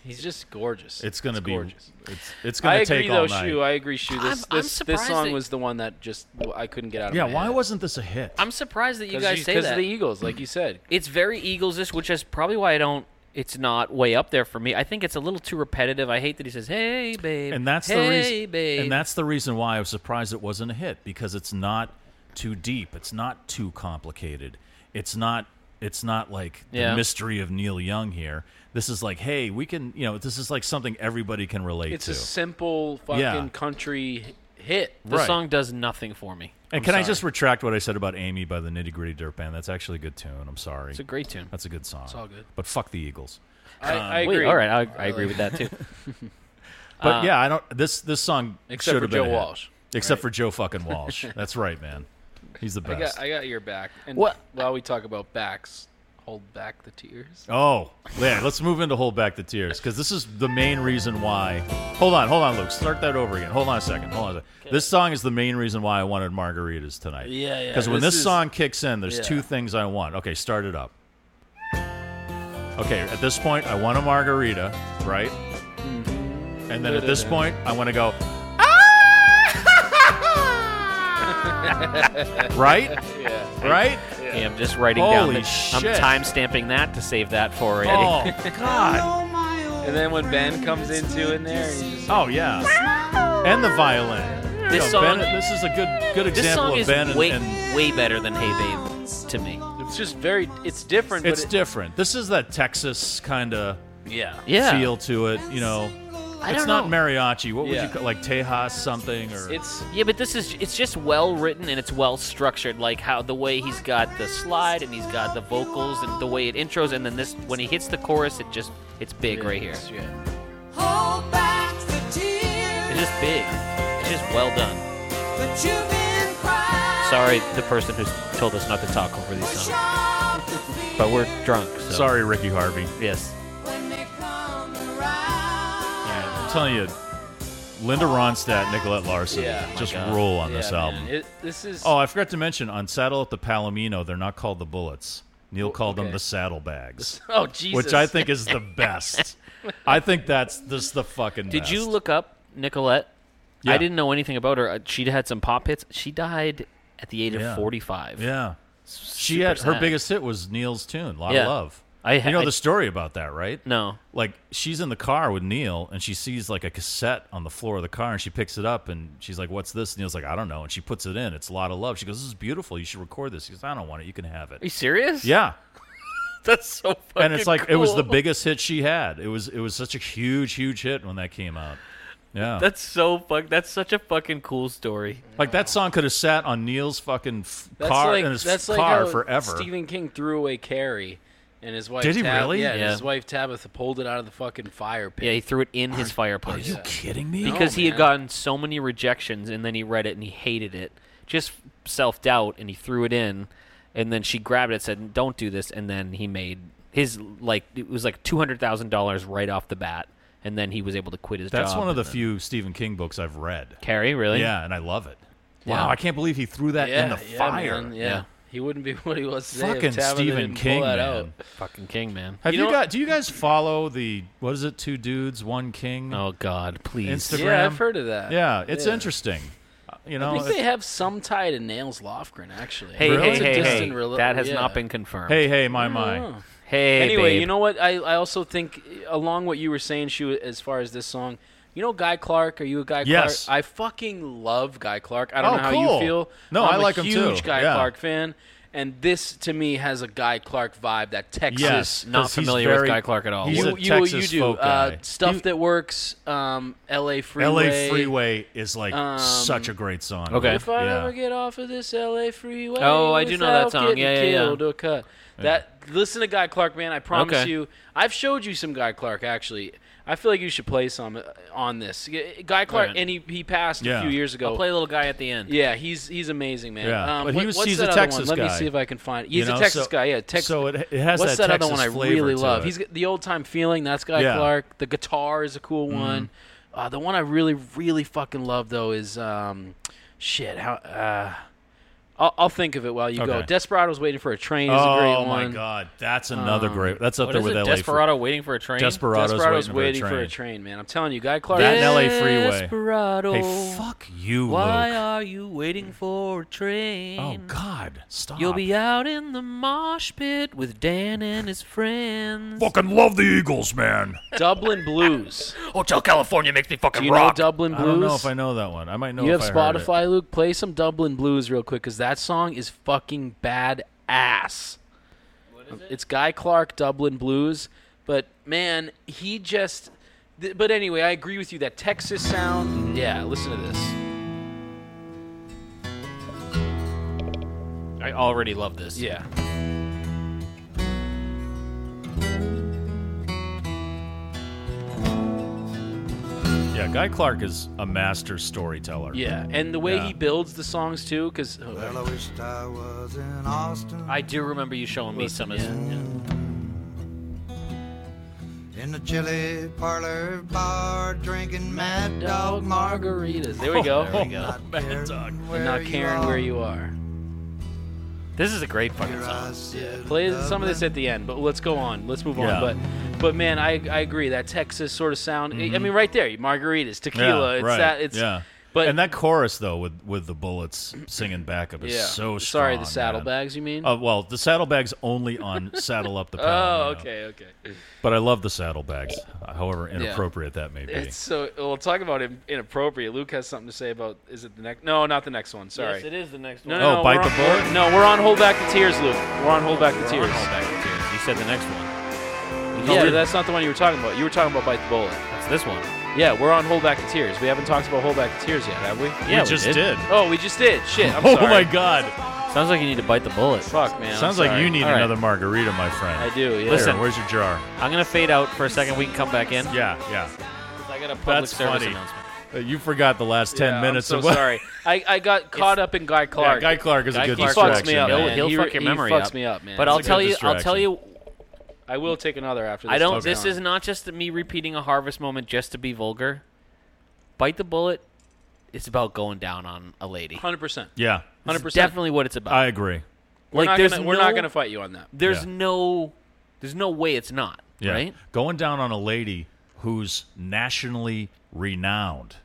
S3: he's just gorgeous.
S1: It's gonna be.
S3: gorgeous.
S1: It's it's
S3: I
S1: gonna
S3: agree,
S1: take
S3: though,
S1: all night.
S3: Shu. I agree, Shu. This
S2: I'm- I'm
S3: this, this
S2: surprised
S3: song
S2: that-
S3: was the one that just I couldn't get out of.
S1: yeah.
S3: my
S1: Why
S3: head.
S1: wasn't this a hit?
S2: I'm surprised that you
S3: 'Cause
S2: guys
S3: you-
S2: say
S3: 'cause
S2: that.
S3: of the Eagles,
S1: Mm.
S3: like you said.
S2: it's very Eagles ish, which is probably why I don't. It's not way up there for me. I think it's a little too repetitive. I hate that he says, "Hey, babe,"
S1: and that's
S2: hey,
S1: the reason.
S2: babe.
S1: And that's the reason why I was surprised it wasn't a hit because it's not too deep. It's not too complicated. It's not. It's not like the
S2: Yeah.
S1: mystery of Neil Young here. This is like, hey, we can, you know, this is like something everybody can relate
S3: It's
S1: to.
S3: a simple fucking
S1: Yeah.
S3: country hit.
S2: the
S1: right.
S2: song does nothing for me.
S1: and
S3: I'm
S1: can I
S3: sorry.
S1: just retract what I said about Amy by the Nitty Gritty Dirt Band? That's actually a good tune. I'm sorry.
S2: It's a great tune.
S1: That's a good song. It's
S3: all good.
S1: But fuck the Eagles.
S3: I, I agree.
S2: Wait, all right, I, I agree with that too.
S1: But yeah, I don't. This this song
S3: Uh, Except
S1: should
S3: for
S1: have been a
S3: Joe
S1: hit.
S3: Walsh,
S1: Except
S3: right?
S1: for Joe fucking Walsh. That's right, man. He's the
S3: I
S1: best.
S3: got I got your back. And
S2: What-
S3: While we talk about backs, hold back the tears.
S1: Oh, yeah. Let's move into hold back the tears because this is the main reason why. Hold on, hold on, Luke. Start that over again. Hold on a second. Hold on. A second. This song is the main reason why I wanted margaritas tonight.
S3: Yeah, yeah,
S1: Because when
S3: this
S1: this
S3: is-
S1: song kicks in, there's
S3: yeah.
S1: two things I want. Okay, start it up. Okay, at this point, I want a margarita, right?
S3: Mm-hmm.
S1: And then at this point, I want to
S3: [LAUGHS]
S1: go. "Ah!" [LAUGHS]
S8: right?
S2: Yeah.
S1: Right?
S2: Yeah. I'm just writing down.
S1: Holy
S2: The,
S1: shit.
S2: I'm time stamping that to save that for Eddie.
S1: Oh God!
S3: And then when Ben comes into in there, he's just
S1: Oh yeah. And the violin.
S2: This
S1: You know,
S2: song-
S1: Ben- this is a good good
S2: this
S1: example
S2: song
S1: of
S2: is
S1: Ben and-
S2: way,
S1: and
S2: way better than Hey Babe to me.
S3: it's just very it's different.
S1: It's
S3: but it-
S1: different. This is that Texas kind of
S3: Yeah.
S2: Yeah.
S1: feel to it. You know,
S2: I
S1: it's
S2: don't
S1: not
S2: know.
S1: mariachi. What would
S3: Yeah.
S1: you call like Tejas something or?
S3: It's
S2: Yeah, but this is it's just well written and it's well structured like how the way he's got the slide and he's got the vocals and the way it intros and then this when he hits the chorus it just it's big right here.
S3: it's- yeah.
S8: Hold back the tears
S2: It's just big. It's just well done.
S8: that you've been crying.
S2: Sorry the person who's told us not to talk over these
S8: Push
S2: songs.
S8: off the fear
S2: But we're drunk. So.
S1: Sorry, Ricky Harvey.
S2: Yes.
S8: when they come around.
S1: I'm telling you, Linda Ronstadt, Nicolette Larson,
S3: Yeah.
S1: just
S2: My God.
S1: roll on
S3: Yeah,
S1: this
S3: man.
S1: album.
S3: It, this is
S1: oh, I forgot to mention on Saddle at the Palomino, they're not called the Bullets.
S2: Oh,
S1: Neil called them
S3: okay.
S1: the Saddlebags,
S3: oh Jesus.
S1: which I think is the best. I think that's this the fucking.
S2: Did
S1: best.
S2: you look up Nicolette?
S1: Yeah.
S2: I didn't know anything about her. Uh, She had some pop hits. She died at the age
S1: Yeah.
S2: of 45.
S1: Yeah. She
S2: super
S1: had her
S2: sad.
S1: biggest hit was Neil's tune, "Lot
S2: Yeah.
S1: of Love."
S2: I ha-
S1: you know
S2: I-
S1: the story about that, right?
S2: No.
S1: Like she's in the car with Neil, and she sees like a cassette on the floor of the car, and she picks it up, and she's like, "What's this?" Neil's like, "I don't know," and she puts it in. It's "Lot of Love." She goes, "This is beautiful. You should record this." He goes, "I don't want it. You can have
S2: Are you [LAUGHS]
S1: it."
S2: serious?
S1: Yeah,
S2: That's so fucking
S1: and it's like it was the
S2: cool.
S1: biggest hit she had. It was it was such a huge huge hit when that came out. Yeah,
S2: [LAUGHS] That's so fuck. That's such a fucking cool story.
S1: like that song could have sat on Neil's fucking f-
S3: that's
S1: car
S3: like,
S1: in his
S3: that's like
S1: car
S3: how
S1: forever.
S3: Stephen King threw away Carrie, and his wife.
S1: Did he
S3: Tab-
S1: really?
S3: Yeah, and
S2: Yeah.
S3: His wife Tabitha pulled it out of the fucking fire pit.
S2: Yeah, he threw it in his fireplace.
S1: Are you kidding me?
S2: because
S3: No,
S2: he had
S3: man.
S2: gotten so many rejections and then he read it and he hated it just self doubt and he threw it in and then she grabbed it said don't do this and then he made his like it was like $200,000 right off the bat and then he was able to quit his
S1: That's
S2: job
S1: one of
S2: and
S1: the
S2: then-
S1: few Stephen King books I've read.
S2: Carrie really
S1: Yeah, and I love it.
S2: Yeah.
S1: Wow, I can't believe he threw that in the
S3: yeah,
S1: fire.
S3: man, yeah.
S2: Yeah.
S3: he wouldn't be [LAUGHS] what he was today.
S1: Fucking
S3: if Tabitha
S1: Stephen
S3: didn't
S1: King,
S3: pull that
S1: man.
S3: out.
S2: fucking king man
S1: Have
S3: You
S1: you,
S3: know-
S1: got? Do you guys follow the what is it? Two dudes, one king.
S2: oh god please
S1: Insta- Instagram?
S3: Yeah, I've heard of that.
S1: yeah, it's
S3: Yeah.
S1: interesting. Uh, You
S3: I
S1: know,
S3: think
S1: it-
S3: they have some tie to Nails Lofgren, actually.
S2: hey
S1: Really?
S2: hey
S3: It's a
S2: hey hey
S3: distant rela-
S2: that has
S3: yeah.
S2: not been confirmed
S1: hey, hey, my my.
S3: Oh.
S2: hey
S3: anyway,
S2: babe.
S3: you know what? I, I also think eh, along what you were saying, Shu, as far as this song, you know Guy Clark. Are you a Guy
S1: Yes.
S3: Clark? I fucking love Guy Clark. I don't
S1: Oh,
S3: know how
S1: cool.
S3: you feel.
S1: No,
S3: I'm
S1: I like
S3: a
S1: him too.
S3: huge Guy
S1: Yeah.
S3: Clark fan, and this to me has a Guy Clark vibe. That Texas.
S1: Yes,
S2: not
S1: 'cause he's
S2: familiar with
S1: very-
S2: Guy Clark at all.
S1: He's
S3: you,
S1: a
S3: you,
S1: Texas
S3: you do
S1: folk
S3: Uh,
S1: guy.
S3: stuff
S1: You-
S3: that works. Um, L.A. freeway.
S1: L.A. Freeway is like
S3: Um,
S1: such a great song.
S2: okay.
S3: If I
S1: Yeah.
S3: ever get off of this LA freeway,
S2: Oh, I do know that
S3: without
S2: song.
S3: getting
S2: Yeah, yeah, yeah.
S3: killed or cut. That listen to Guy Clark, man. I promise
S2: Okay.
S3: you, I've showed you some Guy Clark. Actually, I feel like you should play some uh, on this. Yeah, Guy Clark,
S2: Alright.
S3: and he, he passed
S1: Yeah.
S3: a few years ago.
S2: I'll play a little guy at the end
S3: yeah, he's he's amazing, man.
S1: Yeah,
S3: Um,
S1: but he
S3: what-
S1: was-
S3: what's
S1: he's
S3: that
S1: a
S3: other
S1: Texas
S3: one? Let me
S1: guy.
S3: see if I can find.
S1: You
S3: He's
S1: know,
S3: a Texas
S1: so-
S3: guy. Yeah, Texas.
S1: so it- it has
S3: what's
S1: that
S3: that, other one
S1: Texas
S3: I
S1: flavor
S3: really
S1: to
S3: love?
S1: it.
S3: He's got the old time feeling. That's Guy
S1: Yeah. Mm-hmm.
S3: Clark. The guitar is a cool one. Uh, the one I really really fucking love though is um, shit. How uh, I'll, I'll think of it while you go.
S1: Okay.
S3: Desperado's waiting for a train is a great
S1: Oh
S3: one. Um,
S1: my God, that's another great. That's up
S2: what
S1: there
S2: is
S1: with
S2: it
S1: L.A. Fre-
S2: Desperado waiting for a train
S1: Desperado's,
S3: Desperado's
S1: waiting, for a train.
S3: man. I'm telling you, Guy Clark.
S1: That and L.A. Freeway.
S2: Desperado
S1: Hey, fuck you,
S2: Why
S1: Luke.
S2: are you waiting for a train?
S1: Oh God, stop.
S2: You'll be out in the mosh pit with Dan and his friends.
S1: Fucking love the Eagles, man. [LAUGHS]
S3: Dublin Blues.
S5: Hotel California makes me fucking
S3: Do you know
S5: rock.
S3: Dublin Blues?
S1: I don't know if I know that one. I might know.
S3: you
S1: if
S3: have
S1: I heard it.
S3: Spotify, Luke. Play some Dublin Blues real quick because that song is fucking badass. What is it? It's Guy Clark Dublin Blues, but man, he just. Th- but anyway, I agree with you. That Texas sound. Yeah, listen to this.
S2: I already love this.
S3: Yeah.
S1: Yeah, Guy Clark is a master storyteller. [LAUGHS]
S3: Yeah, and the way
S1: Yeah.
S3: he builds the songs too, oh, because
S9: Well, I wished I was in Austin.
S2: I do remember you showing me some of his.
S9: the chili parlor bar, drinking Mad Dog margaritas.
S2: There we go.
S9: There we
S3: [LAUGHS]
S9: go. Mad Dog.
S3: And not caring where you are.
S2: This is a great fucking song.
S3: Play some of this at the end, but let's go on. Let's move
S2: Yeah.
S3: on. But but man, I, I agree that Texas sort of sound. I mean, right there, margaritas, tequila.
S1: Mm-hmm. Yeah,
S3: it's
S1: right,
S3: that. It's
S1: yeah.
S3: but-
S1: and that chorus though with with the bullets singing backup is
S3: Yeah.
S1: so strong.
S3: Sorry, the
S1: man.
S3: saddlebags, you mean?
S1: Uh, well, the saddlebags only
S3: [LAUGHS]
S1: on saddle up the. Paddle,
S3: Oh,
S1: you know.
S3: okay, okay.
S1: But I love the saddlebags, however
S3: Yeah.
S1: inappropriate that may be.
S3: It's so well. Talk about in- inappropriate. Luke has something to say about. Is it the next? No, not the next one. Sorry.
S2: Yes, it is the next
S3: No,
S2: one.
S3: no,
S2: Oh,
S3: no,
S2: Bite
S3: we're
S2: the
S3: on-
S2: Bullet?
S3: we're- No, we're on hold back the tears, Luke. We're on hold back the
S2: We're
S3: tears.
S2: on Hold Back the Tears. You said the next one.
S3: Yeah,
S2: You-
S3: that's not the one you were talking about. You were talking about bite the bullet. That's
S2: this one.
S3: Yeah, we're on hold back the tears. We haven't talked about hold back the tears yet, have we?
S2: Yeah, We we just did. did.
S3: Oh, we just did. Shit.
S1: [LAUGHS]
S3: I'm
S1: oh
S3: sorry.
S1: my god!
S2: Sounds like you need to bite the bullet.
S3: Fuck, man. I'm
S1: Sounds like
S3: sorry.
S1: you need
S3: All right.
S1: another margarita, my friend.
S3: I do, yeah.
S1: Listen,
S3: Listen.
S1: where's your jar?
S2: I'm gonna fade out for a second. We can come back in.
S1: Yeah, yeah.
S3: I got a public
S1: That's
S2: service
S1: funny.
S2: announcement.
S1: Uh, You forgot the last ten
S3: Yeah,
S1: minutes.
S3: I'm
S1: of
S3: so
S1: what- [LAUGHS]
S3: sorry. I, I got caught up in Guy Clark.
S1: Guy Clark is a
S3: Guy
S1: good
S3: Clark
S1: distraction,
S3: fucks me up.
S1: man.
S2: He'll,
S3: man.
S2: he'll
S3: He-
S2: fuck your
S3: he
S2: memory
S3: fucks
S2: up.
S3: me up, man.
S2: But
S3: It's
S2: I'll
S3: a
S2: tell
S3: good
S2: you, I'll tell
S3: distraction.
S2: you,
S3: I will take another after this.
S2: I don't.
S3: talk's
S2: This
S3: done.
S2: is not just me repeating a harvest moment just to be vulgar. Bite the bullet. It's about going down on a lady.
S3: 100%.
S1: Yeah.
S2: This is
S3: 100%.
S2: Definitely what it's about.
S1: I agree.
S3: We're
S2: Like,
S3: not
S2: there's
S3: gonna- we're not
S2: no-
S3: gonna fight you on that.
S2: There's
S1: Yeah.
S2: no, there's no way it's not.
S1: Yeah.
S2: Right?
S1: Going down on a lady who's nationally renowned.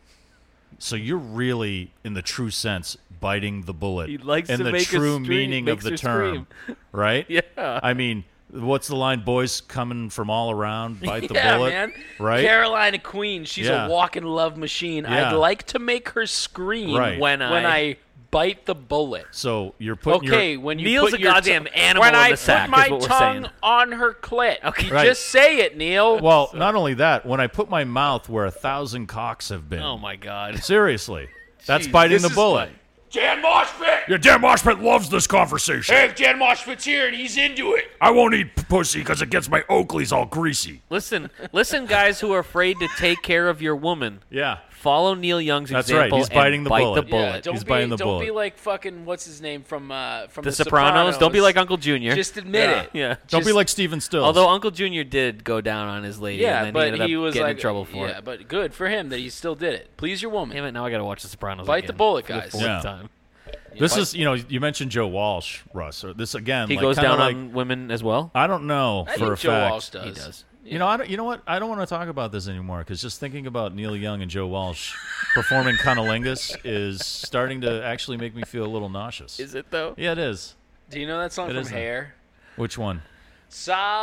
S1: So you're really, in the true sense, biting the bullet.
S2: He likes
S1: in
S2: to
S1: the
S2: make her
S1: true
S2: scream-
S1: meaning of
S2: makes
S1: the
S2: her
S1: term, [LAUGHS] right?
S2: Yeah.
S1: I mean, what's the line? Boys coming from all
S2: [LAUGHS]
S1: around, bite the
S3: yeah,
S1: bullet,
S3: man.
S1: right?
S3: Carolina Queen, she's
S1: Yeah.
S3: a walking love machine.
S1: Yeah.
S3: I'd like to make her scream
S1: Right.
S3: when I when I bite the bullet.
S1: So you're putting
S3: okay,
S1: your
S3: when you
S2: Neil's
S3: put
S2: a
S3: your
S2: goddamn
S3: tongue-
S2: animal
S3: when
S2: in
S3: I
S2: the sack,
S3: put
S2: is
S3: my
S2: what we're
S3: tongue
S2: saying.
S3: on her clit. Okay,
S1: Right.
S3: just say it, Neil.
S1: well, not only that, when I put my mouth where a thousand cocks have been.
S2: Oh my god.
S1: Seriously, that's
S2: Jeez,
S1: biting
S2: this
S1: the
S2: is
S1: bullet.
S5: Jan Moshpit!
S1: Your damn Moshpit loves this conversation.
S5: Hey, Jan Moshpit's here and he's into it.
S1: I won't eat pussy because it gets my Oakleys all greasy.
S2: Listen, listen, guys who are afraid to take care of your woman.
S1: Yeah.
S2: Follow Neil Young's
S1: That's right,
S2: example.
S1: he's biting
S2: and
S1: the
S2: bite
S1: bullet.
S2: The
S1: Yeah,
S2: bullet.
S3: don't
S1: He's
S3: be,
S1: biting the
S3: don't be
S1: bullet.
S3: like fucking what's his name from uh, from
S2: the,
S3: the,
S2: Sopranos. Don't be like Uncle Junior.
S3: Just admit
S2: yeah.
S3: it.
S2: Yeah.
S1: Don't be
S3: Just-
S1: like Steven Stills.
S2: Although Uncle Junior did go down on his lady,
S3: Yeah,
S2: and then
S3: but
S2: he ended up
S3: was
S2: getting
S3: like
S2: in trouble for
S3: yeah,
S2: it.
S3: but good for him that he still did it. Please your woman.
S2: Damn it! Now I got to watch The Sopranos.
S3: Bite the
S2: again
S3: bullet,
S2: for the
S3: guys.
S2: fourth
S1: Yeah.
S2: time.
S1: this is, you know, you mentioned Joe Walsh, Russ. Or this again,
S2: He
S1: like,
S2: goes
S1: kinda
S2: down
S1: like,
S2: on women as well.
S1: I don't know for
S3: I think
S1: a
S3: Joe
S1: fact.
S3: Walsh does.
S2: He does.
S1: You know, I don't, you know what? I don't want to talk about this anymore because just thinking about Neil Young and Joe
S2: [LAUGHS]
S1: Walsh performing Conolingus is starting to actually make me feel a little nauseous.
S2: Is it though?
S1: Yeah, it is.
S3: Do you know that song
S1: It
S3: from
S1: isn't.
S3: Hair?
S1: Which one?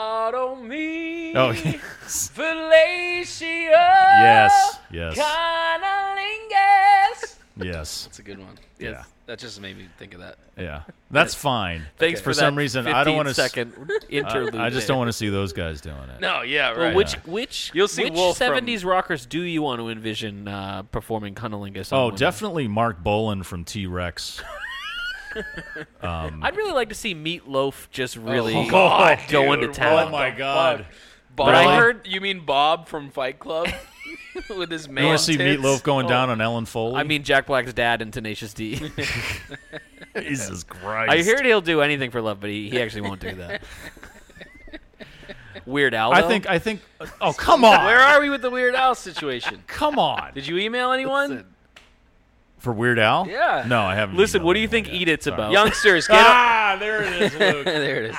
S3: Sodomy.
S1: Oh,
S3: Fellatio.
S2: Oh,
S1: Yes, yes.
S3: Conolingus.
S1: yes.
S3: That's a good one.
S1: Yeah.
S3: That just made me think of that.
S1: Yeah. That's fine.
S2: Thanks
S1: for,
S2: for
S1: some
S2: that
S1: reason. I don't want to.
S2: 15 second interlude.
S1: I just don't want to see those guys doing it.
S3: No, yeah, right.
S2: Well, which which
S3: You'll see
S2: which
S3: Wolf from-
S2: 70s rockers do you want to envision uh, performing Cunnilingus? on
S1: Oh,
S2: women?
S1: definitely Mark Bolan from T [LAUGHS] Rex. um,
S2: I'd really like to see Meatloaf just [LAUGHS] really
S1: God,
S2: going
S1: oh, dude,
S2: to town.
S1: Oh my god!
S3: Bob,
S2: But I
S1: [LAUGHS]
S3: heard you mean Bob from Fight Club [LAUGHS] with his man.
S1: You want to see
S3: tits? Oh.
S1: Meatloaf going down on Ellen Foley?
S2: I mean Jack Black's dad in Tenacious [LAUGHS] D.
S1: [LAUGHS] Jesus Christ!
S2: I heard he'll do anything for love, but he, he actually won't do [LAUGHS] that. Weird Al.
S1: I
S2: though?
S1: think. I think. Oh, come on!
S3: Where are we with the Weird Al situation?
S1: Come on!
S3: Did you email anyone?
S1: For Weird Al?
S3: Yeah.
S1: No, I haven't.
S2: Listen,
S1: emailed
S2: what do you
S1: anyone
S2: think
S1: yet.
S2: Eat It's
S1: Sorry.
S2: about?
S1: [LAUGHS]
S3: Youngsters, get on. [LAUGHS]
S1: Ah, there it is, Luke.
S3: there it is.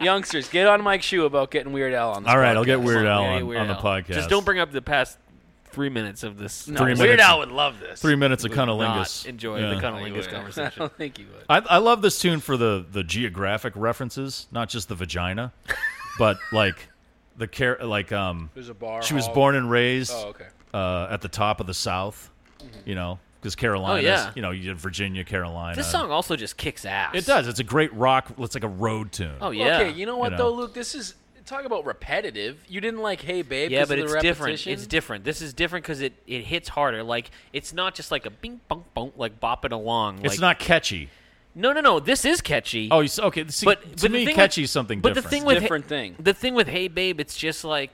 S3: Youngsters, get on Mike's shoe about getting Weird Al on. This
S1: All right, I'll
S3: podcast.
S1: get Weird Al
S2: Yeah,
S1: on,
S2: Weird
S1: on the
S2: Al.
S1: podcast.
S2: Just don't bring up the past three minutes of this.
S1: Three
S3: Weird
S1: minutes.
S3: Al would love this.
S1: three minutes of
S2: Not
S1: cunnilingus.
S2: enjoy
S1: Yeah.
S2: the Cunnilingus conversation.
S3: [LAUGHS]
S1: [LAUGHS]
S3: I don't think he would.
S1: I, I love this tune for the the geographic references, not just the vagina, but like the care like um
S3: There's a bar.
S1: she was
S3: hall.
S1: born and raised
S3: Oh, okay. Mm-hmm.
S1: uh, at the top of the South, you know, because Carolina,
S2: Oh, yeah.
S1: you know, you did Virginia, Carolina.
S2: This song also just kicks ass.
S1: it does. It's a great rock. It's like a road tune.
S2: Oh yeah.
S3: Okay, you know what
S1: You know.
S3: though, Luke? This is talk about repetitive. You didn't like "Hey Babe"
S2: yeah,
S3: 'cause
S2: but
S3: of
S2: it's
S3: the
S2: different.
S3: repetition?
S2: It's different. This is different because it, it hits harder. Like it's not just like a bing bong bong like bopping along.
S1: it's
S2: like,
S1: not catchy.
S2: No, no, no. This is catchy.
S1: Oh, you s- okay. See,
S2: but
S1: to
S2: but the
S1: me,
S2: thing
S1: catchy
S2: with,
S1: is something
S2: but
S1: different.
S2: the thing with
S3: Different
S2: Hey-
S3: thing.
S2: The thing with "Hey Babe," it's just like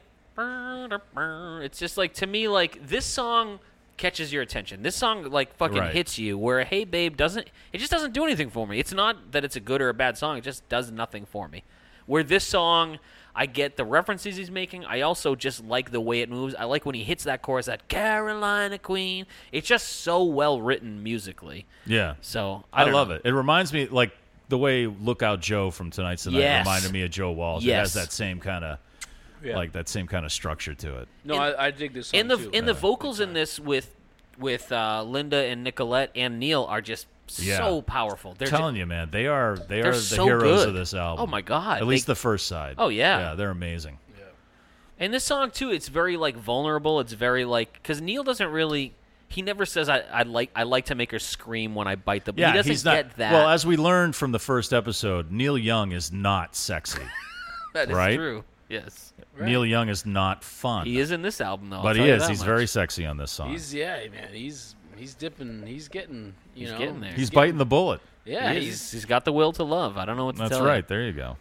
S2: it's just like to me like this song catches your attention. This song like fucking
S1: Right.
S2: hits you. Where "Hey Babe" doesn't. It just doesn't do anything for me. It's not that it's a good or a bad song. It just does nothing for me. Where this song. I get the references he's making. I also just like the way it moves. I like when he hits that chorus, that Carolina Queen. It's just so well written musically.
S1: Yeah.
S2: So
S1: I,
S2: I, don't
S1: love
S2: know.
S1: it. It reminds me like the way Lookout Joe from Tonight's Tonight
S2: Yes.
S1: reminded me of Joe Walsh.
S2: Yes.
S1: It has that same kind of
S3: Yeah.
S1: like that same kind of structure to it.
S3: No,
S2: In-
S3: I, I dig this song
S2: And the
S3: too.
S1: [LAUGHS]
S2: and the vocals in this with with uh, Linda and Nicolette and Neil are just
S1: Yeah.
S2: so powerful. They're
S1: telling you, man, they are they
S2: They're
S1: are the
S2: so
S1: heroes
S2: good.
S1: of this album.
S2: Oh my God,
S1: At least
S2: they-
S1: the first side.
S2: Oh, yeah.
S1: Yeah, they're amazing.
S2: And this song too, it's very like vulnerable. It's very like because Neil doesn't really. He never says I, I like I like to make her scream when I bite the.
S1: Yeah,
S2: he doesn't
S1: he's not.
S2: get that.
S1: Well, as we learned from the first episode, Neil Young is not
S2: [LAUGHS]
S1: sexy.
S2: that is
S1: right?
S2: true. Yes,
S1: Neil Young is not fun.
S2: He is in this album though. I'll
S1: but he
S2: tell you
S1: is.
S2: that
S1: He's
S2: much.
S1: very sexy on this song.
S3: He's yeah, man. He's he's dipping. He's getting. You
S2: He's
S3: know,
S2: getting there.
S1: He's biting the bullet.
S3: Yeah,
S2: He is.
S3: he's-
S2: he's got the will to love. I don't know what to
S1: That's
S2: tell
S1: right.
S2: You.
S1: There you go.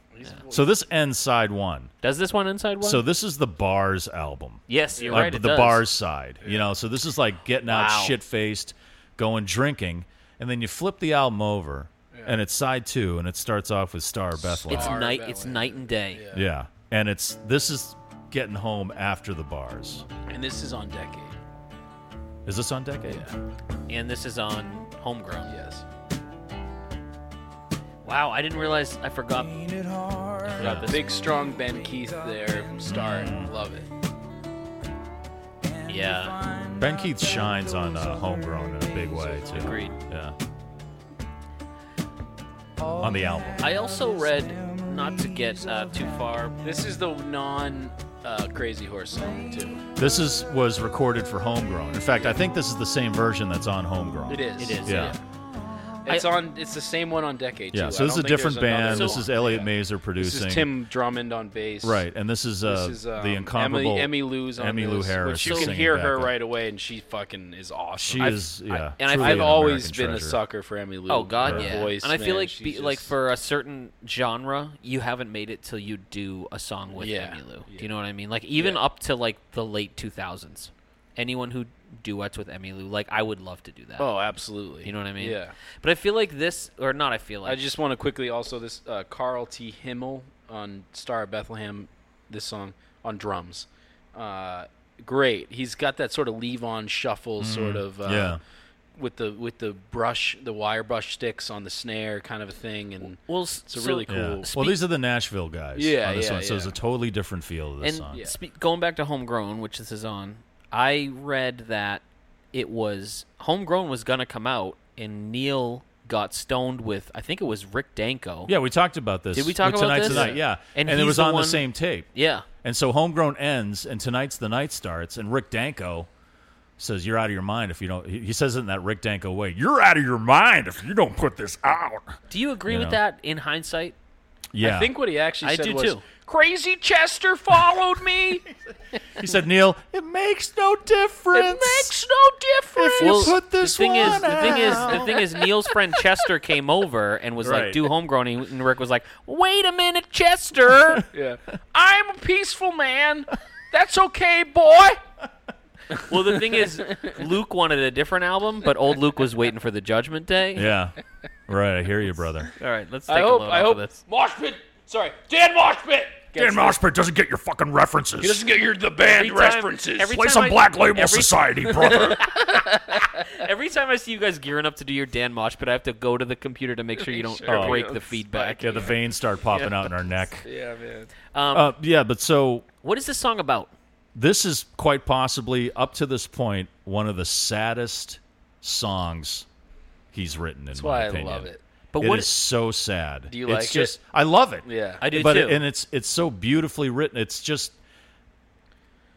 S1: So this ends side one.
S2: Does this one inside one?
S1: So this is the bars album.
S2: Yes, you're
S1: Like,
S2: right, it
S1: the
S2: does.
S1: bars side. You know, so this is like getting out
S2: Wow.
S1: shit faced, going drinking, and then you flip the album over, and it's side two, and it starts off with Star Bethlehem.
S2: it's night. It's night and day.
S1: yeah. and it's this is getting home after the bars.
S3: And this is on decade.
S1: Is this on decade?
S2: And this is on Homegrown.
S3: Yes.
S2: Wow, I didn't realize I forgot. I forgot
S3: Got
S2: this.
S3: big, strong Ben Keith there. Star, love it.
S2: Yeah.
S1: Ben Keith shines on uh, Homegrown in a big way too.
S2: Agreed.
S1: Yeah.
S3: Oh,
S1: On the album.
S2: I also read, not to get uh, too far.
S3: This is the non uh, Crazy Horse song too.
S1: This is was recorded for Homegrown. In fact, I think this is the same version that's on Homegrown.
S3: It is.
S2: It is,
S1: Yeah.
S3: It's on. It's the same one on decade.
S1: Yeah,
S3: too.
S1: so
S3: I
S1: this is a
S3: don't think there's
S1: different band.
S3: another
S1: This
S3: one.
S1: is Elliot
S3: Yeah.
S1: Mazer
S3: This
S1: producing.
S3: is Tim Drummond on bass.
S1: Right, and this is, uh,
S3: this is
S1: the
S3: um,
S1: incomparable
S3: Emmy, Emmy Lou's on
S1: Emmylou
S3: this,
S1: Harris
S3: Which you
S1: is
S3: can
S1: singing
S3: hear her
S1: backup.
S3: right away, and she fucking is awesome.
S1: She
S3: I've-
S1: is, yeah,
S3: and I've,
S1: truly
S3: I've
S1: an
S3: always
S1: American
S3: been a
S1: treasure.
S3: sucker for Emmy Lou.
S2: Oh God,
S3: her
S2: yeah.
S3: Voice,
S2: and I feel
S3: man,
S2: like
S3: she's
S2: be,
S3: just,
S2: like for a certain genre, you haven't made it till you do a song with
S3: Yeah,
S2: Emmylou. Do you know what I mean? Like even up to like the late 2000s, anyone who duets with Emmylou, like I would love to do that.
S3: Oh, absolutely.
S2: You know what I mean?
S3: Yeah.
S2: But I feel like this, or not. I feel like
S3: I just want to quickly also this uh, Carl T. Himmel on Star of Bethlehem, this song on drums. Uh, great. He's got that sort of leave on shuffle sort
S1: Mhm.
S3: of uh,
S1: Yeah.
S3: with the with the brush the wire brush sticks on the snare kind of a thing and
S2: well,
S3: it's a really cool
S1: Yeah. Well, these are the Nashville guys.
S3: Yeah,
S1: on this
S3: yeah,
S1: one, So it's a
S3: yeah.
S1: totally different feel to this
S2: and
S1: song.
S2: spe- going back to Homegrown, which this is on, I read that it was Homegrown was gonna come out, and Neil got stoned with I think it was Rick Danko.
S1: Yeah, we talked about this.
S2: Did we talk
S1: with
S2: about
S1: tonight
S2: this?
S1: tonight? Yeah,
S2: And
S1: it
S2: he's
S1: was
S2: the
S1: on
S2: one-
S1: the same tape.
S2: Yeah.
S1: And so Homegrown ends, and tonight's the night starts, and Rick Danko says, "You're out of your mind if you don't." He he says it in that Rick Danko way. You're out of your mind if you don't put this out.
S2: Do you agree
S1: You
S2: with
S1: know.
S2: that in hindsight?
S1: Yeah,
S3: I think what he actually
S2: I
S3: said
S2: do
S3: was
S2: too.
S3: Crazy Chester
S2: [LAUGHS]
S3: followed me.
S1: he said, "Neil, it makes no difference.
S3: no difference.
S1: if you put this
S2: the thing
S1: one
S2: is, the thing is,
S1: out."
S2: the thing is, Neil's friend Chester came over and was
S1: Right.
S2: like, "Do homegrown," and Rick was like, "Wait a minute, [LAUGHS] Chester,
S3: Yeah.
S2: I'm a peaceful man. That's okay, boy." well, the thing is, Luke wanted a different album, but old Luke was waiting for the Judgment Day.
S1: Yeah, right. I hear you, brother.
S2: All right, let's take
S3: Oh, I hope
S2: a load
S3: I
S2: off
S3: hope
S2: of this.
S3: Mosh Pit sorry, Dan Mosh Pit
S1: Dan Moshpit doesn't get your fucking references.
S5: He doesn't get your the band [LAUGHS]
S2: Every time-
S5: references.
S2: every
S1: Play
S2: time
S1: some
S2: I-
S1: Black Label [LAUGHS]
S2: every-
S1: Society, brother.
S2: Every time I see you guys gearing up to do your Dan Mosh Pit, I have to go to the computer to make sure Oh, you don't
S1: sure
S2: break
S1: you
S2: the feedback.
S1: yeah, the veins start popping out in our neck.
S3: Yeah, man.
S2: Um,
S1: Uh, yeah, but so
S2: what is this song about?
S1: this is quite possibly up to this point one of the saddest songs he's written in
S3: That's
S1: my
S3: why I
S1: opinion.
S3: love it.
S2: But
S1: it
S2: what-
S1: is so sad.
S3: Do you
S1: it's
S3: like it?
S1: just, I love it.
S3: Yeah.
S2: I do
S1: but
S2: too.
S1: It, and it's it's so beautifully written. It's just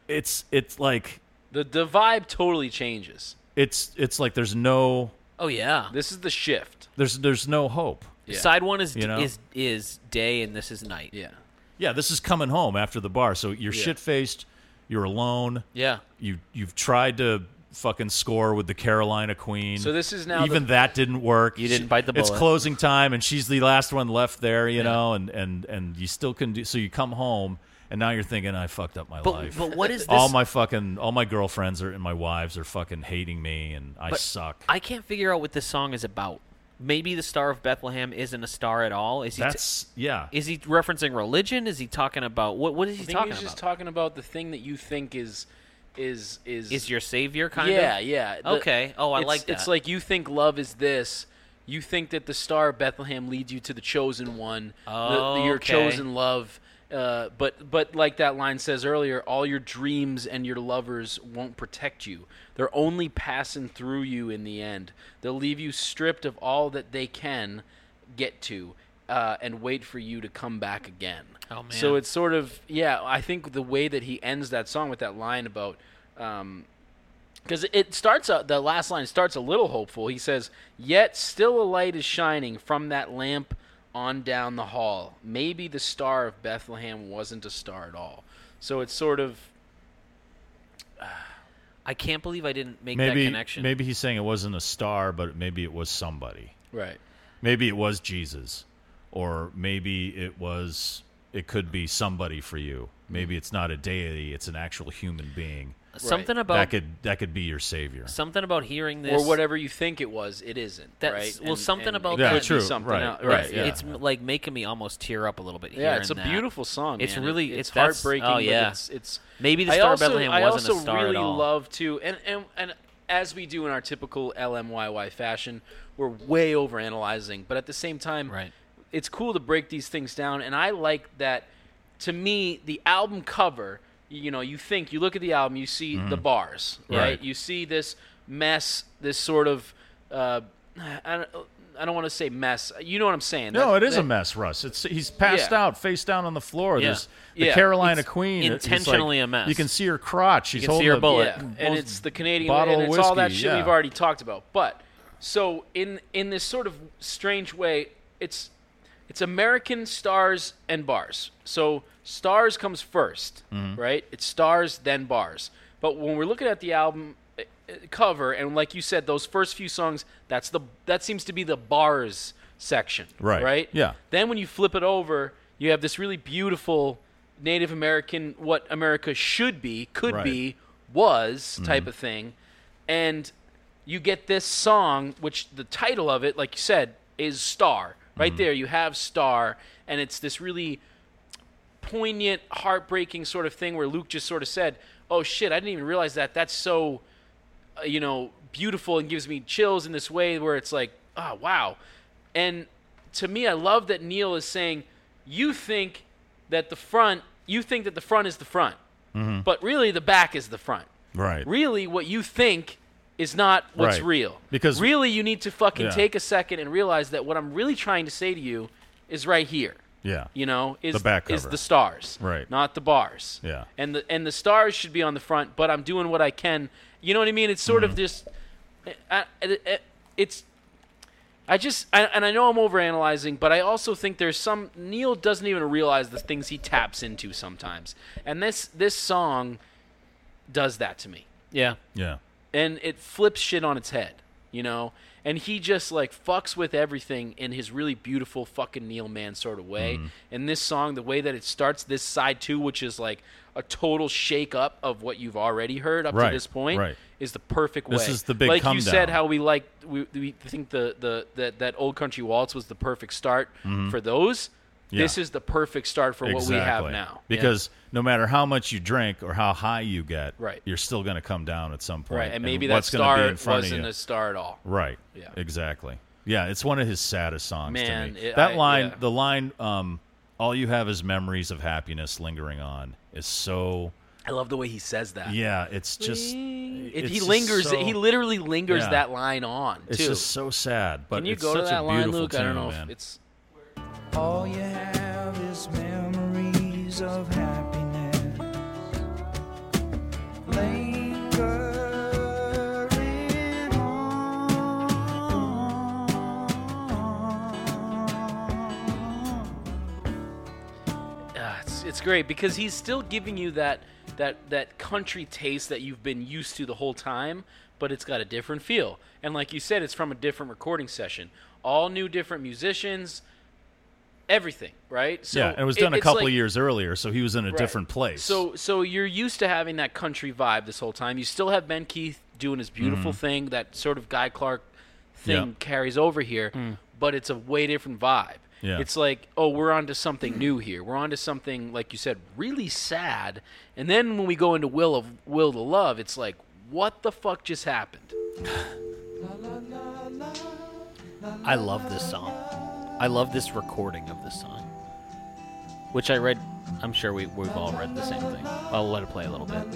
S1: it's it's like
S3: The the vibe totally changes.
S1: it's it's like there's no
S2: oh yeah,
S3: This is the shift.
S1: there's there's no hope.
S3: Yeah.
S2: side one is
S1: You know?
S2: is is day and this is night.
S3: Yeah.
S1: Yeah, this is coming home after the bar. So you're
S3: Yeah.
S1: shit faced. You're alone.
S2: Yeah.
S1: You you've tried to fucking score with the Carolina Queen.
S3: So this is now
S1: even
S3: the-
S1: that didn't work.
S2: You didn't bite the
S1: It's
S2: bullet.
S1: closing time, and she's the last one left there. You know, and and and you still couldn't do. So you come home, and now you're thinking, I fucked up my
S2: But
S1: life.
S2: but what is this?
S1: all my fucking all my girlfriends are and my wives are fucking hating me, and I
S2: But
S1: suck.
S2: I can't figure out what this song is about. maybe the Star of Bethlehem isn't a star at all? Is he?
S1: That's yeah.
S2: Is he referencing religion? Is he talking about what? What is he
S3: I think
S2: talking
S3: he's
S2: about?
S3: just talking about the thing that you think is is is
S2: Is your savior kind
S3: yeah,
S2: of?
S3: Yeah, The-
S2: Okay. Oh, I
S3: it's-
S2: like that.
S3: It's like you think love is this. You think that the star of Bethlehem leads you to the chosen one, the, the-
S2: Oh,
S3: your
S2: Okay.
S3: chosen love. Uh, but but like that line says earlier, all your dreams and your lovers won't protect you. They're only passing through you in the end. They'll leave you stripped of all that they can get to, uh, and wait for you to come back again.
S2: Oh, man.
S3: So it's sort of yeah. I think the way that he ends that song with that line about um, because it starts out, the last line starts a little hopeful. He says, Yet still a light is shining from that lamp on down the hall. Maybe the star of Bethlehem wasn't a star at all. So it's sort of.
S2: I can't believe I didn't make
S1: maybe
S2: that connection.
S1: maybe he's saying it wasn't a star, but maybe it was somebody.
S3: Right.
S1: Maybe it was Jesus, or maybe it was. It could be somebody for you. Maybe it's not a deity; it's an actual human being.
S2: Something about-
S1: that could that could be your savior.
S2: Something about hearing this
S3: Or whatever you think it was, it isn't.
S2: That's
S3: right?
S2: well,
S3: And-
S2: something
S3: and
S2: about
S3: it
S1: Yeah,
S2: that.
S3: could be
S1: true,
S3: Something
S1: right,
S3: else.
S1: right,
S3: Right.
S2: It's,
S1: yeah.
S2: it's, like making me almost tear up a little bit.
S3: Yeah,
S2: hearing
S3: it's a
S2: that.
S3: beautiful song.
S2: It's
S3: man.
S2: really
S3: It-
S2: it's,
S3: it's heartbreaking.
S2: That's, oh
S3: but
S2: yeah,
S3: it's, it's
S2: maybe the
S3: I
S2: Star
S3: also,
S2: of Bethlehem
S3: I
S2: wasn't
S3: also
S2: a star
S3: really
S2: at all.
S3: love to and and and as we do in our typical LMYY fashion, we're way over analyzing, but at the same time,
S2: Right.
S3: it's cool to break these things down, and I like that. To me, the album cover, you know, you think you look at the album, you see the
S2: Mm-hmm.
S3: bars, right?
S1: Right.
S3: You see this mess, this sort of. Uh, I don't, I don't want to say mess. You know what I'm saying?
S1: No,
S3: That-
S1: it is a
S3: that-
S1: mess, Russ. It's he's passed
S3: Yeah.
S1: out, face down on the floor.
S2: Yeah.
S1: There's the
S3: Yeah.
S1: Carolina
S3: It's
S1: Queen. It's like-
S2: intentionally a mess.
S1: You can see her crotch. She's
S2: can see
S1: holding
S2: her
S1: a
S2: bullet.
S3: Yeah, and it's the Canadian
S1: bottle
S3: and
S1: of
S3: it's all that
S1: whiskey,
S3: shit
S1: yeah.
S3: we've already talked about. But so in in this sort of strange way, it's it's American stars and bars. So stars comes 1st
S1: Mm-hmm.
S3: right? It's stars then bars. But when we're looking at the album uh, uh, cover and like you said those first few songs, that's the that seems to be the bars section,
S1: Right.
S3: Right?
S1: Yeah.
S3: Then when you flip it over, you have this really beautiful Native American, what America should be, could
S1: Right.
S3: be, was type of thing. And you get this song, which the title of it, like you said, is Star. Right there, you have Star, and it's this really poignant, heartbreaking sort of thing where Luke just sort of said, "Oh shit, I didn't even realize that. That's so, uh, you know, beautiful and gives me chills in this way where it's like, oh wow." And to me, I love that Neil is saying, "You think that the front, you think that the front is the front, but really the back is the front.
S1: Mm-hmm. Right.
S3: Really, what you think." Is not what's
S1: Right.
S3: real.
S1: Because-
S3: really, you need to fucking
S1: Yeah.
S3: take a second and realize that what I'm really trying to say to you is right here.
S1: Yeah.
S3: You know, is
S1: The back
S3: is
S1: cover.
S3: the stars,
S1: Right.
S3: Not the bars.
S1: Yeah.
S3: And the and the stars should be on the front, but I'm doing what I can. You know what I mean? It's sort of
S1: Mm-hmm.
S3: this. I, I- it's. I just I, and I know I'm overanalyzing, but I also think there's some Neil doesn't even realize the things he taps into sometimes, and this this song does that to me
S2: yeah,
S1: yeah.
S3: and it flips shit on its head, you know? And he just like fucks with everything in his really beautiful fucking Neil Man sort of way.
S1: Mm-hmm.
S3: And this song, the way that it starts this side too, which is like a total shake up of what you've already heard up
S1: Right,
S3: to this point,
S1: right.
S3: is the perfect
S1: This
S3: way.
S1: is the big
S3: like
S1: come
S3: you said,
S1: down.
S3: how we like we, we think the, the that that old country waltz was the perfect start for those.
S1: Mm-hmm. Yeah.
S3: This is the perfect start for
S1: exactly.
S3: what we have now. Yeah.
S1: Because no matter how much you drink or how high you get,
S3: Right.
S1: you're still going to come down at some point.
S3: right, and maybe that
S1: what's gonna be
S3: star
S1: in front of
S3: wasn't
S1: you.
S3: a star at all.
S1: Right.
S3: Yeah.
S1: Exactly. Yeah, it's one of his saddest songs to
S3: Man,
S1: me.
S3: it-
S1: that
S3: I-
S1: line,
S3: yeah.
S1: the line, um, "All you have is memories of happiness lingering on," is so.
S3: I love the way he says that.
S1: Yeah, it's just.
S3: It,
S1: it's
S3: he
S1: just
S3: lingers.
S1: so-
S3: he literally lingers
S1: Yeah.
S3: that line on too.
S1: It's just so sad, but
S3: Can you
S1: it's
S3: go
S1: such
S3: to that
S1: a
S3: line,
S1: beautiful
S3: Luke?
S1: tune,
S3: I don't know
S1: man.
S3: if it's.
S9: All you have is memories of happiness. Lingering on.
S3: Ah, it's it's great because he's still giving you that that that country taste that you've been used to the whole time, but it's got a different feel. And like you said, it's from a different recording session. All new, different musicians. Everything, right? So
S1: yeah, and it was done a
S3: it's
S1: couple
S3: like-
S1: of years earlier, so he was in a
S3: Right.
S1: different place.
S3: So so you're used to having that
S2: Mm.
S3: country vibe this whole time. You still have Ben Keith doing his beautiful thing, that sort of Guy Clark thing carries over here,
S2: Mm.
S3: but it's a way different vibe.
S10: Yeah.
S3: It's like, oh, we're onto something new here. We're onto something, like you said, really sad. And then when we go into Will of Will to Love, it's like, what the fuck just happened?
S2: I love this song. I love this recording of this song, which I read. I'm sure we, we've all read the same thing. I'll let it play a little bit.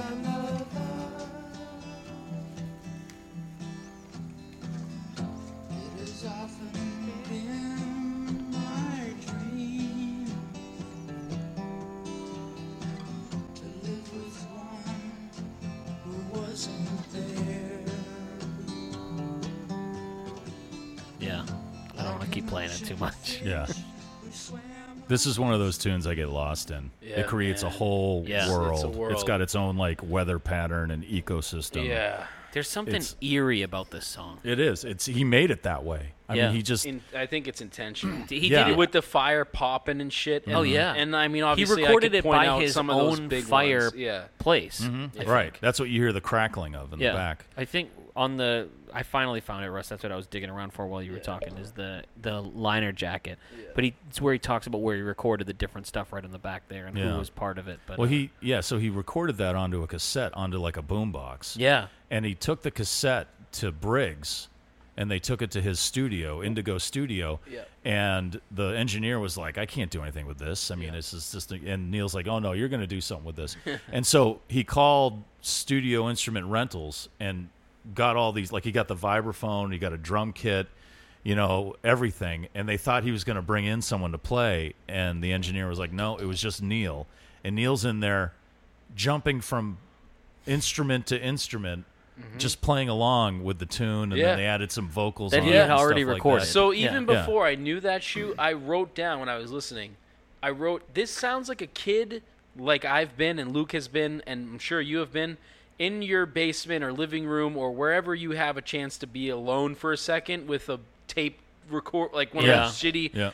S2: Yeah. I don't want to keep playing it too much.
S1: Yeah. This is one of those tunes I get lost in.
S2: Yeah,
S1: it creates a
S2: man.
S1: whole
S2: Yeah. It's- it's a
S1: world. It's
S2: world.
S1: got its own like weather pattern and ecosystem.
S2: There's something
S1: It's-
S2: eerie about this song.
S1: It is. It's he made it that way. I
S2: Yeah.
S1: mean, he just
S3: In, I think
S2: [CLEARS THROAT]
S3: it's intentional.
S1: He Yeah. did it-
S3: with the fire popping and shit.
S1: Oh,
S3: and-
S1: yeah.
S3: And I mean, obviously,
S2: he
S3: I
S2: recorded
S3: could
S2: it
S3: point
S2: by
S3: out
S2: his
S3: some of those
S2: own
S3: big
S2: fire
S3: ones. Yeah.
S2: place.
S1: Mhm.
S2: I think.
S1: right. That's what you hear the crackling of in
S2: yeah.
S1: the back.
S2: I think on the I finally found it, Russ. That's what I was digging around for while you were talking. Is the the liner jacket? But he it's where he talks about where he recorded the different stuff right on the back there and
S1: Yeah.
S2: who was part of it. But
S1: well,
S2: uh,
S1: he yeah, so he recorded that onto a cassette, onto like a boombox.
S2: Yeah.
S1: and he took the cassette to Briggs, and they took it to his studio, Indigo Studio.
S10: Yeah.
S1: and the engineer was like, "I can't do anything with this. I mean, it's just, just." And Neil's like, "Oh no, you're going to do something with this." and so he called Studio Instrument Rentals and got all these. Like he got the vibraphone, he got a drum kit. You know everything, and they thought he was going to bring in someone to play, and the engineer was like, "No, it was just Neil." And Neil's in there jumping from instrument to instrument, just playing along with the tune, and
S3: Mm-hmm. Yeah.
S1: then they added some vocals.
S2: That
S1: on
S2: he
S1: it
S2: had
S1: and stuff
S2: already
S1: like that.
S2: recorded.
S3: So even
S1: Yeah.
S3: before I knew that shoe, I wrote down when I was listening. I wrote, "This sounds like a kid, like I've been and Luke has been, and I'm sure you have been." In your basement or living room or wherever you have a chance to be alone for a second with a tape record, like one
S2: Yeah.
S3: of those shitty,
S2: Yeah.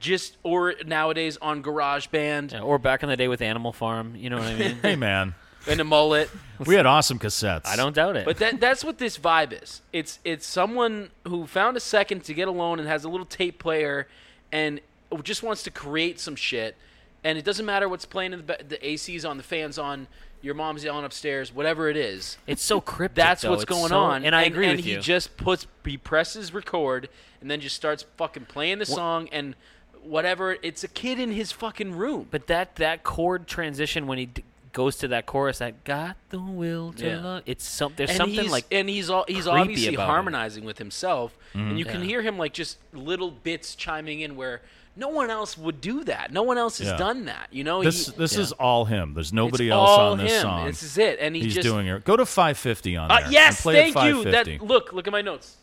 S3: just or nowadays on GarageBand
S2: or back in the day with Animal Farm, you know what I mean?
S1: [LAUGHS]
S3: [LAUGHS]
S1: hey man,
S3: and a mullet.
S1: we had awesome cassettes.
S2: I don't doubt it.
S3: But that that's what this vibe is. It's it's someone who found a second to get alone and has a little tape player and just wants to create some shit and it doesn't matter what's playing in the ba- the AC's on, the fans on, your mom's yelling upstairs, whatever it is.
S2: It's so cryptic.
S3: That's
S2: though.
S3: what's
S2: It's
S3: going
S2: so-
S3: on.
S2: and I agree
S3: and
S2: with
S3: he
S2: you.
S3: just puts he presses record and then just starts fucking playing the
S2: Wha-
S3: song and whatever it's a kid in his fucking room.
S2: But that that chord transition when he d- goes to that chorus, that got the will to
S3: Yeah.
S2: love. It's some, there's
S3: and
S2: something
S3: he's,
S2: like
S3: and he's all, he's
S2: creepy
S3: obviously
S2: about it.
S3: harmonizing with himself
S2: Mhm.
S1: Mm-hmm.
S3: and you can
S2: Yeah.
S3: hear him like just little bits chiming in where no one else would do that no one else has
S1: Yeah.
S3: done that you know
S1: this
S3: He-
S1: this is all him. There's nobody
S3: It's
S1: else
S3: all
S1: on this
S3: him.
S1: song.
S3: This is it, and he
S1: he's
S3: just-
S1: doing it. Go to 550 on
S3: Uh,
S1: there.
S3: yes
S1: and play at
S3: thank you that
S1: 550.
S3: look look at my notes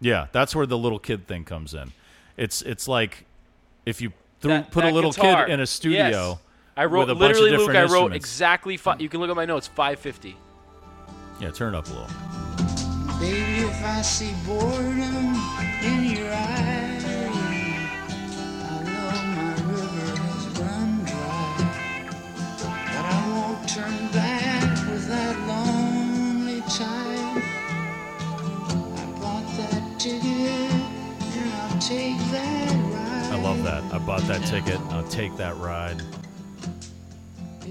S1: Yeah, that's where the little kid thing comes in. It's it's like if you threw,
S3: That-
S1: put a
S3: that
S1: little
S3: guitar.
S1: kid in a
S3: Yes.
S1: studio.
S3: i wrote
S1: with a
S3: literally
S1: bunch of
S3: luke i
S1: different
S3: wrote
S1: instruments.
S3: exactly fi- you can look at my notes 550
S1: Yeah, turn it up a little.
S11: Baby, if I see boredom in your eyes, I know my river has run dry. But I won't turn back with that lonely tide. I bought that ticket and I'll take that ride.
S1: I love that. I bought that ticket. I'll take that ride.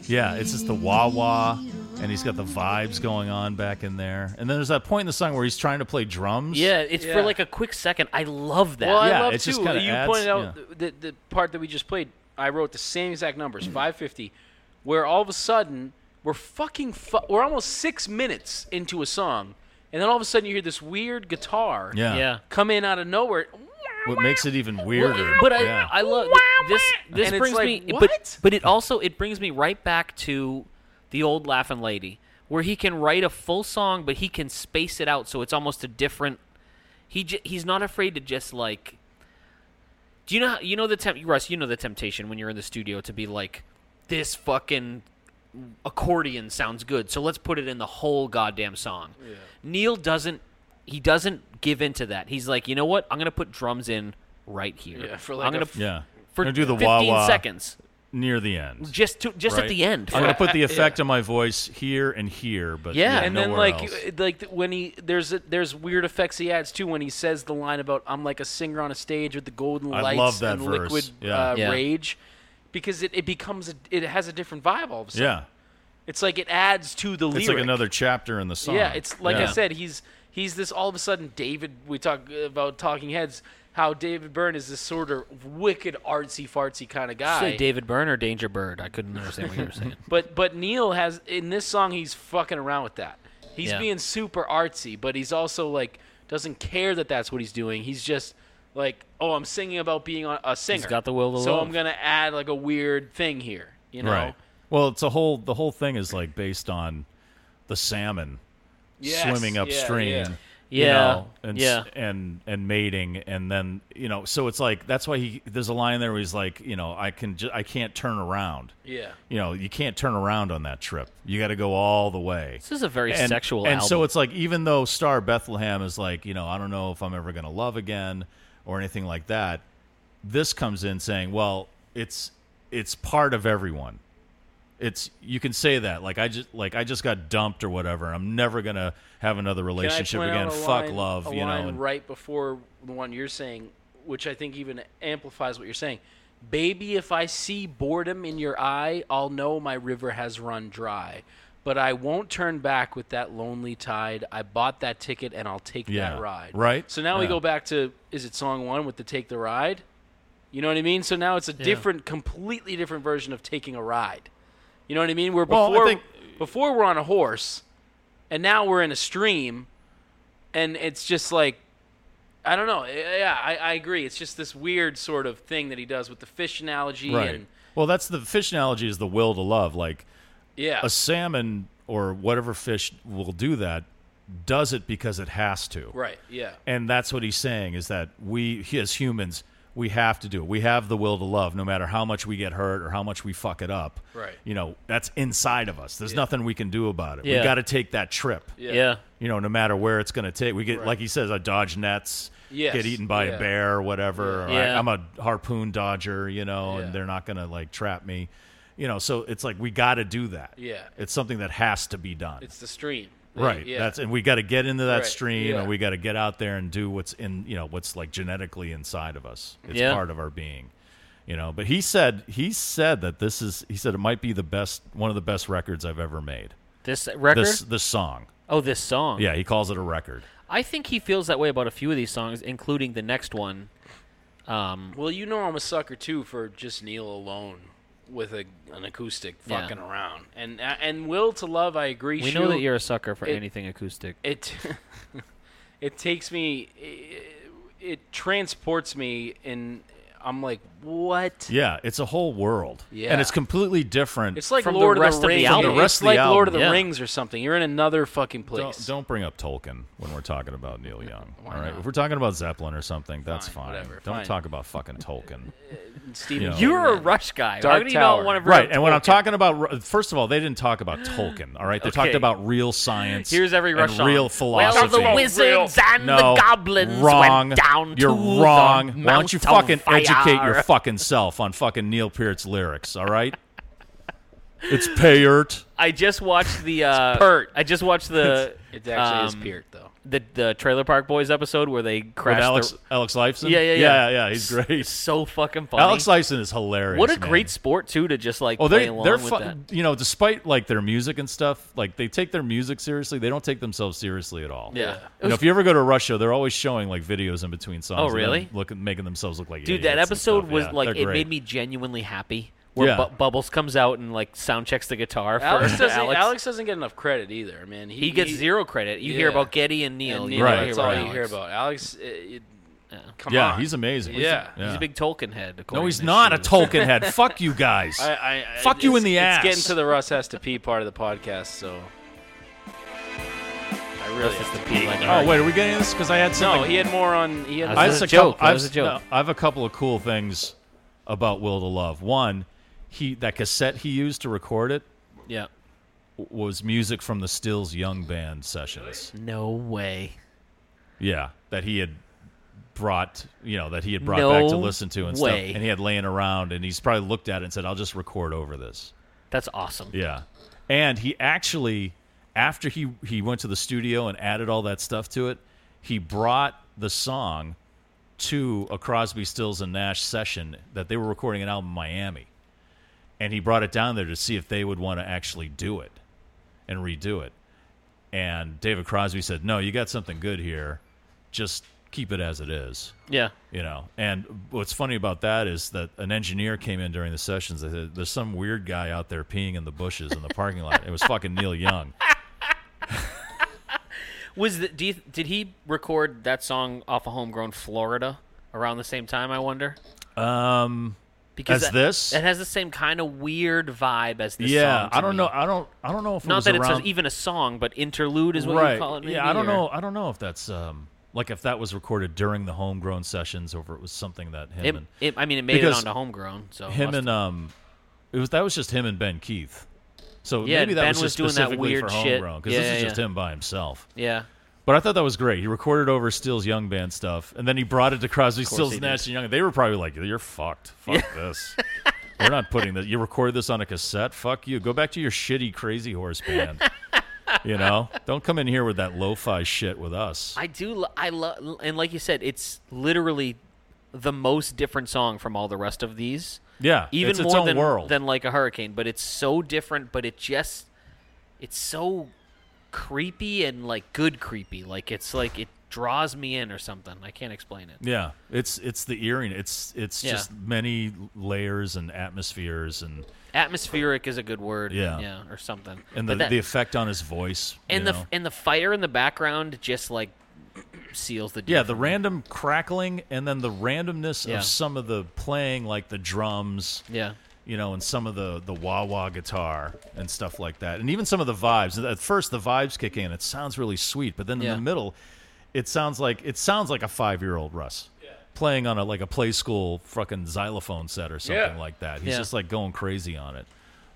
S1: Yeah, it's just the wah wah, and he's got the vibes going on back in there. And then there's that point in the song where he's trying to play drums.
S2: yeah. It's
S3: Yeah.
S2: for like a quick second. I love that.
S3: Well, I
S1: Yeah,
S3: love
S1: it just
S3: too.
S1: kinda
S3: you
S1: adds-
S3: pointed out
S1: yeah.
S3: the, the part that we just played. I wrote the same exact numbers,
S1: Mm.
S3: 550, where all of a sudden we're fucking fu- we're almost six minutes into a song, and then all of a sudden you hear this weird guitar
S1: Yeah. Yeah.
S3: come in out of nowhere.
S1: What makes it even weirder.
S2: But I,
S1: yeah.
S2: I love th- this. This
S3: And it's
S2: brings
S3: like,
S2: me,
S3: what?
S2: but but it also it brings me right back to the old Laughing Lady, where he can write a full song, but he can space it out so it's almost a different. He j- he's not afraid to just like. Do you know how, you know the temp Russ? You know the temptation when you're in the studio to be like, this fucking accordion sounds good, so let's put it in the whole goddamn song.
S10: Yeah.
S2: Neil doesn't. He doesn't give into that. He's like, you know what? I'm gonna put drums in right here.
S3: Yeah, for like
S2: I'm
S3: a
S2: gonna
S3: f-
S1: Yeah.
S2: for
S1: Gonna do the
S2: 15
S1: wah-wah.
S2: seconds.
S1: near the end.
S12: Just to, just
S1: right?
S12: at the end.
S1: I'm gonna
S12: for-
S3: [LAUGHS]
S1: put the effect on my voice here and here, but
S3: yeah, and then
S1: nowhere
S3: like
S1: else.
S3: uh, like th- when he there's a, there's weird effects he adds too when he says the line about I'm like a singer on a stage with the golden
S1: I
S3: lights
S1: love that
S3: and
S1: verse.
S3: liquid
S1: Yeah.
S3: Uh,
S1: Yeah.
S3: rage, because it, it becomes a, it has a different vibe all of a sudden.
S1: yeah,
S3: it's like it adds to the
S1: it's
S3: lyric.
S1: like another chapter in the song.
S3: Yeah, it's like
S1: Yeah.
S3: I said, he's he's this all of a sudden David. We talk about Talking Heads, how David Byrne is this sort of wicked artsy fartsy kind of guy.
S12: Say David Byrne or Danger Bird. I couldn't understand what you were [LAUGHS] saying.
S3: But but Neil has in this song he's fucking around with that. He's
S12: Yeah.
S3: being super artsy, but he's also like doesn't care that that's what he's doing. He's just like, oh, I'm singing about being on- a singer.
S12: got the will to
S3: so
S12: live.
S3: I'm gonna add like a weird thing here, you know?
S1: Right. Well, it's a whole. The whole thing is like based on the salmon
S3: Yes,
S1: swimming
S3: yeah,
S1: upstream.
S3: yeah.
S1: you
S12: Yeah,
S1: know, and, s-
S12: yeah.
S1: and and mating, and then you know, so it's like that's why he. There's a line there where he's like, you know, I can, ju- I can't turn around.
S3: Yeah.
S1: You know, you can't turn around on that trip. You got to go all the way.
S12: This is a very
S1: and,
S12: sexual
S1: And so
S12: album.
S1: it's like, even though Star Bethlehem is like, you know, I don't know if I'm ever going to love again or anything like that. This comes in saying, well, it's it's part of everyone. It's you can say that like I just like I just got dumped or whatever. I'm never gonna have another
S3: Can I
S1: relationship
S3: point
S1: again.
S3: out a
S1: Fuck
S3: line-
S1: love,
S3: a
S1: you know.
S3: line
S1: and-
S3: right before the one you're saying, which I think even amplifies what you're saying. Baby, if I see boredom in your eye, I'll know my river has run dry. But I won't turn back with that lonely tide. I bought that ticket and I'll take
S1: Yeah,
S3: that ride.
S1: right?
S3: So now we
S1: Yeah.
S3: go back to is it song one with the take the ride? You know what I mean? So now it's a different, completely different version of taking a ride. You know what I mean? Where
S1: Well, I
S3: before before we're on a horse, and now we're in a stream, and it's just like I don't know. eh, Yeah, I, I agree. It's just this weird sort of thing that he does with the fish analogy
S1: right.
S3: and
S1: well, that's the fish analogy is the will to love. Like,
S3: Yeah.
S1: a salmon or whatever fish will do that does it because it has to.
S3: Right, yeah.
S1: And that's what he's saying is that we as humans we have to do it. We have the will to love, no matter how much we get hurt or how much we fuck it up.
S12: Right.
S1: You know, that's inside of us. There's nothing we can do about it.
S12: Yeah.
S1: We got to take that trip.
S12: Yeah. Yeah.
S1: You know, no matter where it's going to take. We get, like he says, I dodge nets,
S12: Yes,
S1: get eaten by
S12: yeah.
S1: a bear or whatever.
S12: Yeah.
S1: or I-
S12: Yeah.
S1: I'm a harpoon dodger, you know,
S3: Yeah.
S1: and they're not going to like trap me. You know, so it's like we got to do that.
S3: Yeah.
S1: It's something that has to be done.
S3: it's the stream.
S1: Right.
S3: Yeah.
S1: That's and we got to get into that
S3: Right,
S1: stream,
S3: yeah.
S1: and we got to get out there and do what's in you know what's like genetically inside of us. It's
S12: Yeah.
S1: part of our being, you know. But he said he said that this is he said it might be the best one of the best records I've ever made.
S12: This record?
S1: this this song.
S12: Oh, this song.
S1: Yeah, he calls it a record.
S12: I think he feels that way about a few of these songs, including the next one. Um,
S3: Well, you know I'm a sucker too for just Neil alone with a, an acoustic
S12: Yeah.
S3: fucking around. And and Will to Love, I agree.
S12: we know
S3: Shu,
S12: that you're a sucker for
S3: it-
S12: anything acoustic.
S3: It [LAUGHS] it takes me it, it transports me and I'm like, "What?"
S1: Yeah, it's a whole world.
S3: Yeah.
S1: and it's completely different.
S3: It's like
S12: From the
S3: Lord
S12: rest
S3: of
S12: of the
S3: the Rings.
S12: album.
S1: The rest
S3: It's
S1: of the
S3: like Lord of the
S1: album, yeah.
S3: Rings or something. You're in another fucking place.
S1: Don't, don't bring up Tolkien when we're talking about
S3: [LAUGHS]
S1: Neil Young. all right, if we're talking about Zeppelin or something, that's fine.
S3: whatever,
S1: don't
S3: fine.
S1: talk about fucking Tolkien. know.
S3: Stephen King,
S12: You're a
S3: man.
S12: Rush guy. How
S3: Dark
S12: do you not
S3: Tower.
S12: want to
S1: Right, and when I'm talking about, first of all, they didn't talk about Tolkien. All right, they talked
S12: Okay.
S1: about real science.
S12: Here's every Rush
S1: and
S12: song.
S1: real philosophy.
S12: Well, the wizards and
S1: no,
S12: the goblins
S1: wrong.
S12: went down
S1: You're
S12: to
S1: wrong.
S12: the
S1: Why
S12: Mount
S1: don't you
S12: of
S1: fucking
S12: fire.
S1: educate your fucking self on fucking Neil Peart's lyrics? All right, it's Peart.
S12: I just watched the uh,
S3: Peart.
S12: I just watched the.
S3: It actually is
S12: um,
S3: Peart, though.
S12: The the Trailer Park Boys episode where they
S1: With
S12: crashed.
S1: Alex
S12: the,
S1: Alex Lifeson.
S12: yeah, yeah, yeah,
S1: yeah, yeah. He's
S12: S-
S1: great.
S12: So fucking funny.
S1: Alex Lifeson is hilarious.
S12: What a
S1: man.
S12: great sport too to just like
S1: Oh,
S12: play
S1: they're
S12: along
S1: they're
S12: with that.
S1: fun. You know, despite like their music and stuff, like they take their music seriously. They don't take themselves seriously at all.
S12: Yeah. It
S1: You know, if you ever go to a Rush show, they're always showing like videos in between songs.
S12: Oh,
S1: of them
S12: really?
S1: Looking, making themselves look like
S12: Dude,
S1: idiots
S12: that
S1: and
S12: episode
S1: stuff.
S12: was
S1: Yeah,
S12: like
S1: they're
S12: it
S1: great.
S12: made me genuinely happy. Where
S1: Yeah.
S12: Bu- Bubbles comes out and like sound checks the guitar for
S3: Alex doesn't
S12: Alex.
S3: Alex doesn't get enough credit either. Man,
S12: He gets zero credit. You hear about Getty and Neil, you don't hear
S3: That's
S12: about
S3: all you
S12: Alex.
S3: hear about. Alex, uh, it- come
S1: Yeah,
S3: on.
S1: he's amazing.
S3: Yeah.
S1: Yeah.
S12: He's a big Tolkien head. according
S1: No, he's
S12: to
S1: not a
S12: Shoes.
S1: Tolkien head. Fuck you guys.
S3: [LAUGHS] I, I, I-
S1: Fuck you
S3: it's-
S1: in the
S3: it's
S1: ass.
S3: getting to the Russ has to pee part of the podcast, so I really have to pee. Like,
S1: oh wait, are we getting this? Because I had something.
S3: no, he had more on. He had
S1: I
S3: more-
S1: just a couple- I've, no, I have a couple of cool things about Will to Love. One, he that cassette he used to record it
S12: Yeah.
S1: w- was music from the Stills Young Band sessions.
S12: No way.
S1: Yeah, that he had brought, you know, that he had brought
S2: No
S1: back to listen to and
S2: way.
S1: stuff, and he had laying around, and he's probably looked at it and said, "I'll just record over this."
S2: That's awesome.
S1: Yeah, and he actually, after he he went to the studio and added all that stuff to it, he brought the song to a Crosby, Stills and Nash session that they were recording an album in Miami, and he brought it down there to see if they would want to actually do it and redo it. And David Crosby said, "No, you got something good here. Just keep it as it is."
S2: Yeah.
S1: You know, and what's funny about that is that an engineer came in during the sessions. They said, There's some weird guy out there peeing in the bushes in the parking lot. It was fucking Neil
S2: [LAUGHS]
S1: Young.
S2: Was the, do you, did he record that song off of Homegrown Florida around the same time? I wonder.
S1: Um, as
S2: that-
S1: this,
S2: it has the same kind of weird vibe as this.
S1: yeah,
S2: song to
S1: I don't
S2: me.
S1: know. I don't. I don't know if it
S2: Not
S1: was
S2: that
S1: around,
S2: it's a, even a song, but interlude is what
S1: right.
S2: you call it. Maybe,
S1: yeah, I don't
S2: or-
S1: know. I don't know if that's um like if that was recorded during the homegrown sessions or if it was something that him
S2: It-
S1: and
S2: it- I mean, it made it
S1: because
S2: onto Homegrown, so it
S1: him
S2: must
S1: and um, it was that was just him and Ben Keith. So
S2: Yeah,
S1: maybe that
S2: Ben
S1: was
S2: was
S1: just
S2: doing that
S1: specifically
S2: weird
S1: for
S2: shit.
S1: homegrown because
S2: Yeah,
S1: this is
S2: yeah,
S1: just
S2: yeah.
S1: him by himself.
S2: Yeah.
S1: But I thought that was great. He recorded over Steele's Young Band stuff, and then he brought it to Crosby,
S2: Of course
S1: Stills,
S2: he
S1: Nash, and Young. They were probably like, "You're fucked. Fuck
S2: [LAUGHS]
S1: this. We're not putting this. You record this on a cassette. Fuck you. Go back to your shitty Crazy Horse band.
S2: [LAUGHS]
S1: you know, don't come in here with that lo-fi shit with us.
S2: I do. lo- I love, and like you said, it's literally the most different song from all the rest of these.
S1: Yeah,
S2: even
S1: it's
S2: more
S1: its own
S2: than
S1: world.
S2: than like a hurricane, but it's so different. But it just, it's so creepy and like good creepy. Like it's like it draws me in or something. I can't explain it.
S1: Yeah, it's it's the earring. It's it's
S2: Yeah.
S1: just many layers and atmospheres and
S2: Atmospheric is a good word.
S1: Yeah.
S2: yeah, or something.
S1: and
S2: But
S1: the,
S2: that-
S1: the effect on his voice.
S2: and
S1: you
S2: the
S1: know?
S2: and the fire in the background just like seals the deal.
S1: Yeah, the random crackling and then the randomness
S2: Yeah.
S1: of some of the playing, like the drums.
S2: Yeah.
S1: You know, and some of the the wah wah guitar and stuff like that, and even some of the vibes. At first, the vibes kick in; it sounds really sweet, but then in
S2: Yeah.
S1: the middle, it sounds like it sounds like a five year old Russ playing on a like a play school fucking xylophone set or something
S2: Yeah.
S1: like that. He's
S2: Yeah.
S1: just like going crazy on it.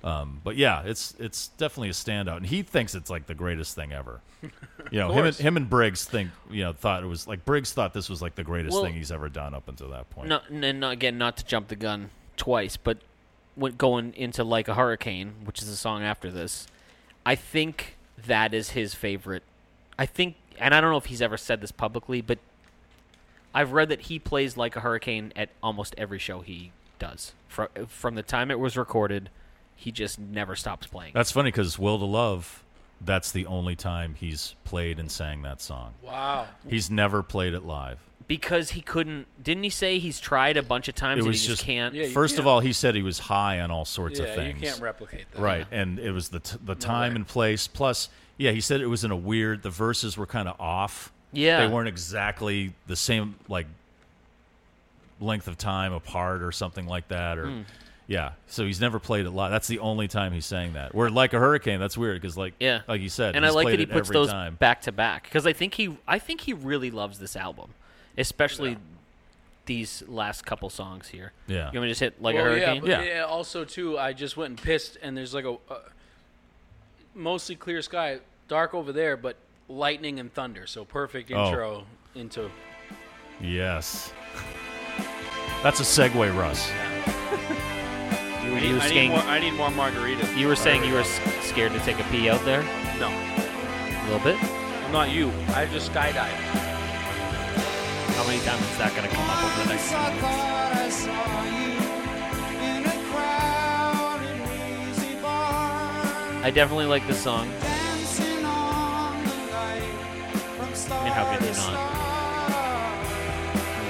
S1: Um, but yeah, it's it's definitely a standout, and he thinks it's like the greatest thing
S2: [LAUGHS]
S1: ever. You know, him and,
S2: course.
S1: him and Briggs think you know thought it was like Briggs thought this was like the greatest
S2: Well-
S1: thing he's ever done up until that point.
S2: No, n- and not, again, not to jump the gun twice, but when going into like a hurricane, which is the song after this, I think that is his favorite. I think, and I don't know if he's ever said this publicly, but I've read that he plays like a hurricane at almost every show he does. From from the time it was recorded, he just never stops playing.
S1: That's funny because Will to Love, that's the only time he's played and sang that song.
S2: Wow.
S1: He's never played it live.
S2: Because he couldn't. Didn't he say he's tried a bunch of times
S1: it
S2: and
S1: was
S2: he just, can't?
S1: first of all, he said he was high on all sorts of
S3: Yeah, you
S1: things.
S3: can't replicate that.
S1: Right, and it was the t- the time and place. Plus, yeah, he said it was in a weird. The verses were kind of off.
S2: Yeah.
S1: they weren't exactly the same like length of time apart or something like that. Or
S2: Hmm.
S1: yeah, so he's never played it live. That's the only time he's sang that. Where like a hurricane, that's weird because like
S2: Yeah,
S1: like you said,
S2: and I
S1: he's
S2: like
S1: played
S2: that
S1: it
S2: he puts
S1: every
S2: those
S1: time.
S2: back to back because I think he, I think he really loves this album, especially these last couple songs here.
S1: Yeah.
S2: you want me to just hit like
S3: Well,
S2: a
S3: Yeah,
S2: hurricane?
S3: but yeah. Also, too, I just went and pissed, and there's like a uh, mostly clear sky, dark over there, but lightning and thunder. So perfect
S1: Oh.
S3: intro into.
S1: Yes, that's a segue, Russ.
S2: You,
S3: I
S2: were-
S3: need,
S2: you were
S3: I need
S2: saying-
S3: more, I need more margarita.
S2: you were saying you were s- scared to take a pee out there
S3: No,
S2: a little bit.
S3: I'm not you. I just skydived.
S2: How many times is that going to come up over the
S13: Once
S2: next?
S13: I thought I saw you in a crowded, wheezy bar,
S2: I definitely like this song.
S13: dancing on the light from
S2: I mean, how
S13: star
S2: could
S13: to
S2: you not?
S13: star.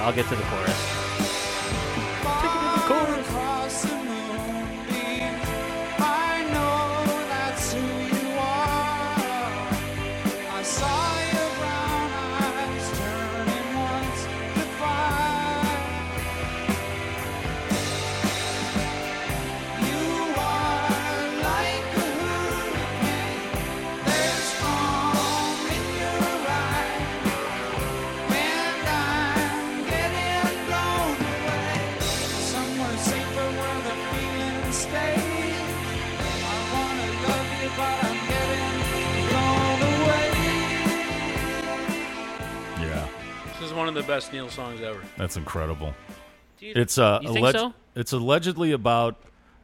S2: I'll get to the chorus.
S13: Far across the moonbeam, I know that's who you are. I saw your brown eyes turning once to fire. You are like a hurricane. There's storm in your eyes, and I'm getting blown away. Somewhere safer where the feeling stays. I wanna love you, but I'm getting blown away.
S1: Yeah.
S3: This is one of the best Neil songs ever.
S1: That's incredible.
S3: Do you-
S1: it's uh,
S3: you think
S1: alleg-
S3: so?
S1: It's allegedly about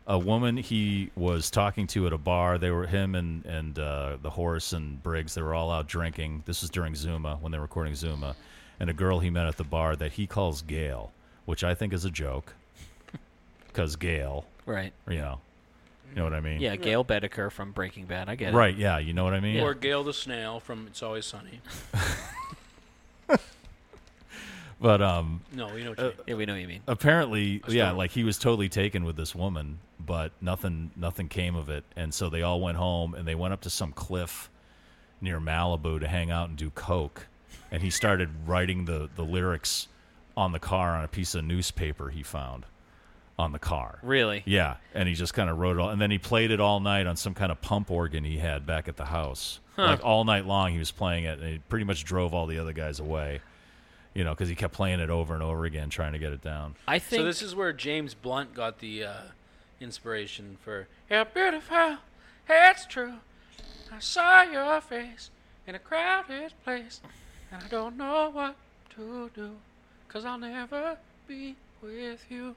S1: a woman he was talking to at a bar. They were him and and uh, the horse and Briggs. They were all out drinking. This was during Zuma when they were recording Zuma, and a girl he met at the bar that he calls Gail, which I think is a joke, [LAUGHS] because Gail,
S2: Right.
S1: You know, you know what I mean?
S2: Yeah, Gail Bedecker from Breaking Bad. I get it.
S1: Right? Yeah, you know what I mean.
S3: Or Gail the Snail from It's Always Sunny.
S1: But um,
S3: No, we know what you mean.
S2: Yeah, we know what you mean.
S1: Apparently,
S3: A
S1: yeah,
S3: story.
S1: like he was totally taken with this woman, but nothing, nothing came of it, and so they all went home and they went up to some cliff near Malibu to hang out and do coke, and he started writing the the lyrics on the car on a piece of newspaper he found on the car.
S2: Really?
S1: Yeah, and he just kind of wrote it all, and then he played it all night on some kind of pump organ he had back at the house.
S2: Huh.
S1: Like all night long, he was playing it, and he pretty much drove all the other guys away. You know, because he kept playing it over and over again, trying to get it down.
S2: I think
S3: so. This is where James Blunt got the uh, inspiration for "You're Beautiful." Hey, it's true. I saw your face in a crowded place, and I don't know what to do, cause I'll never be with you.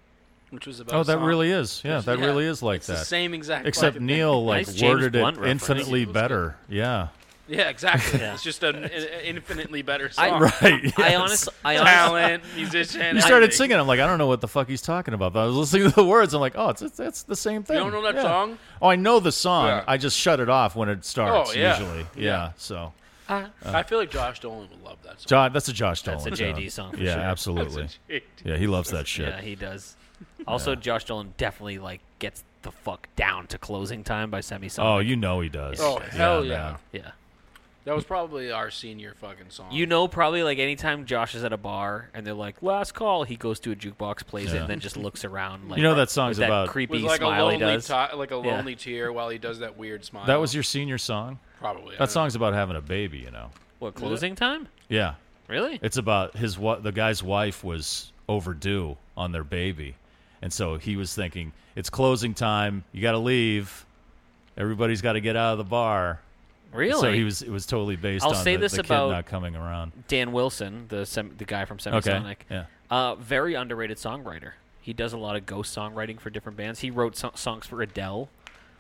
S3: Which was about
S1: Oh,
S3: a
S1: that
S3: song.
S1: really is. Yeah, that really is like
S3: it's
S1: that.
S3: The same exact.
S1: Except
S3: fucking
S1: Neil
S3: [LAUGHS] thing.
S1: like worded it infinitely better. Yeah.
S3: Yeah, exactly.
S1: [LAUGHS] Yeah.
S3: It's just an, an infinitely better
S1: I-
S3: song.
S1: [LAUGHS] Right, I yes.
S2: honest- I honest-
S3: talent musician.
S1: You started
S3: everything.
S1: singing. I'm like, I don't know what the fuck he's talking about. But I was listening to the words. I'm like, oh, it's it's, it's the same thing.
S3: don't know that
S1: Yeah.
S3: song?
S1: Oh, I know the song.
S3: Yeah.
S1: I just shut it off when it starts.
S3: Oh, yeah.
S1: Usually, yeah.
S3: Yeah.
S1: So,
S3: I-
S1: Uh.
S3: I feel like Josh Dolan would love that song.
S1: John, that's a Josh Dolan.
S2: That's a JD song for
S1: yeah,
S2: sure.
S1: absolutely.
S2: That's a JD.
S1: Yeah, he loves that shit.
S2: Yeah, he does. Also, Josh Dolan definitely like gets the fuck down to closing time by semi.
S1: Oh, you know he does.
S3: [LAUGHS] Oh, hell yeah.
S2: Yeah.
S3: That was probably our senior fucking song.
S2: You know, probably like anytime Josh is at a bar and they're like "last call," he goes to a jukebox, plays it,
S1: Yeah.
S2: and then just looks around. Like,
S1: You know that song's
S2: with that
S1: about-
S2: creepy
S3: was like a
S2: smile he
S3: lonely,
S2: does.
S3: ti- like a
S2: Yeah.
S3: lonely tear while he does that weird smile.
S1: That was your senior song.
S3: Probably, I
S1: That
S3: don't
S1: song's about having a baby. You know.
S2: What closing time?
S1: Yeah.
S2: Really?
S1: It's about his what the guy's wife was overdue on their baby. And so he was thinking, it's closing time. You got to leave. Everybody's got to get out of the bar. So
S2: Really?
S1: he was it was totally based
S2: I'll
S1: on
S2: say
S1: the,
S2: this
S1: the
S2: about-
S1: kid not coming around.
S2: Dan Wilson, the sem- the guy from Semisonic.
S1: yeah.
S2: Uh, very underrated songwriter. He does a lot of ghost songwriting for different bands. He wrote so- songs for Adele.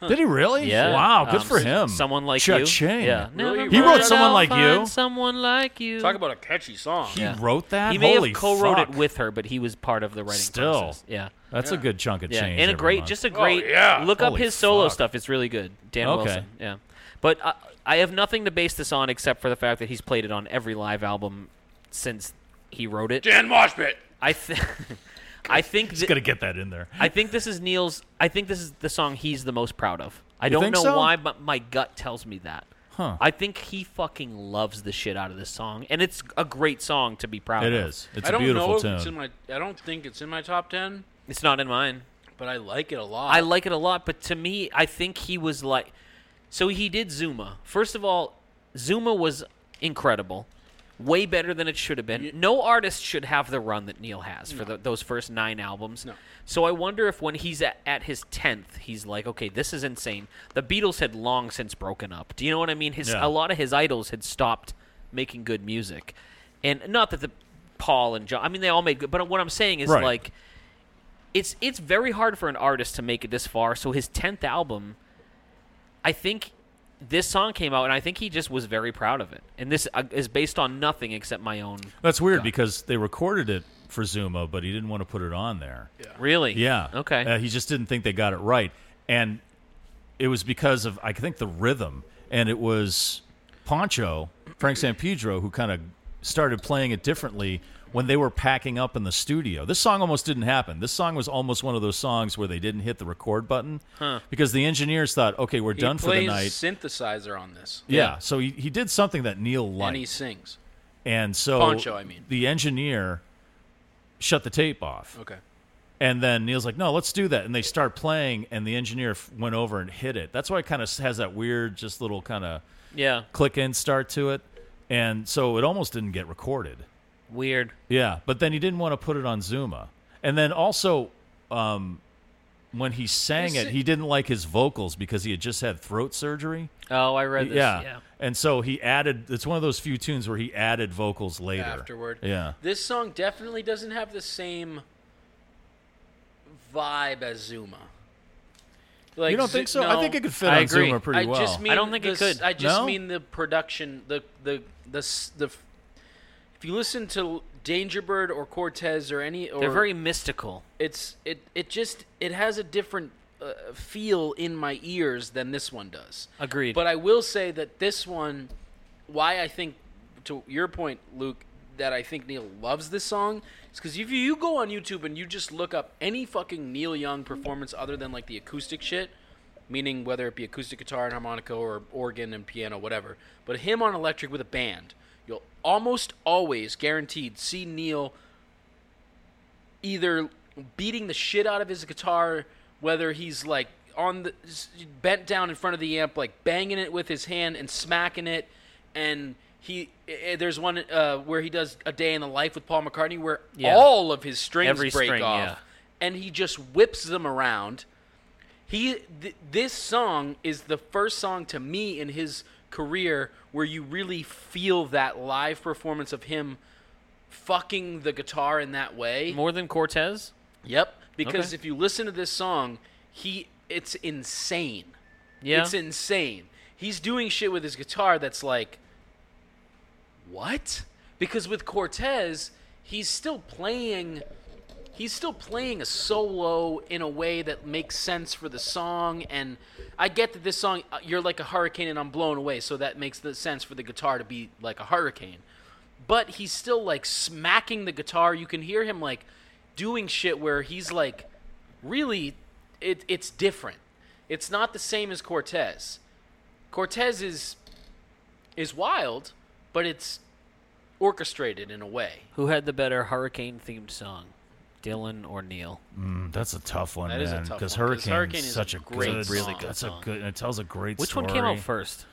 S1: Did he really?
S2: Yeah.
S1: Wow, good
S2: Um,
S1: for
S2: s-
S1: him.
S2: Someone like you.
S1: Cha-ching.
S2: Yeah.
S1: Really?
S2: Never
S1: He
S2: mind,
S1: wrote Someone
S2: I'll
S1: Like
S2: find
S1: You?
S2: Someone like you.
S3: Talk about a catchy song.
S1: He wrote that.
S2: He may
S1: Holy
S2: have co-wrote it
S1: fuck.
S2: with her, but he was part of the writing
S1: Still.
S2: process. Yeah.
S1: That's a good chunk of
S2: Yeah,
S1: change.
S2: and a
S1: every
S2: great,
S1: month.
S2: just a great. Look up
S1: Holy
S2: his solo
S1: fuck.
S2: stuff; it's really good. Dan
S1: Okay.
S2: Wilson. Yeah, but I, I have nothing to base this on except for the fact that he's played it on every live album since he wrote it.
S3: Dan Moshpit.
S2: I think. [LAUGHS] I think
S1: Just gotta get that in there.
S2: I think this is Neil's. I think this is the song he's the most proud of. I
S1: You
S2: don't
S1: think
S2: know
S1: so?
S2: why, but my gut tells me that.
S1: Huh.
S2: I think he fucking loves the shit out of this song, and it's a great song to be proud
S1: It
S2: of.
S1: is. It's
S3: I
S1: a
S3: don't
S1: beautiful
S3: know if
S1: tune.
S3: it's in my. I don't think it's in my top ten,
S2: It's not in mine.
S3: but I like it a lot.
S2: I like it a lot, but to me, I think he was like. So he did Zuma. First of all, Zuma was incredible, way better than it should have been. No artist should have the run that Neil has for the, those first nine albums. So I wonder if when he's at, at his tenth, he's like, okay, this is insane. The Beatles had long since broken up. Do you know what I mean? His
S1: Yeah.
S2: a lot of his idols had stopped making good music, and not that the Paul and John. I mean, they all made good. But what I'm saying is
S1: Right.
S2: like it's it's very hard for an artist to make it this far. So his tenth album, I think this song came out, and I think he just was very proud of it. And this uh, is based on nothing except my own.
S1: That's weird because they recorded it for Zuma, but he didn't want to put it on there.
S2: Really?
S1: Yeah.
S2: Okay.
S1: Uh, he just didn't think they got it right, and it was because of I think the rhythm, and it was Poncho Frank San Pedro who kind of started playing it differently when they were packing up in the studio. This song almost didn't happen. This song was almost one of those songs where they didn't hit the record button
S3: Huh.
S1: because the engineers thought, okay, we're
S3: He
S1: done for
S3: plays
S1: the night.
S3: synthesizer on this.
S1: yeah. So he, he did something that Neil liked.
S3: and he sings.
S1: And so
S3: Poncho, I mean.
S1: the engineer shut the tape off.
S3: Okay.
S1: And then Neil's like, "No, let's do that." And they start playing, and the engineer f- went over and hit it. That's why it kind of has that weird, just little kind of
S2: Yeah.
S1: click in start to it. And so it almost didn't get recorded.
S2: Weird.
S1: Yeah, but then he didn't want to put it on Zuma. And then also, um, when he sang it, he didn't like his vocals because he had just had throat surgery.
S12: Oh, I read this.
S1: Yeah.
S12: yeah.
S1: And so he added. It's one of those few tunes where he added vocals later.
S3: afterward.
S1: Yeah.
S3: This song definitely doesn't have the same vibe as Zuma.
S1: You don't
S3: Zu-
S1: think so? I think it could fit on Zuma pretty
S3: I
S1: well.
S3: Just
S1: I
S3: mean
S12: don't think it
S3: this-
S12: could.
S3: I just
S12: No?
S3: mean the production, the the the s- the. f- If you listen to Danger Bird or Cortez or any, or
S12: They're very mystical.
S3: It's it it just it has a different uh, feel in my ears than this one does.
S12: Agreed.
S3: But I will say that this one, why I think, to your point, Luke, that I think Neil loves this song is because if you go on YouTube and you just look up any fucking Neil Young performance other than like the acoustic shit, meaning whether it be acoustic guitar and harmonica or organ and piano, whatever, but him on electric with a band, you'll almost always guaranteed see Neil either beating the shit out of his guitar, whether he's like on the s- bent down in front of the amp, like banging it with his hand and smacking it, and he eh, eh, there's one uh, where he does a day in the life with Paul McCartney where
S12: Yeah.
S3: all of his strings
S12: Every
S3: break
S12: string,
S3: off,
S12: yeah.
S3: and he just whips them around. He th- this song is the first song to me in his career where you really feel that live performance of him fucking the guitar in that way.
S12: More than Cortez?
S3: Yep, because
S12: Okay.
S3: if you listen to this song, he it's insane.
S12: Yeah.
S3: It's insane. He's doing shit with his guitar that's like what? Because with Cortez, he's still playing he's still playing a solo in a way that makes sense for the song and I get that this song uh, you're like a hurricane and I'm blown away, so that makes the sense for the guitar to be like a hurricane but he's still like smacking the guitar. You can hear him like doing shit where he's like really it it's different. It's not the same as Cortez. Cortez is is wild, but it's orchestrated in a way.
S12: Who had the better hurricane themed song? Dylan or Neil?
S1: Mm, that's a tough one,
S12: That is a
S1: man.
S12: tough
S1: Because
S12: one, 'cause
S1: Hurricane,
S12: Hurricane
S1: is
S12: is
S1: such
S12: a
S1: a
S12: great
S1: good,
S12: song.
S1: That's
S12: Song.
S1: a good. It tells a great
S12: Which
S1: story.
S12: one came out first?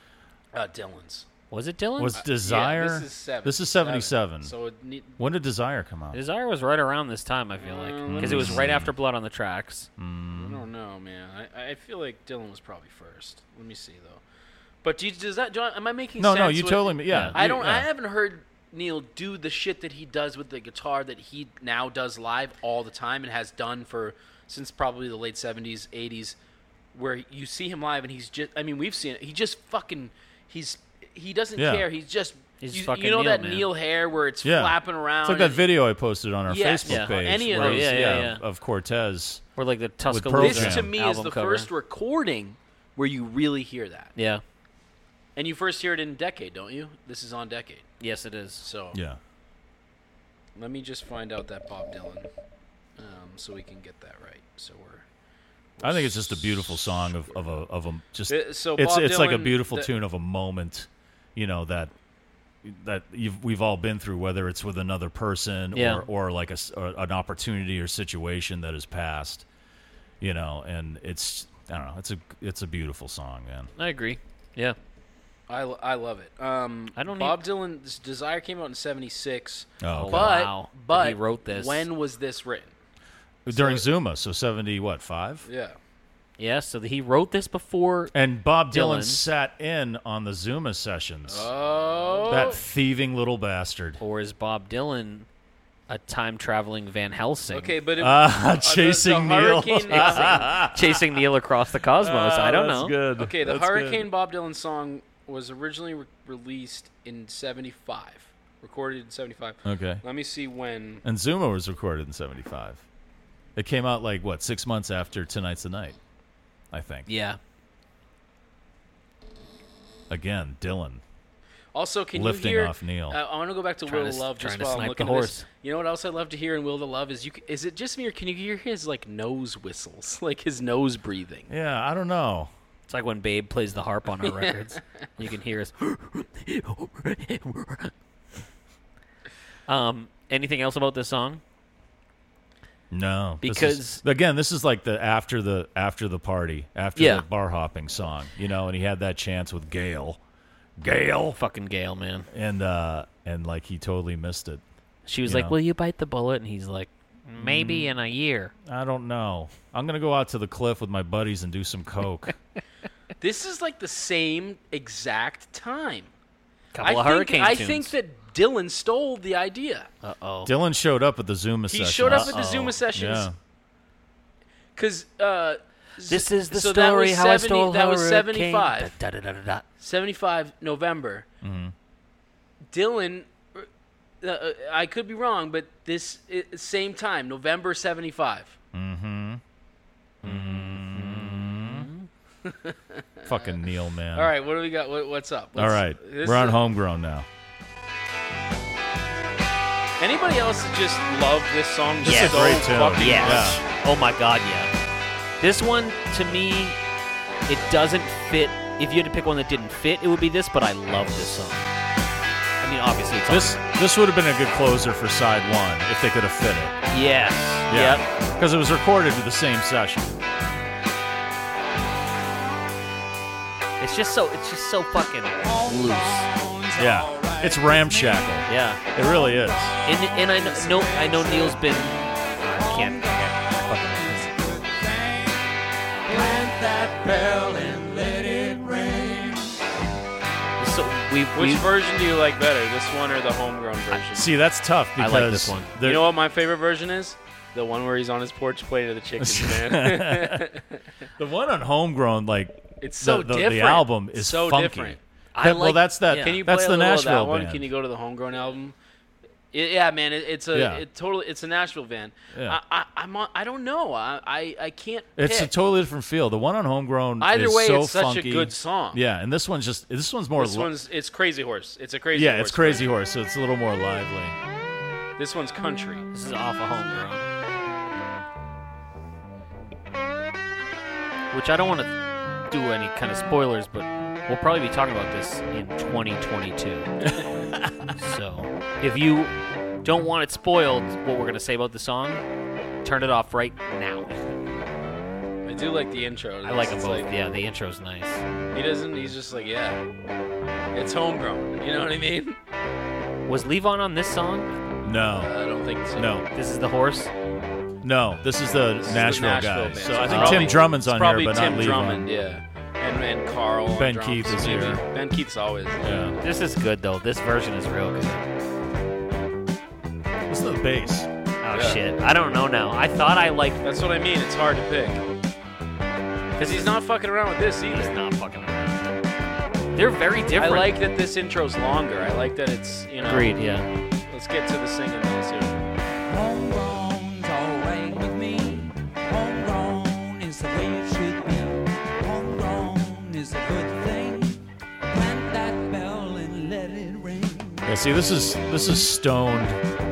S3: Uh, Dylan's.
S12: Was it Dylan?
S2: Uh,
S1: Was Desire? This is seventy-seven.
S3: So it need-
S1: when did Desire come out?
S12: Desire was right around this time, I feel like,
S3: Mm,
S12: because it was
S3: let
S12: right
S3: me
S1: Hmm.
S12: after Blood on the Tracks.
S3: I
S1: Mm-hmm.
S3: don't know, man. I, I feel like Dylan was probably first. Let me see though. But do you, does that John? Am I making
S1: No,
S3: sense?
S1: no, you
S3: with-
S1: totally ma- yeah,
S3: I
S1: you-
S3: don't. I
S1: yeah.
S3: haven't heard Neil do the shit that he does with the guitar that he now does live all the time and has done for since probably the late seventies, eighties, where you see him live and he's just. I mean, we've seen it. He just fucking. He's. He doesn't
S1: Yeah.
S3: care. He's just.
S12: He's
S3: you, you
S12: fucking Neil,
S3: know that
S12: man.
S3: Neil hair where it's
S1: yeah.
S3: flapping around.
S1: It's like that
S3: and-
S1: video I posted on our
S3: Yes.
S1: Facebook
S3: Yeah.
S1: page.
S3: Any of
S1: where it
S3: those,
S1: was,
S3: yeah, yeah, yeah.
S1: of Cortez.
S12: Or like the
S1: with Pearl
S12: Tuscaloosa
S1: Jam.
S3: This to me is
S12: album
S3: the
S12: cover.
S3: first recording where you really hear that.
S12: Yeah.
S3: And you first hear it in Decade, don't you? This is on Decade.
S12: Yes, it is.
S3: So
S1: Yeah.
S3: let me just find out that Bob Dylan, um, so we can get that right. So we're
S1: I think it's just a beautiful song of, of a of a just
S3: Uh, so
S1: it's
S3: Bob
S1: it's like a
S3: Dylan,
S1: beautiful
S3: the-
S1: tune of a moment, you know that that you've, we've all been through, whether it's with another person
S12: Yeah.
S1: or or like a s- or an opportunity or situation that has passed, you know, and it's I don't know, it's a it's a beautiful song, man.
S12: I agree. Yeah.
S3: I, lo- I love it. Um, I
S12: don't
S3: Bob Dylan's Desire came out in '76.
S1: Oh, okay.
S3: but
S12: Wow.
S3: but
S12: He wrote this.
S3: When was this written?
S1: During Zuma, so seventy what five,
S3: Yeah.
S12: Yeah, so he wrote this before.
S1: and Bob Dylan,
S12: Dylan.
S1: sat in on the Zuma sessions.
S3: Oh.
S1: That thieving little bastard.
S12: Or is Bob Dylan a time traveling Van Helsing?
S3: Okay, but it, [LAUGHS]
S1: Ah,
S3: the- the
S1: chasing Neil. [LAUGHS]
S3: Hurricane-
S12: [LAUGHS] Chasing Neil across the cosmos. I don't know.
S1: [LAUGHS]
S3: Okay, the Hurricane Bob Dylan song was originally re- released in 75, recorded in 75.
S1: Okay.
S3: Let me see when.
S1: And Zuma was recorded in 75. It came out like, what, six months after Tonight's the Night, I think.
S12: Yeah.
S1: Again, Dylan.
S3: Also, can
S1: Lifting
S3: you hear?
S1: off Neil.
S3: Uh, I want to go back to
S12: Trying
S3: Will
S12: to
S3: to
S12: s-
S3: Love
S12: trying
S3: just
S12: to
S3: while I'm
S12: snipe
S3: looking
S12: the
S3: at this.
S12: horse.
S3: You know what else I love to hear in Will to Love is you. c- Is it just me or can you hear his like nose whistles, [LAUGHS] like his nose breathing?
S1: Yeah, I don't know.
S12: It's like when Babe plays the harp
S3: [LAUGHS]
S12: on our records. You can hear us. [LAUGHS] um, anything else about this song?
S1: No, this is-
S12: Because-
S1: again, this is like the after the after the party, after
S12: Yeah.
S1: the bar hopping song, you know. And he had that chance with Gail,
S12: Oh,
S1: Gail,
S12: fucking Gail, man.
S1: and uh and like he totally missed it.
S12: She was
S1: You
S12: like,
S1: know.
S12: "Will you bite the bullet?" And he's like,
S2: Maybe in a year.
S1: I don't know. I'm gonna go out to the cliff with my buddies and do some
S3: [LAUGHS]
S1: coke.
S3: This is like the same exact time.
S2: Couple
S3: I
S2: of
S3: think,
S2: hurricane
S3: I
S2: tunes.
S3: think that Dylan stole the idea
S2: Uh oh.
S1: Dylan showed up at the Zuma
S3: He
S1: session. Ah,
S3: showed up at the Zuma sessions.
S1: Yeah.
S3: because uh,
S2: This is the
S3: so that
S2: story
S3: was
S2: how I
S3: 70
S2: stole
S3: that was
S2: Hurricane.
S3: 75.
S2: Da, da, da, da, da.
S3: 75 November.
S1: Mm-hmm.
S3: Dylan, uh, uh, I could be wrong, but this i- same time, November 75.
S1: Mm-hmm. Fucking Neil, man.
S3: All right, what do we got? What, what's up?
S1: All right.
S3: This
S1: We're on
S3: is-
S1: homegrown now.
S3: Anybody else that just love this song?
S1: This is
S3: so
S1: a great tune.
S3: fucking
S1: Yeah.
S3: much?
S2: Oh my god, yeah. This one to me, it doesn't fit. If you had to pick one that didn't fit, it would be this. But I love this song. I mean, obviously, it's on-
S1: This this would have been a good closer for side one if they could have fit it.
S2: Yes. Yep.
S1: Because it was recorded for the same session.
S2: It's just so. It's just so fucking loose.
S1: Yeah. It's ramshackle.
S2: Yeah.
S1: It really is.
S2: And and I kn- know I know Neil's been. I can't. I can't fucking.
S14: Plant that bell and let it rain.
S2: So we
S3: Which
S2: we
S3: version do you like better, this one or the homegrown version?
S1: See, that's tough
S2: I
S1: because
S2: like this one.
S1: there-
S3: you know what my favorite version is? The one where he's on his porch playing to
S1: [LAUGHS]
S3: the chickens, man.
S1: the one on homegrown, like
S3: [LAUGHS] it's
S1: the-
S3: so
S1: the, the,
S3: different.
S1: album is
S3: so
S1: funky.
S3: different.
S1: That- well, that's that.
S3: Can you
S1: that's
S3: play
S1: the
S3: a little
S1: Nashville
S3: of that one?
S1: band.
S3: Can you go to the homegrown album? Y- Yeah, man, it, it's a
S1: Yeah.
S3: it totally it's a Nashville band.
S1: Yeah.
S3: I, I, I'm on, I don't know. I I, I can't.
S1: It's a
S3: pick.
S1: totally different feel. The one on Homegrown
S3: Either
S1: is
S3: way,
S1: so
S3: it's such a
S1: funky.
S3: good song.
S1: Yeah, and this one's just this one's more.
S3: This
S1: li-
S3: one's it's Crazy Horse. It's a Crazy
S1: yeah,
S3: Horse.
S1: it's Crazy Horse, so it's a little more lively.
S3: This one's country.
S2: This is off of homegrown. Which I don't want to do any kind of spoilers, but we'll probably be talking about this in 2022. so if you don't want it spoiled, what we're going to say about the song, turn it off right now.
S3: I do like the intro. to
S2: I
S3: this.
S2: like them
S3: It's
S2: both. yeah, the intro's nice.
S3: He doesn't. He's just like, yeah, it's homegrown. You know what I mean?
S2: Was Levon on this song?
S1: No,
S3: I don't think so.
S1: no,
S2: This is the horse.
S1: no. This is the
S3: This is the
S1: Nashville,
S3: Nashville
S1: guy.
S3: band.
S1: So
S3: So
S1: I
S3: it's
S1: think
S3: probably-
S1: Tim Drummond's
S3: It's
S1: on
S3: probably
S1: here, but
S3: Tim
S1: not Levon.
S3: Drummond. Yeah, and and Carl. on
S1: Ben
S3: drums,
S1: Keith is
S3: maybe.
S1: here.
S3: Ben Keith's always.
S1: Yeah,
S2: This is good though. This version is real good.
S1: this is the bass.
S2: Oh shit. I don't know now. I thought I liked
S3: That's what I mean. It's hard to pick because he's not fucking around with this
S2: He's
S3: either.
S2: not fucking around. They're very different.
S3: I like that this intro's longer. I like that it's you know.
S2: Agreed, yeah.
S3: Let's get to the singing now soon.
S14: Homegrown's alright with me. Homegrown is the way it should be. Homegrown is a good thing. Plant that bell and let it ring.
S1: Yeah, see, this is this is stoned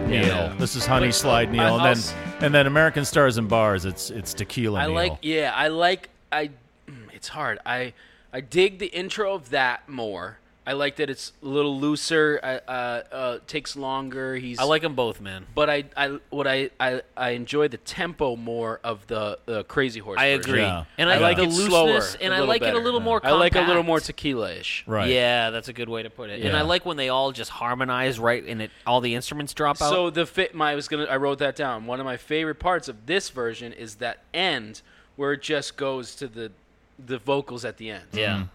S1: Neil.
S3: Yeah.
S1: This is Honey
S3: Like,
S1: Slide Neil,
S3: I- I'll
S1: and
S3: s-
S1: then and then American Stars and Bars. It's it's Tequila
S3: I
S1: Neil.
S3: like yeah, I like I mm, it's hard. I I dig the intro of that more. I like that it's a little looser, I, uh, uh takes longer. He's
S2: I like them both, man.
S3: but I, I what I, I I enjoy the tempo more of the the Crazy Horse.
S2: I
S3: version.
S2: agree.
S1: Yeah.
S2: And I,
S1: Yeah. Like
S2: like the
S3: it's
S2: looseness,
S3: slower,
S2: and
S3: a
S2: I
S3: little
S2: like it
S3: better.
S2: a little more
S3: I like a little
S2: compact.
S3: more tequila-ish.
S1: Right.
S2: Yeah, that's a good way to put it. And
S1: Yeah.
S2: I like when they all just harmonize right and it all the instruments drop out.
S3: So the fit my I was gonna I wrote that down. One of my favorite parts of this version is that end where it just goes to the the vocals at the end.
S1: Mm.
S2: yeah.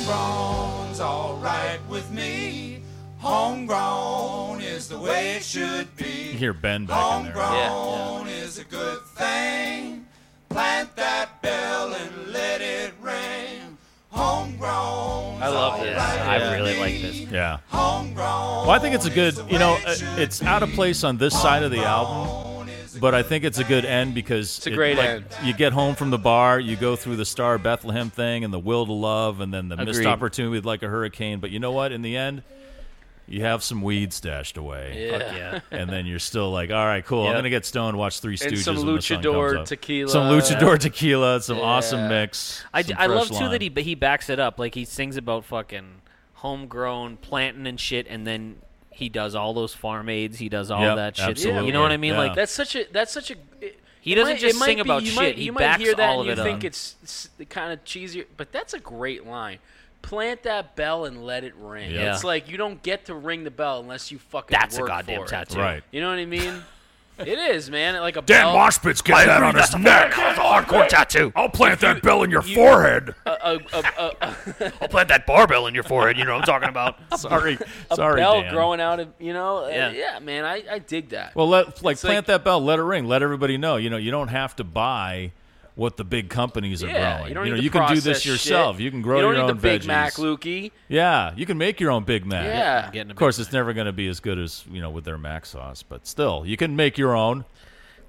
S14: Homegrown's alright with me. Homegrown is the way it should be.
S1: You hear Ben back in there.
S14: Homegrown is a good thing. Plant that bell and let it ring. Homegrown.
S3: I love this.
S2: Yeah, I really like this.
S1: Yeah. Well, I think it's a good, you know, uh, it's out of place on this side of the album, but I think it's a good end because
S3: It's a great
S1: like,
S3: end.
S1: You get home from the bar, you go through the Star of Bethlehem thing and the will to love and then the missed
S2: Agreed.
S1: opportunity with like a hurricane. But you know what? In the end, you have some weed stashed away.
S3: Yeah.
S2: Fuck
S3: [LAUGHS]
S2: yeah.
S1: And then you're still like, all right, cool. I'm
S2: Yeah.
S1: gonna get stoned, watch Three Stooges,
S3: And some
S1: when the sun
S3: luchador
S1: comes up.
S3: tequila.
S1: some luchador tequila, some awesome
S3: Yeah.
S1: mix.
S2: I,
S1: some
S2: I
S1: fresh
S2: love too
S1: lime.
S2: that he he backs it up. Like he sings about fucking homegrown planting and shit, and then he does all those farm aids. He does all
S1: Yep,
S2: that shit.
S1: absolutely.
S2: You know what I mean?
S1: Yeah.
S2: Like
S3: That's such a. That's such a. it-
S2: He
S3: it
S2: doesn't
S3: might-
S2: just
S3: it might
S2: sing
S3: be-
S2: about
S3: you
S2: shit,
S3: Might,
S2: he
S3: you might
S2: backs
S3: hear that
S2: all
S3: and
S2: of
S3: you
S2: it
S3: think
S2: up.
S3: it's, kind of cheesy, but that's a great line. Plant that bell and let it ring.
S1: Yeah.
S3: It's like you don't get to ring the bell unless you fucking
S2: that's a
S3: work for
S2: goddamn
S3: it.
S2: tattoo.
S1: Right.
S2: [LAUGHS]
S3: You know what I mean? It is, man. Like a
S1: Dan
S3: bell.
S1: Moshpit's got that on his
S13: [LAUGHS]
S1: neck. That's a hardcore tattoo. I'll plant that bell in your forehead.
S3: A, a, a, a,
S13: I'll plant that barbell in your forehead. You know what I'm talking about.
S1: [LAUGHS] Sorry,
S3: [LAUGHS]
S1: [LAUGHS]
S3: a
S1: sorry,
S3: bell
S1: Dan.
S3: growing out of you know. Yeah,
S13: Yeah.
S3: yeah man. I, I dig that.
S1: Well, let like
S3: It's
S1: plant that bell, let it ring, let everybody know. You know, you don't have to buy what the big companies are
S3: Yeah,
S1: growing.
S3: you don't
S1: know,
S3: need to
S1: you can do
S3: process
S1: this
S3: shit.
S1: yourself. You can grow
S3: You don't
S1: your
S3: need
S1: own
S3: the Big
S1: veggies.
S3: Mac, Lukey.
S1: Yeah, you can make your own Big Mac.
S3: Yeah. Getting a
S1: of course, it's never going to be as good as you know with their Mac sauce, but still, you can make your own.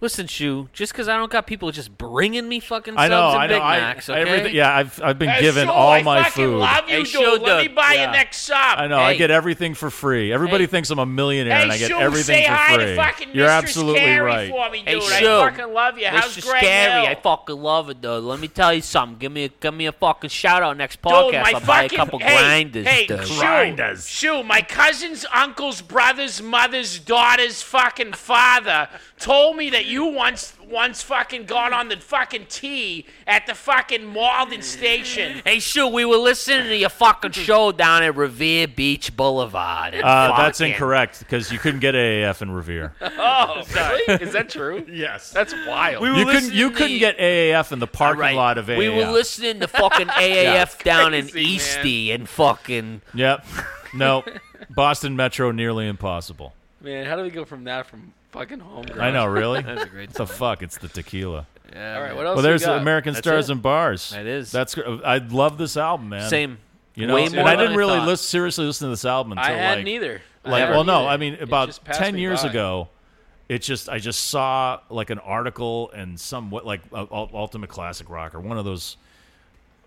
S2: Listen, Shu, just because I don't got people just bringing me fucking
S1: I know,
S2: subs and
S1: I know,
S2: Big
S1: I-
S2: Macs,
S1: I-
S2: okay?
S1: everything- yeah, I've- I've been
S2: Hey,
S1: given
S2: Shu,
S1: all
S2: I
S1: my
S2: fucking
S1: food.
S2: love
S5: you,
S2: Hey,
S5: dude.
S2: Shu,
S5: Let me
S2: dude.
S5: buy
S2: Yeah.
S5: you next sub.
S1: I know I get everything for free. Everybody thinks I'm a millionaire
S5: Hey,
S1: and I get
S5: Shu,
S1: everything
S5: say
S1: for
S5: hi to
S1: free.
S5: fucking
S1: You're
S5: Mistress
S1: absolutely
S5: Carey
S1: right.
S5: for me,
S2: Hey,
S5: dude. I
S2: Shu.
S5: fucking love you. How's
S2: Mr.
S5: Greg
S2: Scary,
S5: Hill?
S2: I fucking love it, though. Let me tell you something. Give me a, give me a fucking shout out next podcast.
S5: Dude, my
S2: I'll
S5: fucking
S2: buy a couple
S5: hey,
S2: grinders.
S5: Hey,
S2: dude.
S5: Shoo, Shoo, my cousin's uncle's brother's mother's daughter's fucking father told me that you once once fucking got on the fucking tee at the fucking Malden station.
S2: Hey, Shu, we were listening to your fucking show down at Revere Beach Boulevard. and
S1: Uh, that's
S2: fucking-
S1: incorrect because you couldn't get AAF in Revere.
S5: Oh,
S3: really? Is
S2: [LAUGHS]
S3: that true?
S13: yes.
S3: That's wild.
S1: you couldn't. You couldn't get AAF in the parking lot of AAF.
S2: We were listening
S1: [LAUGHS]
S2: to fucking AAF down in
S3: Crazy, man.
S2: Eastie and fucking.
S3: [LAUGHS]
S1: Yep. No. Boston Metro nearly impossible.
S3: Man, how do we go from that from fucking home?
S1: I know, really.
S3: [LAUGHS] That's a great.
S1: What the fuck? It's the tequila.
S3: Yeah, All right, man. what
S1: Well,
S3: else we
S1: there's
S3: got?
S1: American
S3: That's
S1: Stars
S3: it.
S1: and Bars.
S3: That is.
S1: That's. gr- I love this album, man.
S2: Same.
S1: You know,
S2: Way
S1: and
S2: more
S1: I
S2: than
S1: didn't
S2: I
S1: really
S2: thought.
S1: listen, seriously listen to this album until
S3: I had
S1: like,
S3: neither. I
S1: Like,
S3: never
S1: well, no,
S3: either.
S1: I mean,
S3: It
S1: about
S3: just passed
S1: ten
S3: me
S1: years
S3: by.
S1: ago, it just I just saw like an article and somewhat like uh, Ul- Ultimate Classic Rock or one of those,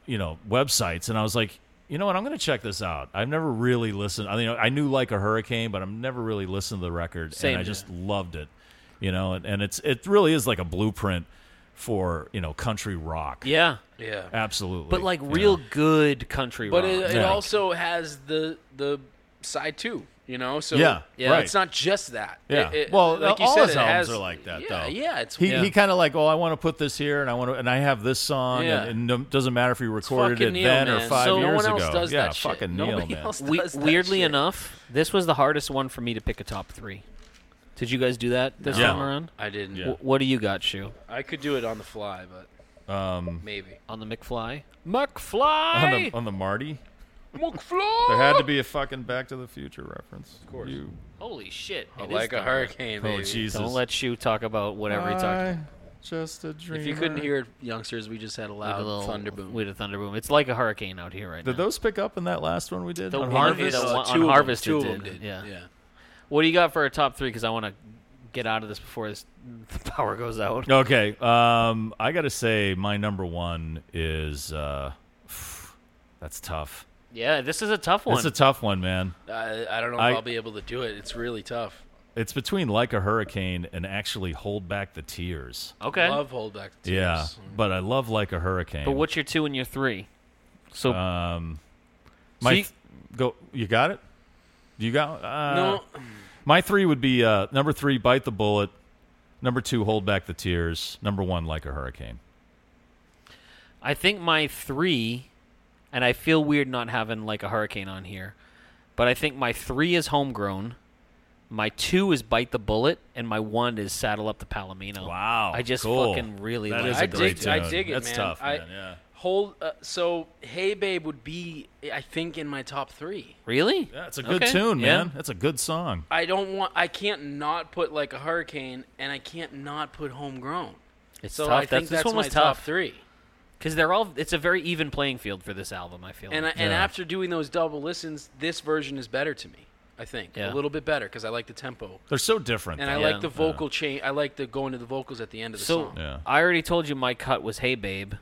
S1: you know, websites, and I was like, you know what, I'm going to check this out. I've never really listened. I mean, I knew like a hurricane, but I've never really listened to the record,
S2: Same
S1: and I
S2: here.
S1: just loved it. You know, and, and it's it really is like a blueprint for you know country rock.
S2: Yeah.
S3: Yeah.
S1: absolutely.
S2: But like
S1: you
S2: real
S1: know.
S2: good country
S3: But
S2: rock.
S3: it, it
S1: Yeah.
S3: also has the the side two, you know. So
S1: Yeah, Yeah. right.
S3: it's not just that.
S1: Yeah.
S3: It- it-
S1: well,
S3: like you
S1: all
S3: said,
S1: his
S3: it
S1: albums
S3: has-
S1: are like that,
S3: yeah,
S1: though.
S3: Yeah, it's
S1: he
S3: yeah.
S1: he kind of like, oh, I want to put this here, and I want to, and I have this song,
S3: Yeah.
S1: and, and it doesn't matter if you recorded
S3: fucking
S1: it
S3: Neil,
S1: then or
S3: man.
S1: five
S3: So no
S1: years
S3: one else
S1: ago.
S3: does
S1: yeah,
S3: that shit.
S1: fucking Neil,
S3: Nobody
S1: man.
S3: else
S2: We-
S3: does that
S2: weirdly
S3: shit.
S2: enough, this was the hardest one for me to pick a top three. Did you guys do that this
S3: No.
S2: time around?
S3: I didn't.
S2: W- what do you got, Shu?
S3: I could do it on the fly, but
S1: Um,
S3: maybe
S2: on the McFly.
S1: on
S2: McFly.
S1: the on the Marty,
S3: McFly.
S1: there had to be a fucking Back to the Future reference. Of course, you
S2: [LAUGHS] Holy shit!
S3: Oh,
S2: it is
S3: like a
S2: done.
S3: hurricane,
S1: Oh,
S3: baby.
S1: Jesus.
S2: Don't let Shu talk about whatever he talked about.
S1: just a dream.
S3: If you couldn't hear it, youngsters, we just had a
S2: With
S3: loud
S2: a little-
S3: thunder boom.
S2: With a thunder boom. It's like a hurricane out here right
S1: did
S2: now.
S1: those pick up in that last one we did?
S2: The
S1: on
S2: one-
S1: Harvest?
S2: the one-
S3: Two
S2: on
S3: of 'em-
S2: Harvest
S3: two
S2: it
S3: of 'em
S2: did,
S3: did.
S2: yeah.
S3: yeah.
S2: What do you got for a top three? Because I want to get out of this before this, [LAUGHS] the power goes out.
S1: Okay, um, I gotta say, my number one is uh, [SIGHS] that's tough.
S2: Yeah, this is a tough one.
S1: It's a tough one, man.
S3: I, I don't know if
S1: I-
S3: I, will be able to do it. It's really tough.
S1: It's between like a hurricane and actually hold back the tears.
S2: okay.
S3: Love hold back. Tears. Mm.
S1: Yeah, but I love like a hurricane.
S2: But what's your two and your three? So
S1: Um,
S2: So
S1: my
S2: you-
S1: th- go. You got it. You got uh,
S3: No.
S1: My three would be uh, number three, bite the bullet. Number two, hold back the tears. Number one, like a hurricane.
S2: I think my three, and I feel weird not having like a hurricane on here, but I think my three is homegrown. My two is bite the bullet, and my one is saddle up the Palomino.
S1: Wow,
S2: I just
S1: cool.
S2: fucking really
S1: That
S2: like
S1: is
S2: it.
S1: a
S3: I
S1: great
S3: dig, I
S1: tune.
S3: dig it,
S1: That's
S3: man.
S1: tough,
S3: I,
S1: man, yeah.
S3: Hold. Uh, so, hey, babe, would be I think in my top three.
S2: Really?
S1: Yeah, it's a good
S2: Okay.
S1: tune,
S2: Yeah.
S1: man. That's a good song.
S3: I don't want. I can't not put like a hurricane, and I can't not put homegrown.
S2: It's
S3: so
S2: tough.
S3: I think
S2: That's- this
S3: that's
S2: one
S3: my
S2: was
S3: top
S2: tough.
S3: three.
S2: Because they're all. It's a very even playing field for this album. I feel.
S3: And I,
S2: like.
S3: and
S1: Yeah.
S3: after doing those double listens, this version is better to me. I think
S2: Yeah.
S3: a little bit better because I like the tempo
S1: They're so different.
S3: and I
S1: though.
S3: like the vocal change. I like the going to the vocals at the end of the
S2: so
S3: song.
S1: Yeah.
S2: I already told you my cut was "Hey Babe."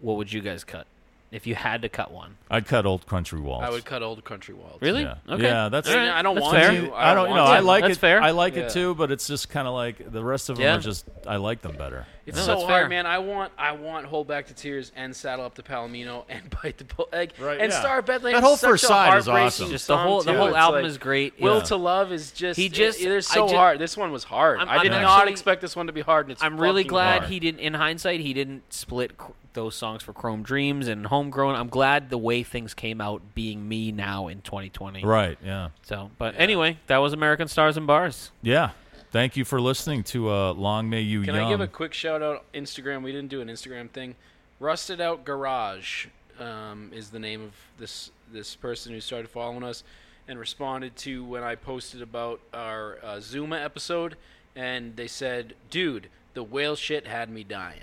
S2: What would you guys cut if you had to cut one?
S1: I'd cut old country waltz.
S3: I would cut Old Country Wild.
S2: Really?
S1: Yeah.
S2: Okay.
S1: Yeah, that's-
S2: All right.
S3: I mean, I don't
S2: That's
S3: want
S2: fair.
S3: to.
S1: I don't, you know.
S3: want
S1: I
S3: to.
S1: like
S2: That's
S1: it.
S2: fair.
S1: I like
S3: Yeah.
S1: it too, but it's just kind of like the rest of them
S2: Yeah.
S1: are just. I like them better.
S3: It's
S2: No,
S3: so
S2: that's fair.
S3: hard, man. I want, I want, hold back the tears and saddle up the Palomino [LAUGHS] and bite the bull, like,
S1: Right,
S3: and
S1: yeah.
S3: Star Bedlam.
S1: That whole
S3: is such
S1: first
S3: a
S1: side is
S3: heartbreaking
S1: awesome.
S2: Just the
S3: song,
S2: whole- the
S3: too.
S2: whole
S3: It's
S2: album
S3: like,
S2: is great.
S3: Will
S1: Yeah.
S3: to love is just
S2: He
S3: it-
S2: just-
S3: they're
S2: I
S3: so
S2: ju-
S3: hard. This one was hard.
S2: I'm-
S3: I did
S2: I'm
S3: not
S2: actually-
S3: expect this one to be hard. And it's
S2: I'm really
S3: fucking
S2: glad
S3: hard.
S2: he didn't. In hindsight, he didn't split cr- those songs for Chrome Dreams and Homegrown. I'm glad the way things came out, being me now in 2020.
S1: Right. Yeah.
S2: So, but anyway, that was American Stars and Bars.
S1: Yeah. Thank you for listening to uh, Long May You
S3: Can
S1: Young.
S3: I give a quick shout out Instagram? We didn't do an Instagram thing. Rusted Out Garage um, is the name of this this person who started following us and responded to when I posted about our uh, Zuma episode, and they said, "Dude, the whale shit had
S2: [LAUGHS]
S3: me dying."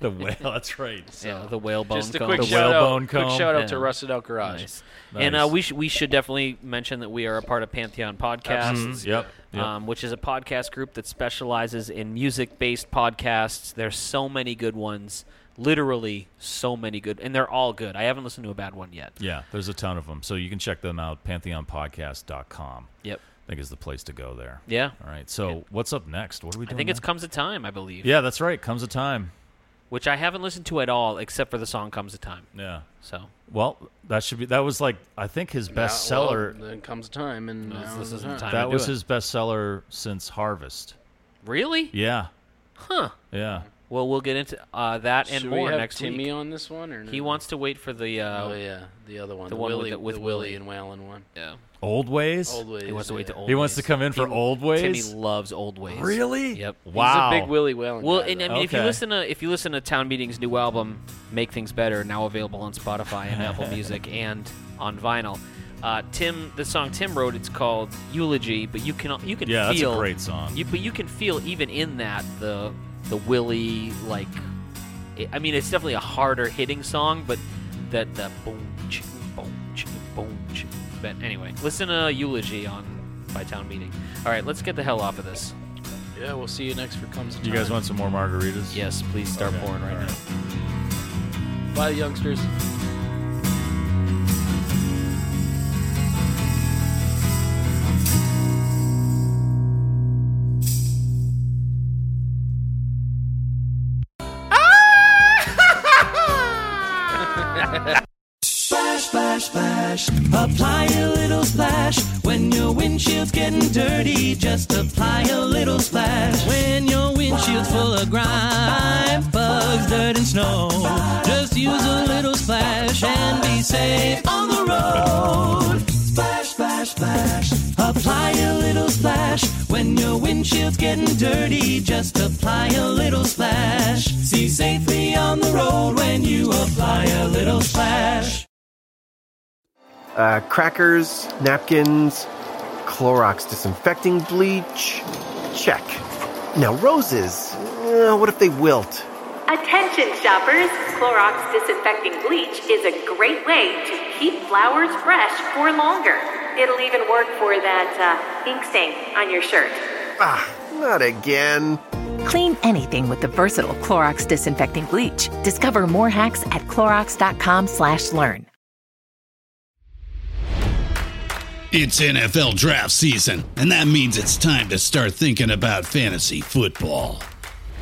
S1: the whale, that's right.
S2: yeah, Uh, the whalebone.
S3: Just a
S2: comb.
S3: quick
S2: the
S3: shout out.
S2: whalebone
S3: Quick
S2: comb.
S3: shout out
S2: Yeah.
S3: to Rusted Out Garage.
S2: Nice. And uh, we should we should definitely mention that we are a part of Pantheon Podcasts.
S1: Absolutely. Yep, yep.
S2: Um, which is a podcast group that specializes in music based podcasts. There's so many good ones. Literally, so many good, and they're all good. I haven't listened to a bad one yet.
S1: Yeah, there's a ton of them. So you can check them out. PantheonPodcast.com.
S2: Yep.
S1: I think is the place to go there.
S2: Yeah.
S1: All right. So what's up next? What are we
S2: I
S1: doing?
S2: think it's
S1: next?
S2: comes a time, I believe.
S1: Yeah, that's right. Comes a time.
S2: Which I haven't listened to at all, except for the song "Comes a Time."
S1: Yeah.
S2: So
S1: Well, that should be. That was like I think his
S3: Now- well,
S1: bestseller.
S3: then comes a time, and
S2: This-
S3: now
S2: this
S3: is
S2: isn't the
S3: time.
S1: that
S2: to
S1: was
S2: do it.
S1: his bestseller since Harvest.
S2: really,
S1: Yeah.
S2: huh?
S1: Yeah.
S2: Well, we'll get into uh, that and
S3: Should we
S2: more
S3: have
S2: next
S3: Timmy
S2: week.
S3: on this one, or
S2: He
S3: no?
S2: wants to wait for the. Uh,
S3: Oh yeah, the other one,
S2: the
S3: the,
S2: one with
S3: Willie,
S2: the- with
S3: the Willie
S2: Willie.
S3: and Whalen one.
S2: Yeah.
S1: Old ways.
S3: Old ways.
S2: He wants to wait to
S3: yeah.
S2: old.
S1: He wants to
S2: Ways.
S1: come in for
S2: He-
S1: Old Ways?
S2: Timmy loves old ways.
S1: Really?
S2: Yep.
S1: Wow.
S3: He's a big Willie Whalen.
S2: Well,
S3: guy,
S2: and I
S3: though.
S2: mean, if you
S1: Okay.
S2: listen to if you listen to Town Meeting's new album, "Make Things Better," now available on Spotify
S1: [LAUGHS]
S2: and Apple Music and on vinyl. Uh, Tim, the song Tim wrote, it's called "Eulogy," but you can you can
S1: Yeah, that's a
S2: feel
S1: great song.
S2: You but you can feel even in that the the Willie like, it, I mean, it's definitely a harder hitting song, but that the boom ch boom ch boom ch. But anyway, listen to "Eulogy" on by Town Meeting. All right, let's get the hell off of this.
S3: yeah, we'll see you next for comes. a
S1: You guys
S3: Time.
S1: want some more margaritas?
S2: Yes, please start
S1: Okay,
S2: pouring right
S1: all right.
S2: now.
S3: Bye, youngsters.
S15: Splash, splash, splash. Apply a little splash. When your windshield's getting dirty, just apply a little splash. When your windshield's full of grime, bugs, dirt, and snow, just use a little splash and be safe on the road. Splash, splash, splash. Apply a little splash. When your windshield's getting dirty, just apply a little splash. See safely on the road when you apply a little splash.
S16: uh, crackers, napkins, Clorox disinfecting bleach. Check. Now, roses. Uh, what if they wilt?
S17: Attention shoppers! Clorox disinfecting bleach is a great way to keep flowers fresh for longer. It'll even work for that uh, ink stain on your shirt.
S16: Ah, not again.
S18: Clean anything with the versatile Clorox disinfecting bleach. Discover more hacks at clorox.com/learn.
S13: It's NFL draft season, and that means it's time to start thinking about fantasy football.